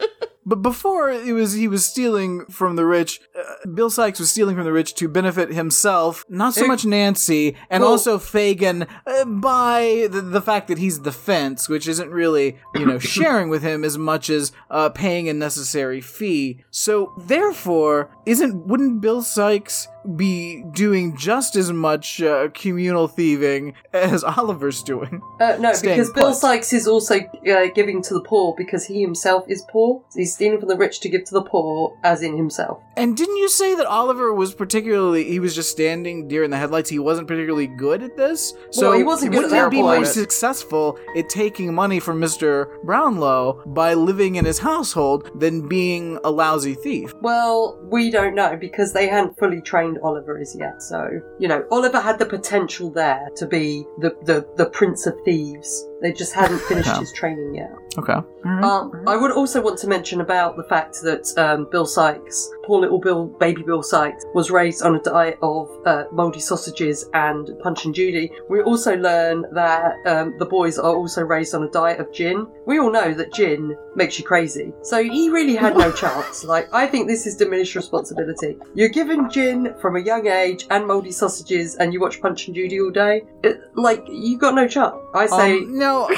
Speaker 1: But before it was he was stealing from the rich. Uh, Bill Sykes was stealing from the rich to benefit himself, not so
Speaker 3: It-
Speaker 1: much Nancy, and
Speaker 3: Well-
Speaker 1: also Fagin uh, by the, the fact that he's the fence, which isn't really you know sharing with him as much as uh, paying a necessary fee. So therefore, isn't wouldn't Bill Sykes be doing just as much uh, communal thieving as Oliver's doing?
Speaker 3: Uh, no,
Speaker 1: Staying
Speaker 3: because Bill
Speaker 1: put.
Speaker 3: Sykes is also uh, giving to the poor because he himself is poor. So he's stealing from the rich to give to the poor, as in himself.
Speaker 1: And didn't you say that Oliver was particularly he was just standing deer in the headlights, he wasn't particularly good at this? So
Speaker 3: he wasn't good at
Speaker 1: wouldn't he
Speaker 3: that
Speaker 1: be more
Speaker 3: point.
Speaker 1: successful at taking money from Mr. Brownlow by living in his household than being a lousy thief?
Speaker 3: Well, we don't know because they hadn't fully trained Oliver as yet. So you know, Oliver had the potential there to be the the, the prince of thieves. They just hadn't finished his training yet.
Speaker 1: Okay.
Speaker 3: Um, I would also want to mention about the fact that um, Bill Sykes, poor little Bill, baby Bill Sykes, was raised on a diet of uh, mouldy sausages and Punch and Judy. We also learn that um, the boys are also raised on a diet of gin. We all know that gin makes you crazy, so he really had no chance. Like, I think this is diminished responsibility. You're given gin from a young age and mouldy sausages, and you watch Punch and Judy all day. It, like, you got no chance. I say.
Speaker 1: Um, no,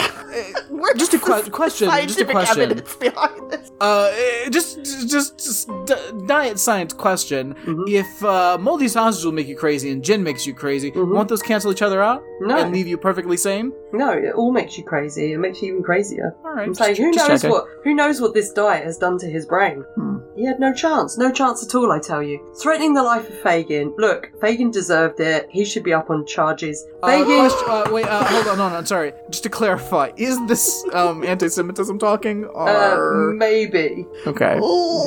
Speaker 4: where's
Speaker 1: just a que-
Speaker 4: the
Speaker 1: question, just a
Speaker 4: scientific
Speaker 1: question.
Speaker 4: evidence behind this.
Speaker 1: uh, eh, just, just, just d- diet science question.
Speaker 3: Mhm.
Speaker 1: If uh, moldy sausage will make you crazy and gin makes you crazy,
Speaker 3: Mhm.
Speaker 1: won't those cancel each other out
Speaker 3: No.
Speaker 1: and leave you perfectly sane?
Speaker 3: No, it all makes you crazy. It makes you even crazier.
Speaker 1: All right,
Speaker 3: I'm
Speaker 1: just-
Speaker 3: saying, who
Speaker 1: just Hmm.
Speaker 3: knows
Speaker 1: checking.
Speaker 3: what? Who knows what this diet has done to his brain? He had no chance, no chance at all. I tell you, threatening the life of Fagin. Look, Fagin deserved it. He should be up on charges.
Speaker 1: Uh,
Speaker 3: Fagin.
Speaker 1: question- uh, wait, uh, hold on, hold on. Sorry, just to clarify, is this um, anti-Semitism talking?
Speaker 3: uh,
Speaker 1: Or
Speaker 3: maybe.
Speaker 1: okay,
Speaker 4: Ooh.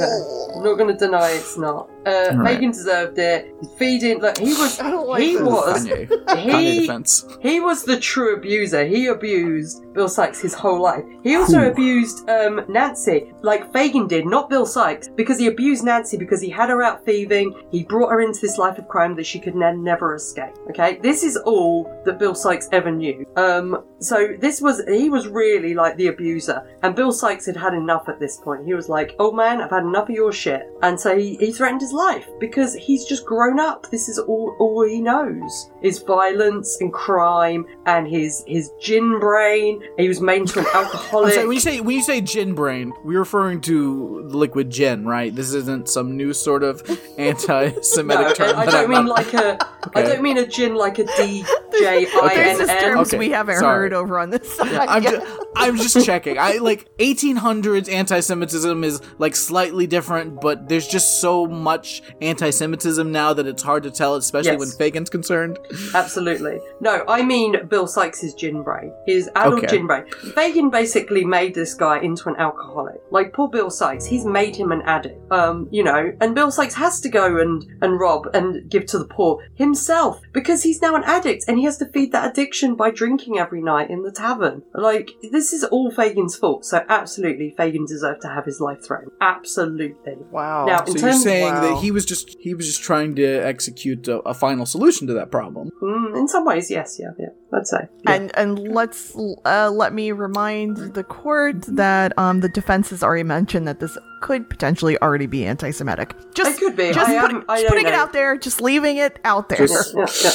Speaker 3: I'm not going to deny it's not. Uh,
Speaker 1: All right.
Speaker 3: Fagin deserved it. He's feeding. Look, he was.
Speaker 4: I don't like
Speaker 3: he
Speaker 4: this.
Speaker 3: was.
Speaker 1: Kanye, Kanye
Speaker 3: He
Speaker 1: defense.
Speaker 3: He was the true abuser. He abused Bill Sykes his whole life. He also abused um, Nancy, like Fagin did, not Bill Sykes, because he abused Nancy because he had her out thieving. He brought her into this life of crime that she could then never escape. Okay, this is all that Bill Sykes ever knew. Um, so this was he was really like the abuser, and Bill Sykes had had enough at this point. He was like, "Oh man, I've had enough of your shit," and so he, he threatened his life because he's just grown up. This is all all he knows is violence and crime and his his gin brain. He was made into an
Speaker 1: I'm
Speaker 3: alcoholic.
Speaker 1: sorry, when you say when you say gin brain, we're referring to liquid gin, right? This isn't some new sort of
Speaker 3: no,
Speaker 1: anti-Semitic term.
Speaker 3: Uh, I
Speaker 1: that
Speaker 3: don't
Speaker 1: I'm
Speaker 3: mean
Speaker 1: not-
Speaker 3: like a I don't mean a gin like a D J I
Speaker 4: There's
Speaker 3: N
Speaker 4: just
Speaker 3: N.
Speaker 4: terms
Speaker 1: Okay,
Speaker 4: we haven't
Speaker 1: sorry.
Speaker 4: heard over on this side.
Speaker 1: I'm,
Speaker 4: Yeah.
Speaker 1: ju- I'm just checking. I like 1800s anti-Semitism is like slightly different, but there's just so much anti-Semitism now that it's hard to tell, especially
Speaker 3: Yes.
Speaker 1: when Fagin's concerned.
Speaker 3: Absolutely. No, I mean Bill Sykes' gin brain. His adult
Speaker 1: Okay.
Speaker 3: gin brain. Fagin basically made this guy into an alcoholic. Like poor Bill Sykes, he's made him an addict. Um, you know, and Bill Sykes has to go and, and rob and give to the poor himself because he's now an addict and he has to feed that addiction by drinking every night in the tavern. Like, this is all Fagin's fault. So absolutely Fagin deserved to have his life threatened. Absolutely.
Speaker 4: wow.
Speaker 3: Now, in
Speaker 1: So you're
Speaker 3: terms
Speaker 1: saying
Speaker 4: wow.
Speaker 1: that he was just he was just trying to execute a, a final solution to that problem.
Speaker 3: Mm, in some ways, yes, yeah, yeah. I'd say. Yeah.
Speaker 4: and and let's uh, let me remind the court that um the defense has already mentioned that this could potentially already be anti-Semitic. Just
Speaker 3: It could be.
Speaker 4: Just,
Speaker 3: I
Speaker 4: put-
Speaker 3: am- I
Speaker 4: just
Speaker 3: don't
Speaker 4: putting it
Speaker 3: know.
Speaker 4: out there, just leaving it out there.
Speaker 1: Just-
Speaker 3: yeah, yeah,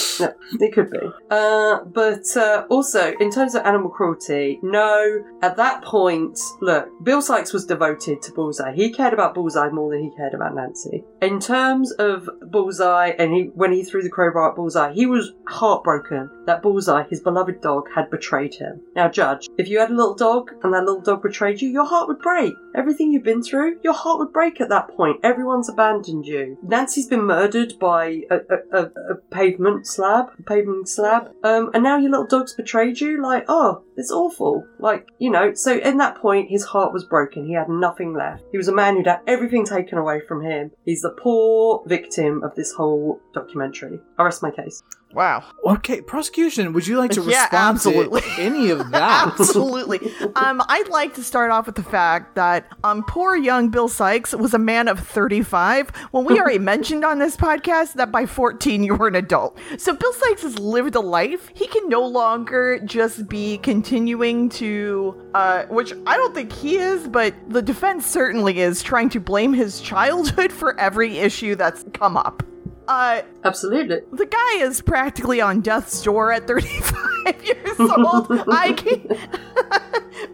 Speaker 3: yeah. It could be. Uh, but uh, also, in terms of animal cruelty, no, at that point, look, Bill Sykes was devoted to Bullseye. He cared about Bullseye more than he cared about Nancy. In terms of Bullseye, and he, when he threw the crowbar at Bullseye, he was heartbroken that Bullseye, his beloved dog, had betrayed him. Now, Judge, if you had a little dog and that little dog betrayed you, your heart would break. Everything you've been through, your heart would break at that point. Everyone's abandoned you. Nancy's been murdered by a, a, a, a pavement slab, a pavement slab, um, and now your little dog's betrayed you. Like, oh, it's awful. Like, you know. So, in that point, his heart was broken. He had nothing left. He was a man who'd had everything taken away from him. He's the poor victim of this whole documentary. I rest my case.
Speaker 4: Wow.
Speaker 1: Okay, prosecution, would you like to
Speaker 4: Yeah,
Speaker 1: respond
Speaker 4: absolutely.
Speaker 1: to any of that?
Speaker 4: Absolutely. Um, I'd like to start off with the fact that um, poor young Bill Sykes was a man of 35. When we already mentioned on this podcast that by 14 you were an adult. So Bill Sykes has lived a life. He can no longer just be continuing to, uh, which I don't think he is, but the defense certainly is trying to blame his childhood for every issue that's come up. Uh,
Speaker 3: Absolutely.
Speaker 4: the guy is practically on death's door at 35 years old. I can't.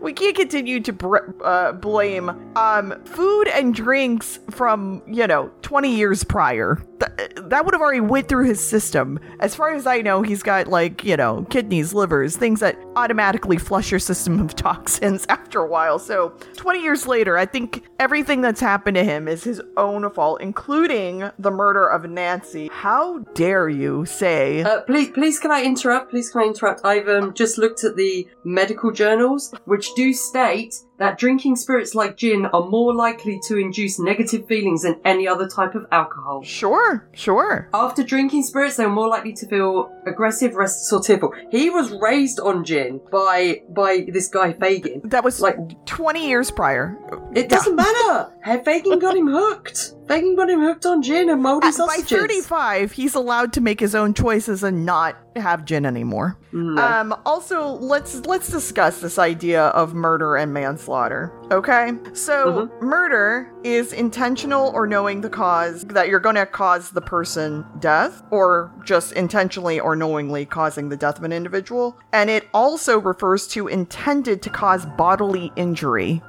Speaker 4: we can't continue to br- uh, blame um, food and drinks from you know 20 years prior. Th- that would have already went through his system. As far as I know, he's got like you know kidneys, livers, things that automatically flush your system of toxins after a while. So 20 years later, I think everything that's happened to him is his own fault, including the murder of Nancy. How dare you say?
Speaker 3: Uh, please, please, can I interrupt? Please, can I interrupt? I've um, just looked at the medical journals, which do state that drinking spirits like gin are more likely to induce negative feelings than any other type of alcohol.
Speaker 4: Sure, sure.
Speaker 3: After drinking spirits, they were more likely to feel aggressive, restless, or tearful. He was raised on gin by by this guy Fagin.
Speaker 4: That was like
Speaker 3: Like-
Speaker 4: 20 years prior.
Speaker 3: It doesn't matter. Hey, Fagin got him hooked. Fagin got him hooked on gin and moldy
Speaker 4: At- Uh, by
Speaker 3: sausages.
Speaker 4: 35, he's allowed to make his own choices and not have gin anymore. Um, also, let's let's discuss this idea of murder and manslaughter. Okay, so murder is intentional or knowing the cause that you're going to cause the person death, or just intentionally or knowingly causing the death of an individual, and it also refers to intended to cause bodily injury.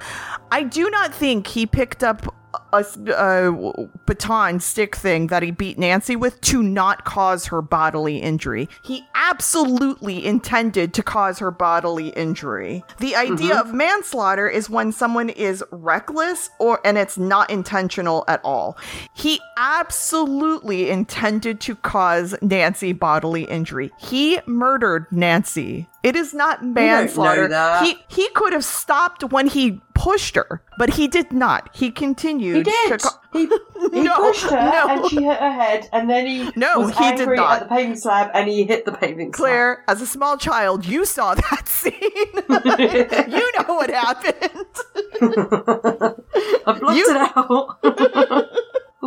Speaker 4: I do not think he picked up a, a baton stick thing that he beat Nancy with to not cause her bodily injury. He absolutely intended to cause her bodily injury. The idea of manslaughter is when someone is reckless or and it's not intentional at all. He absolutely intended to cause Nancy bodily injury. He murdered Nancy. It is not manslaughter.
Speaker 3: that.
Speaker 4: He he could have stopped when he pushed her, but he did not. He continued.
Speaker 6: He did.
Speaker 4: To ca-
Speaker 6: He, he
Speaker 4: No,
Speaker 6: pushed her
Speaker 4: no.
Speaker 6: and she hit her head, and then he
Speaker 4: No,
Speaker 6: was
Speaker 4: he did
Speaker 6: angry
Speaker 4: not.
Speaker 6: at
Speaker 3: The paving slab, and he hit the paving slab.
Speaker 4: Claire, as a small child, you saw that scene. you know what happened.
Speaker 3: I blocked
Speaker 4: You-
Speaker 3: it out.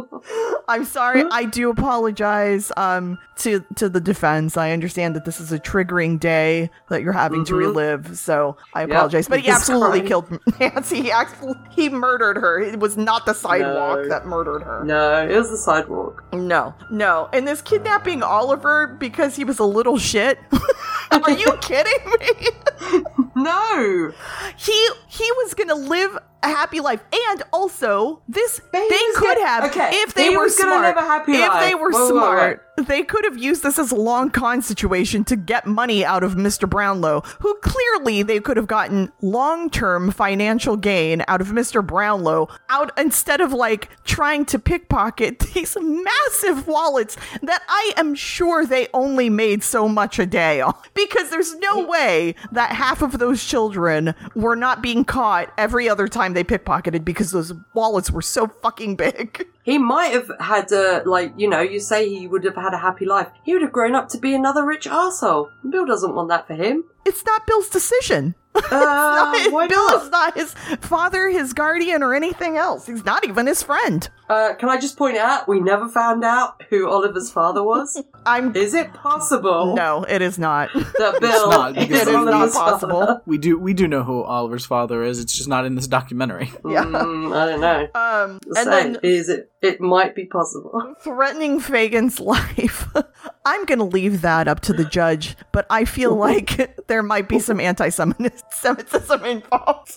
Speaker 4: I'm sorry. I do apologize um, to to the defense. I understand that this is a triggering day that you're having to relive, so I apologize. But he
Speaker 3: It's
Speaker 4: absolutely
Speaker 3: fine.
Speaker 4: killed Nancy. He, actually, he murdered her. It was not the sidewalk
Speaker 3: No.
Speaker 4: that murdered her.
Speaker 3: No, it was the sidewalk.
Speaker 4: No, no. And this kidnapping Oliver because he was a little shit. Are you kidding me?
Speaker 3: No!
Speaker 4: He he he was gonna live a happy life, and also this
Speaker 3: But he
Speaker 4: they
Speaker 3: was
Speaker 4: could
Speaker 3: gonna-
Speaker 4: have
Speaker 3: okay,
Speaker 4: if they
Speaker 3: he
Speaker 4: were
Speaker 3: was gonna
Speaker 4: smart.
Speaker 3: live a happy
Speaker 4: if they
Speaker 3: life.
Speaker 4: were
Speaker 3: Whoa, whoa, whoa.
Speaker 4: smart, they could have used this as a long con situation to get money out of Mr. Brownlow, who clearly they could have gotten long term financial gain out of Mr. Brownlow out instead of like trying to pickpocket these massive wallets that I am sure they only made so much a day on. because there's no way that half of those children were not being caught every other time they pickpocketed because those wallets were so fucking big.
Speaker 3: He might have had a like, you know, you say he would have had a happy life. He would have grown up to be another rich arsehole. Bill doesn't want that for him.
Speaker 4: It's not Bill's decision.
Speaker 3: Uh, why
Speaker 4: Bill
Speaker 3: not?
Speaker 4: is not his father, his guardian, or anything else. He's not even his friend.
Speaker 3: Uh, can I just point out we never found out who Oliver's father was?
Speaker 4: I'm.
Speaker 3: Is it possible
Speaker 4: No, it is not.
Speaker 3: that Bill
Speaker 1: not,
Speaker 3: is
Speaker 1: because
Speaker 4: it is not
Speaker 3: Oliver's father?
Speaker 4: possible.
Speaker 1: We do we do know who Oliver's father is. It's just not in this documentary.
Speaker 4: Yeah.
Speaker 3: Mm, I don't know.
Speaker 4: Um,
Speaker 3: so,
Speaker 4: and then
Speaker 3: is it? It might be possible.
Speaker 4: threatening Fagin's life. I'm going to leave that up to the judge, but I feel like there might be some anti Semitism involved.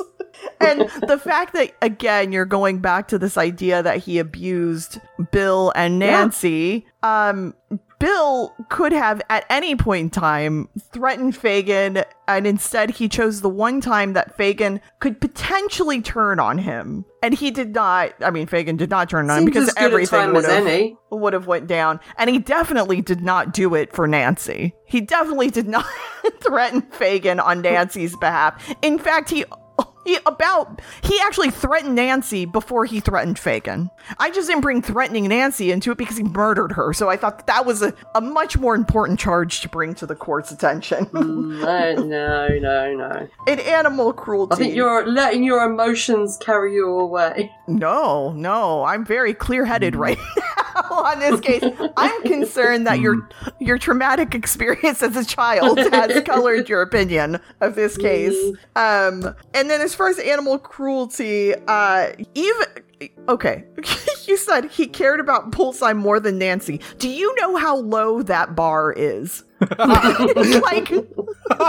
Speaker 4: and the fact that, again, you're going back to this idea that he abused Bill and
Speaker 3: Yeah.
Speaker 4: Nancy. Um, Bill could have at any point in time threatened Fagin, and instead he chose the one time that Fagin could potentially turn on him. And he did not. I mean, Fagin did not turn on him
Speaker 3: Seems
Speaker 4: because
Speaker 3: as good a
Speaker 4: everything
Speaker 3: time as
Speaker 4: would have
Speaker 3: any.
Speaker 4: would have went down and he definitely did not do it for nancy he definitely did not threaten fagan on nancy's behalf in fact he he about he actually threatened nancy before he threatened fagan i just didn't bring threatening nancy into it because he murdered her so i thought that, that was a, a much more important charge to bring to the court's attention
Speaker 3: Mm. No, no, no, no.
Speaker 4: in animal cruelty
Speaker 3: I think you're letting your emotions carry you away.
Speaker 4: No, no, I'm very clear-headed right now on this case. I'm concerned that your your traumatic experience as a child has colored your opinion of this case. Um, and then as far as animal cruelty, uh, even okay, you said he cared about Bullseye more than Nancy. Do you know how low that bar is? like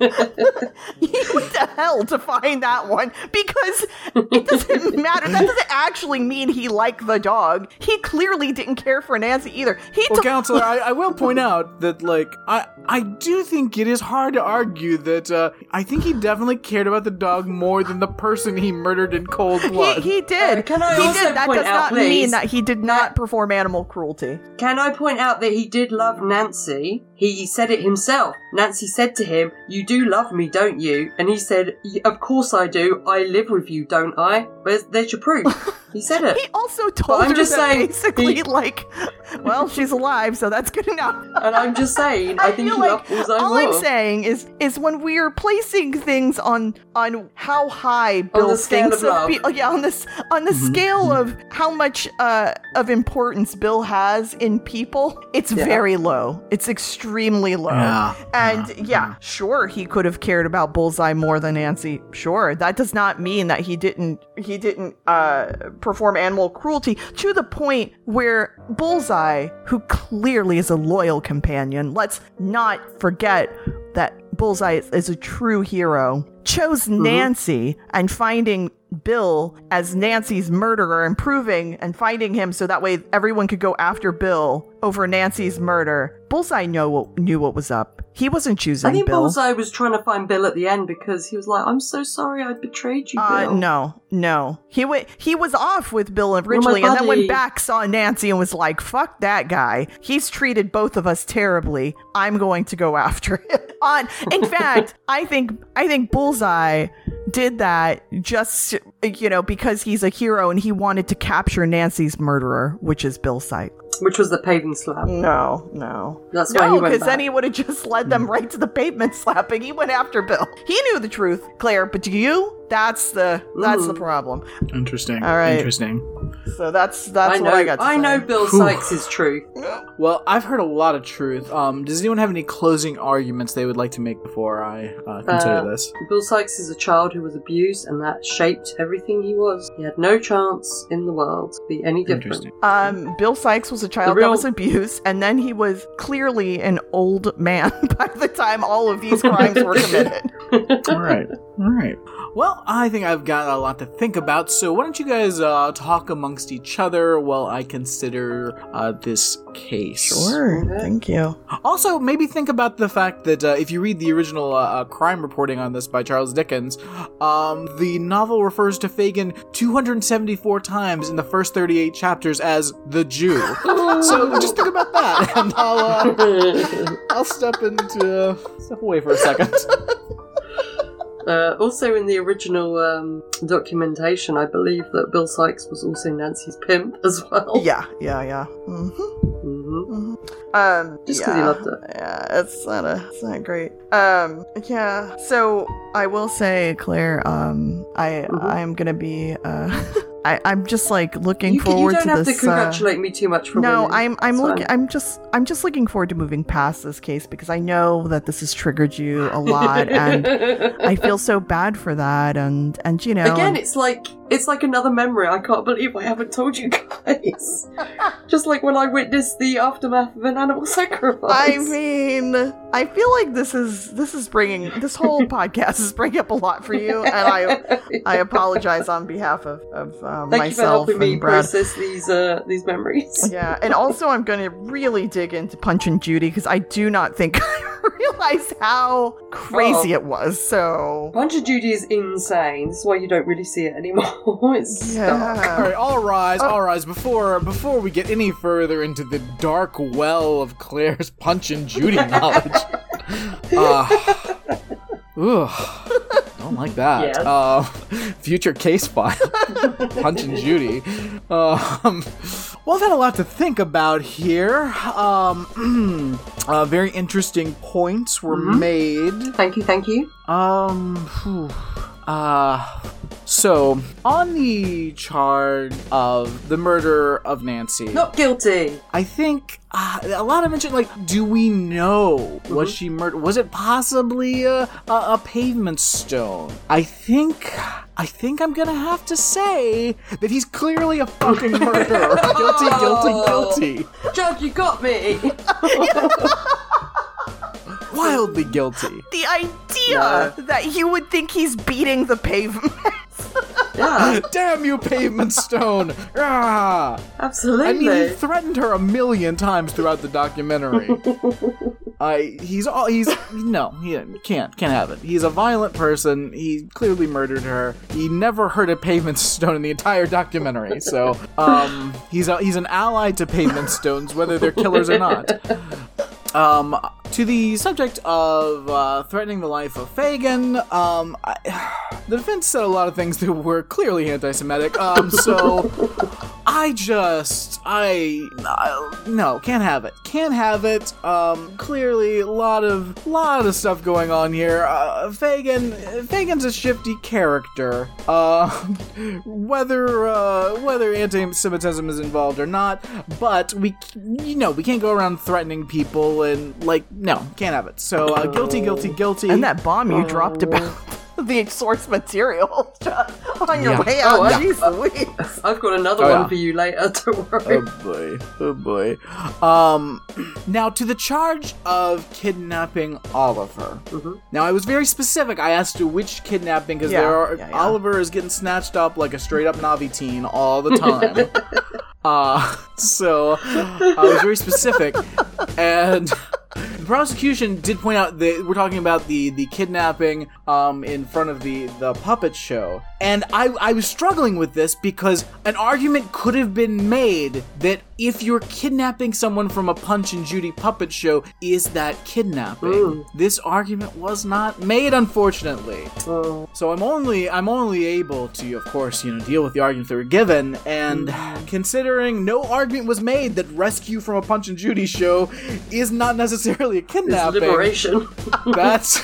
Speaker 4: you went to hell to find that one because it doesn't matter. That doesn't actually mean he liked the dog. He clearly didn't care for Nancy either. He
Speaker 1: Well,
Speaker 4: took
Speaker 1: counselor, I, I will point out that like I I do think it is hard to argue that uh, I think he definitely cared about the dog more than the person he murdered in cold
Speaker 4: he,
Speaker 1: blood.
Speaker 4: he did.
Speaker 3: Uh, can I
Speaker 4: he
Speaker 3: also
Speaker 4: did. That
Speaker 3: point
Speaker 4: does
Speaker 3: out,
Speaker 4: not mean
Speaker 3: please,
Speaker 4: that he did not perform animal cruelty.
Speaker 3: Can I point out that he did love Nancy? He said it himself. Nancy said to him, You do love me, don't you? And he said, "Y- Of course I do. I live with you, don't I? Where's, there's your proof. He said it.
Speaker 4: He also told
Speaker 3: I'm
Speaker 4: her
Speaker 3: just
Speaker 4: that
Speaker 3: saying,
Speaker 4: basically,
Speaker 3: he-
Speaker 4: like, well, she's alive, so that's good enough.
Speaker 3: and I'm just saying, I, think
Speaker 4: feel
Speaker 3: he
Speaker 4: like
Speaker 3: loved Bullseye
Speaker 4: all
Speaker 3: more.
Speaker 4: I'm saying is is when we are placing things on on how high Bill
Speaker 3: the scale
Speaker 4: thinks
Speaker 3: of love. Mm-hmm.
Speaker 4: Bill- yeah, on this on the scale of how much uh, of importance Bill has in people, it's very low. It's extremely low.
Speaker 1: Yeah.
Speaker 4: And yeah, sure, he could have cared about Bullseye more than Nancy. Sure, that does not mean that he didn't he didn't uh, perform animal cruelty to the point where Bullseye, who clearly is a loyal companion, let's not forget that Bullseye is, is a true hero, chose Nancy and finding Bill as Nancy's murderer and proving and finding him so that way everyone could go after Bill over Nancy's murder. Bullseye know what, knew what was up. He wasn't choosing
Speaker 3: I think
Speaker 4: Bill.
Speaker 3: Bullseye was trying to find Bill at the end because he was like, I'm so sorry I betrayed you,
Speaker 4: uh,
Speaker 3: Bill.
Speaker 4: no, no. He went. He was off with Bill originally, and then went
Speaker 3: buddy.
Speaker 4: back, saw Nancy, and was like, "Fuck that guy. He's treated both of us terribly. I'm going to go after him." On, in fact, I think I think Bullseye did that just you know because he's a hero and he wanted to capture Nancy's murderer, which is Bill Sight.
Speaker 3: Which was the paving slab.
Speaker 4: No, no.
Speaker 3: That's why
Speaker 4: Mm. No,
Speaker 3: he Hmm. went
Speaker 4: because
Speaker 3: back.
Speaker 4: then he would have just led them right to the pavement slapping. He went after Bill. He knew the truth, Claire. But do you? That's the that's the
Speaker 3: Ooh.
Speaker 4: problem.
Speaker 1: Interesting.
Speaker 4: All right.
Speaker 1: Interesting.
Speaker 4: So that's that's
Speaker 3: I know,
Speaker 4: what I got. To
Speaker 3: I
Speaker 4: say.
Speaker 3: know Bill
Speaker 1: Whew.
Speaker 3: Sykes' truth.
Speaker 1: Well, I've heard a lot of truth. Um, does anyone have any closing arguments they would like to make before I uh, consider
Speaker 3: Uh,
Speaker 1: this?
Speaker 3: Bill Sykes is a child who was abused, and that shaped everything he was. He had no chance in the world to be any different.
Speaker 1: Interesting.
Speaker 4: Um, Bill Sykes was a child that
Speaker 3: real-
Speaker 4: was abused, and then he was clearly an old man by the time all of these crimes were committed.
Speaker 1: All right. All right. Well, I think I've got a lot to think about, so why don't you guys uh, talk amongst each other while I consider uh, this case?
Speaker 4: Sure.
Speaker 3: Okay.
Speaker 4: Thank you.
Speaker 1: Also, maybe think about the fact that uh, if you read the original uh, uh, crime reporting on this by Charles Dickens, um, the novel refers to Fagin 274 times in the first 38 chapters as the Jew. so just think about that, and I'll, uh, I'll step into uh, step away for a second.
Speaker 3: Uh, also, in the original um, documentation, I believe that Bill Sykes was also Nancy's pimp as well.
Speaker 4: Yeah, yeah, yeah. Mm-hmm.
Speaker 3: Mhm.
Speaker 4: Um,
Speaker 3: Just 'cause
Speaker 4: yeah.
Speaker 3: he loved it.
Speaker 4: Yeah, it's not a, it's not great. Um, yeah. So I will say, Claire, um, I
Speaker 3: Mhm.
Speaker 4: I'm gonna be uh, I I'm just like looking
Speaker 3: You, can- you
Speaker 4: forward
Speaker 3: don't
Speaker 4: to
Speaker 3: have
Speaker 4: this.
Speaker 3: to
Speaker 4: uh,
Speaker 3: congratulate me too much for
Speaker 4: no,
Speaker 3: winning.
Speaker 4: I'm I'm
Speaker 3: It's
Speaker 4: looking
Speaker 3: fine.
Speaker 4: I'm just I'm just looking forward to moving past this case because I know that this has triggered you a lot and I feel so bad for that and and you know
Speaker 3: Again,
Speaker 4: and-
Speaker 3: it's like it's like another memory. I can't believe I haven't told you guys. Just like when I witnessed the aftermath of an animal sacrifice.
Speaker 4: I mean, I feel like this is this is bringing this whole podcast is bringing up a lot for you, and I I apologize on behalf of, of um,
Speaker 3: Thank you for
Speaker 4: myself
Speaker 3: helping me
Speaker 4: and Brad.
Speaker 3: process these uh, these memories.
Speaker 4: Yeah, and also I'm going to really dig into Punch and Judy because I do not think I realized how crazy
Speaker 3: Oh.
Speaker 4: it was. So
Speaker 3: Bunch of Judy is insane. This is why you don't really see it anymore. It's dark.
Speaker 1: All
Speaker 4: yeah,
Speaker 1: right, all rise, all rise. Before before we get any further into the dark well of Claire's punch and Judy knowledge, uh, ooh, don't like that.
Speaker 3: Yes.
Speaker 1: Uh, future case file, punch and Judy. Um, well, I've had a lot to think about here. Um, uh, very interesting points were made.
Speaker 3: Thank you, thank you.
Speaker 1: Um. Whew. Uh. So, on the charge of the murder of Nancy,
Speaker 3: Not guilty.
Speaker 1: I think uh, a lot of mention like, do we know was she murdered? Was it possibly a, a a pavement stone? I think. I think I'm gonna have to say that he's clearly a fucking murderer. guilty, guilty, guilty.
Speaker 3: Judge, you got me.
Speaker 1: Wildly guilty.
Speaker 4: the idea that you would think he's beating the pavement.
Speaker 3: Yeah,
Speaker 1: Damn you, pavement stone! Ah!
Speaker 3: absolutely.
Speaker 1: I mean, he threatened her a million times throughout the documentary. I he's all he's no, he can't can't have it. He's a violent person. He clearly murdered her. He never heard a pavement stone in the entire documentary. So, um, he's a, he's an ally to pavement stones, whether they're killers or not. Um, to the subject of uh, threatening the life of Fagin, um, I, the defense said a lot of things that were clearly anti-Semitic. Um, so I just I, I no can't have it. Can't have it. Um, clearly a lot of lot of stuff going on here. Uh, Fagin Fagin's a shifty character. Uh, whether uh, whether anti-Semitism is involved or not, but we c- you know we can't go around threatening people and like no can't have it. So uh, guilty, guilty, guilty.
Speaker 4: And that bomb you
Speaker 3: Oh.
Speaker 4: dropped about the source material on your
Speaker 1: Yeah.
Speaker 4: way out.
Speaker 3: Oh, I-
Speaker 4: Jeez Louise.
Speaker 3: I've got another
Speaker 1: Oh,
Speaker 3: one
Speaker 1: yeah.
Speaker 3: for you later. Don't worry.
Speaker 1: Oh boy. Oh boy. Um now to the charge of kidnapping Oliver.
Speaker 3: Mhm.
Speaker 1: Now I was very specific. I asked to which kidnapping because
Speaker 4: Mm-hmm. Yeah,
Speaker 1: there are
Speaker 4: yeah, yeah.
Speaker 1: Oliver is getting snatched up like a straight up Navi teen all the time. uh so I was very specific and the prosecution did point out that we're talking about the the kidnapping um, in front of the the puppet show, and I I was struggling with this because an argument could have been made that if you're kidnapping someone from a Punch and Judy puppet show, is that kidnapping? This argument was not made, unfortunately. So I'm only I'm only able to, of course, you know, deal with the arguments that were given, and
Speaker 3: Hmm.
Speaker 1: considering no argument was made that rescue from a Punch and Judy show is not necessarily a
Speaker 3: It's
Speaker 1: kidnapping.
Speaker 3: liberation.
Speaker 1: That's,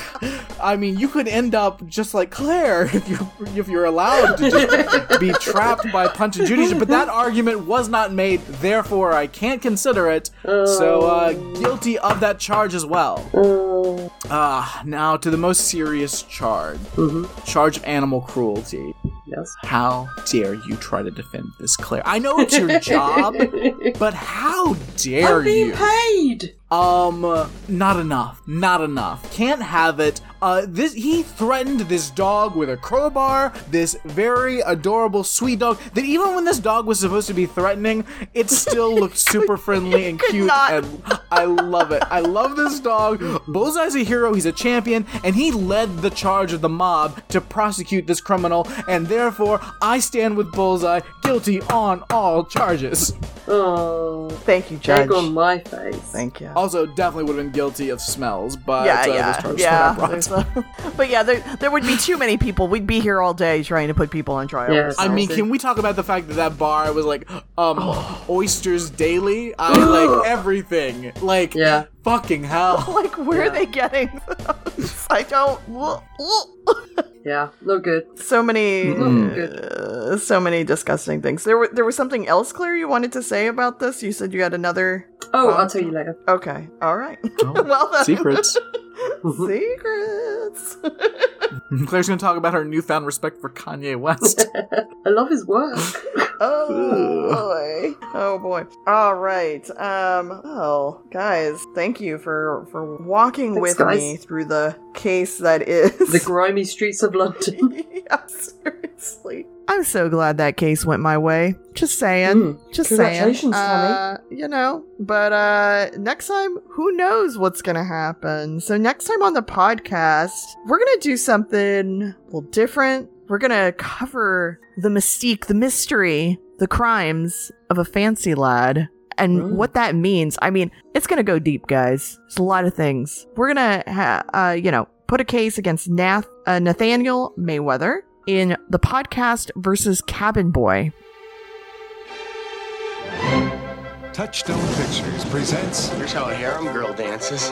Speaker 1: I mean, you could end up just like Claire if you if you're allowed to just be trapped by Punch and Judy. show, But that argument was not made, therefore I can't consider it. So uh, guilty of that charge as well. Ah, now to the most serious charge. Charge of animal cruelty.
Speaker 3: Yes.
Speaker 1: How dare you try to defend this, Claire? I know it's your job, but how dare
Speaker 3: I'm being
Speaker 1: you?
Speaker 3: paid.
Speaker 1: uh, Um, not enough. Not enough. Can't have it. Uh, this he threatened this dog with a crowbar. This very adorable, sweet dog. That even when this dog was supposed to be threatening, it still looked super friendly and
Speaker 4: could
Speaker 1: cute.
Speaker 4: not.
Speaker 1: And I love it. I love this dog. Bullseye's a hero. He's a champion, and he led the charge of the mob to prosecute this criminal. And therefore, I stand with Bullseye, guilty on all charges.
Speaker 3: Oh,
Speaker 4: Thank you, Judge.
Speaker 3: egg on my face.
Speaker 4: Thank you.
Speaker 1: Also, definitely would have been guilty of smells, but
Speaker 4: yeah,
Speaker 1: uh, those
Speaker 4: yeah,
Speaker 1: charges
Speaker 4: yeah.
Speaker 1: were not
Speaker 4: there's
Speaker 1: brought.
Speaker 4: a- but yeah, there, there would be too many people. We'd be here all day trying to put people on trial.
Speaker 3: Yes.
Speaker 1: I mean,
Speaker 3: Sounds
Speaker 1: can we talk about the fact that that bar was like um oysters daily? I like everything. Like
Speaker 3: Yeah.
Speaker 1: fucking hell.
Speaker 4: like, where are
Speaker 3: Yeah.
Speaker 4: they getting? those? I don't.
Speaker 3: Yeah, no good.
Speaker 4: So many,
Speaker 1: Mm-mm.
Speaker 4: uh, so many disgusting things. There, were, there was something else, Claire. You wanted to say about this. You said you had another.
Speaker 3: Oh, I'll tell you later.
Speaker 4: Okay, all right. well, then.
Speaker 1: Oh, Secrets.
Speaker 4: Secrets.
Speaker 1: Claire's gonna talk about her newfound respect for Kanye West.
Speaker 3: I love his work.
Speaker 4: Oh boy. Oh boy. All right. Um well, guys, thank you for for walking
Speaker 3: Thanks,
Speaker 4: with
Speaker 3: guys.
Speaker 4: me through the case that is
Speaker 3: the grimy streets of London.
Speaker 4: yeah, seriously. I'm so glad that case went my way. Just saying.
Speaker 3: Mm.
Speaker 4: Just saying.
Speaker 3: Congratulations, Tommy.
Speaker 4: Uh, you know, but uh next time, who knows what's gonna happen? So next time on the podcast, we're gonna do something a little different. We're gonna cover the mystique, the mystery, the crimes of a fancy lad. And
Speaker 3: Mm.
Speaker 4: what that means, I mean, it's gonna go deep, guys. It's a lot of things. We're gonna, ha- uh, you know, put a case against Nath- uh, Nathaniel Mayweather in the podcast versus Cabin Boy.
Speaker 7: Touchstone Pictures presents
Speaker 8: Here's how a harem girl dances.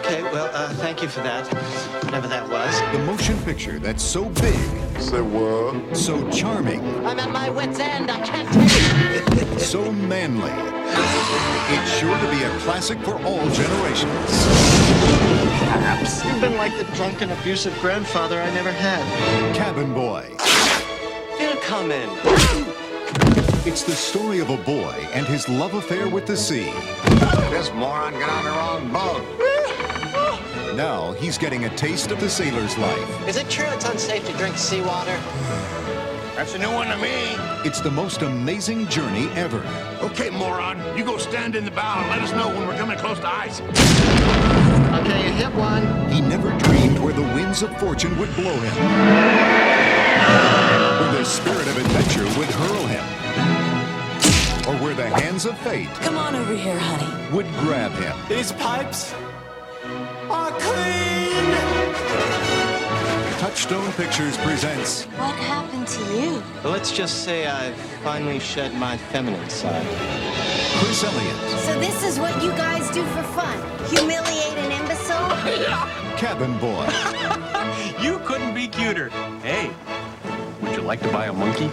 Speaker 8: Okay, well, uh, thank you for that, whatever that was.
Speaker 7: the motion picture that's so big,
Speaker 9: Say what?
Speaker 7: so charming,
Speaker 8: I'm at my wit's end. I can't take it.
Speaker 7: so manly. It's sure to be a classic for all generations.
Speaker 8: Perhaps you've been like the drunken, abusive grandfather I never had.
Speaker 7: Cabin Boy.
Speaker 8: He'll come in.
Speaker 7: It's the story of a boy and his love affair with the sea.
Speaker 9: This moron got on the wrong boat.
Speaker 7: Now he's getting a taste of the sailor's life.
Speaker 8: Is it true it's unsafe to drink seawater?
Speaker 9: That's a new one to me.
Speaker 7: It's the most amazing journey ever.
Speaker 9: Okay, moron, you go stand in the bow and let us know when we're coming close to ice.
Speaker 8: Okay, you hit one.
Speaker 7: He never dreamed where the winds of fortune would blow him, where the spirit of adventure would hurl him, or where the hands of fate
Speaker 10: Come on over here, honey.
Speaker 7: would grab him.
Speaker 8: These pipes are clean.
Speaker 7: Touchstone Pictures presents
Speaker 10: What happened to you?
Speaker 8: Let's just say I finally shed my feminine side.
Speaker 7: Chris Elliott,
Speaker 10: So this is what you guys do for fun? Humiliate an imbecile?
Speaker 7: Cabin Boy,
Speaker 8: You couldn't be cuter. Hey, would you like to buy a monkey?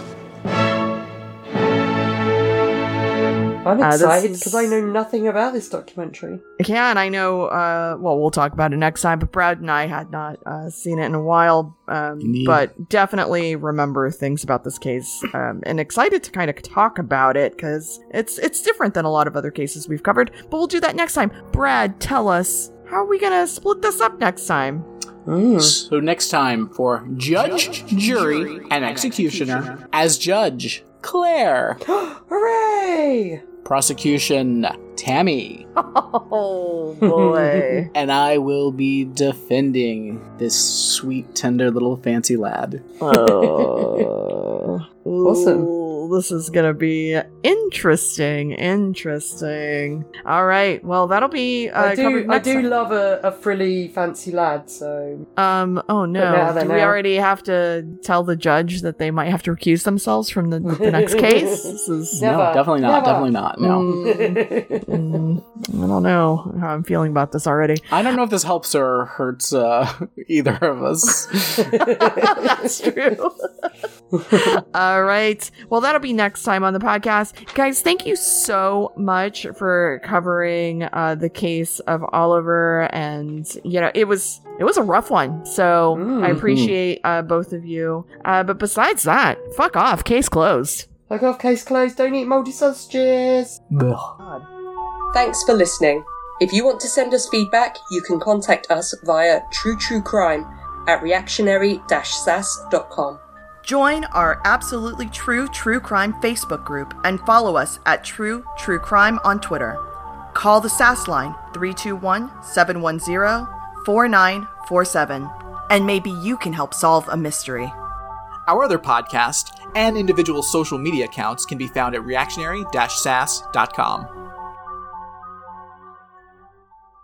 Speaker 3: I'm
Speaker 4: Uh, this
Speaker 3: excited
Speaker 4: is-
Speaker 3: because I know nothing about this documentary.
Speaker 4: Yeah, and I know. Uh, well, we'll talk about it next time. But Brad and I had not uh, seen it in a while, um,
Speaker 1: Indeed.
Speaker 4: but definitely remember things about this case, um, and excited to kind of talk about it because it's it's different than a lot of other cases we've covered. But we'll do that next time. Brad, tell us how are we gonna split this up next time?
Speaker 1: So next time for judge, jury, and executioner as judge, Claire.
Speaker 3: Hooray!
Speaker 1: Prosecution, Tammy.
Speaker 4: Oh boy!
Speaker 1: And I will be defending this sweet, tender little fancy lad.
Speaker 4: oh,
Speaker 3: Awesome.
Speaker 4: Ooh, This is gonna be interesting. Interesting. All right. Well, that'll be. Uh,
Speaker 3: I do,
Speaker 4: covered
Speaker 3: I
Speaker 4: next
Speaker 3: do
Speaker 4: time.
Speaker 3: love a, a frilly, fancy lad. So
Speaker 4: Um. Oh no.
Speaker 3: now they
Speaker 4: Do we
Speaker 3: know.
Speaker 4: already have to tell the judge that they might have to recuse themselves from the, the next case? This is.
Speaker 1: No,
Speaker 3: Never,
Speaker 1: definitely not.
Speaker 3: never.
Speaker 1: Definitely not. No.
Speaker 4: Mm, I don't know how I'm feeling about this already.
Speaker 1: I don't know if this helps or hurts uh, either of us.
Speaker 4: That's true. All right. Well, that'll be next time on the podcast. Guys, thank you so much for covering uh, the case of Oliver and you know, it was it was a rough one. So, I
Speaker 3: Mm.
Speaker 4: appreciate uh, both of you. Uh, but besides that, fuck off. Case closed.
Speaker 3: Fuck off, case closed. Don't eat mouldy sausages.
Speaker 1: Ugh.
Speaker 3: Thanks for listening. If you want to send us feedback, you can contact us via True True Crime at reactionary-sas.com.
Speaker 4: Join our absolutely true True Crime Facebook group and follow us at True True Crime on Twitter. Call the SAS line 321 710 4947, and maybe you can help solve a mystery.
Speaker 1: Our other podcast and individual social media accounts can be found at reactionary-sas.com.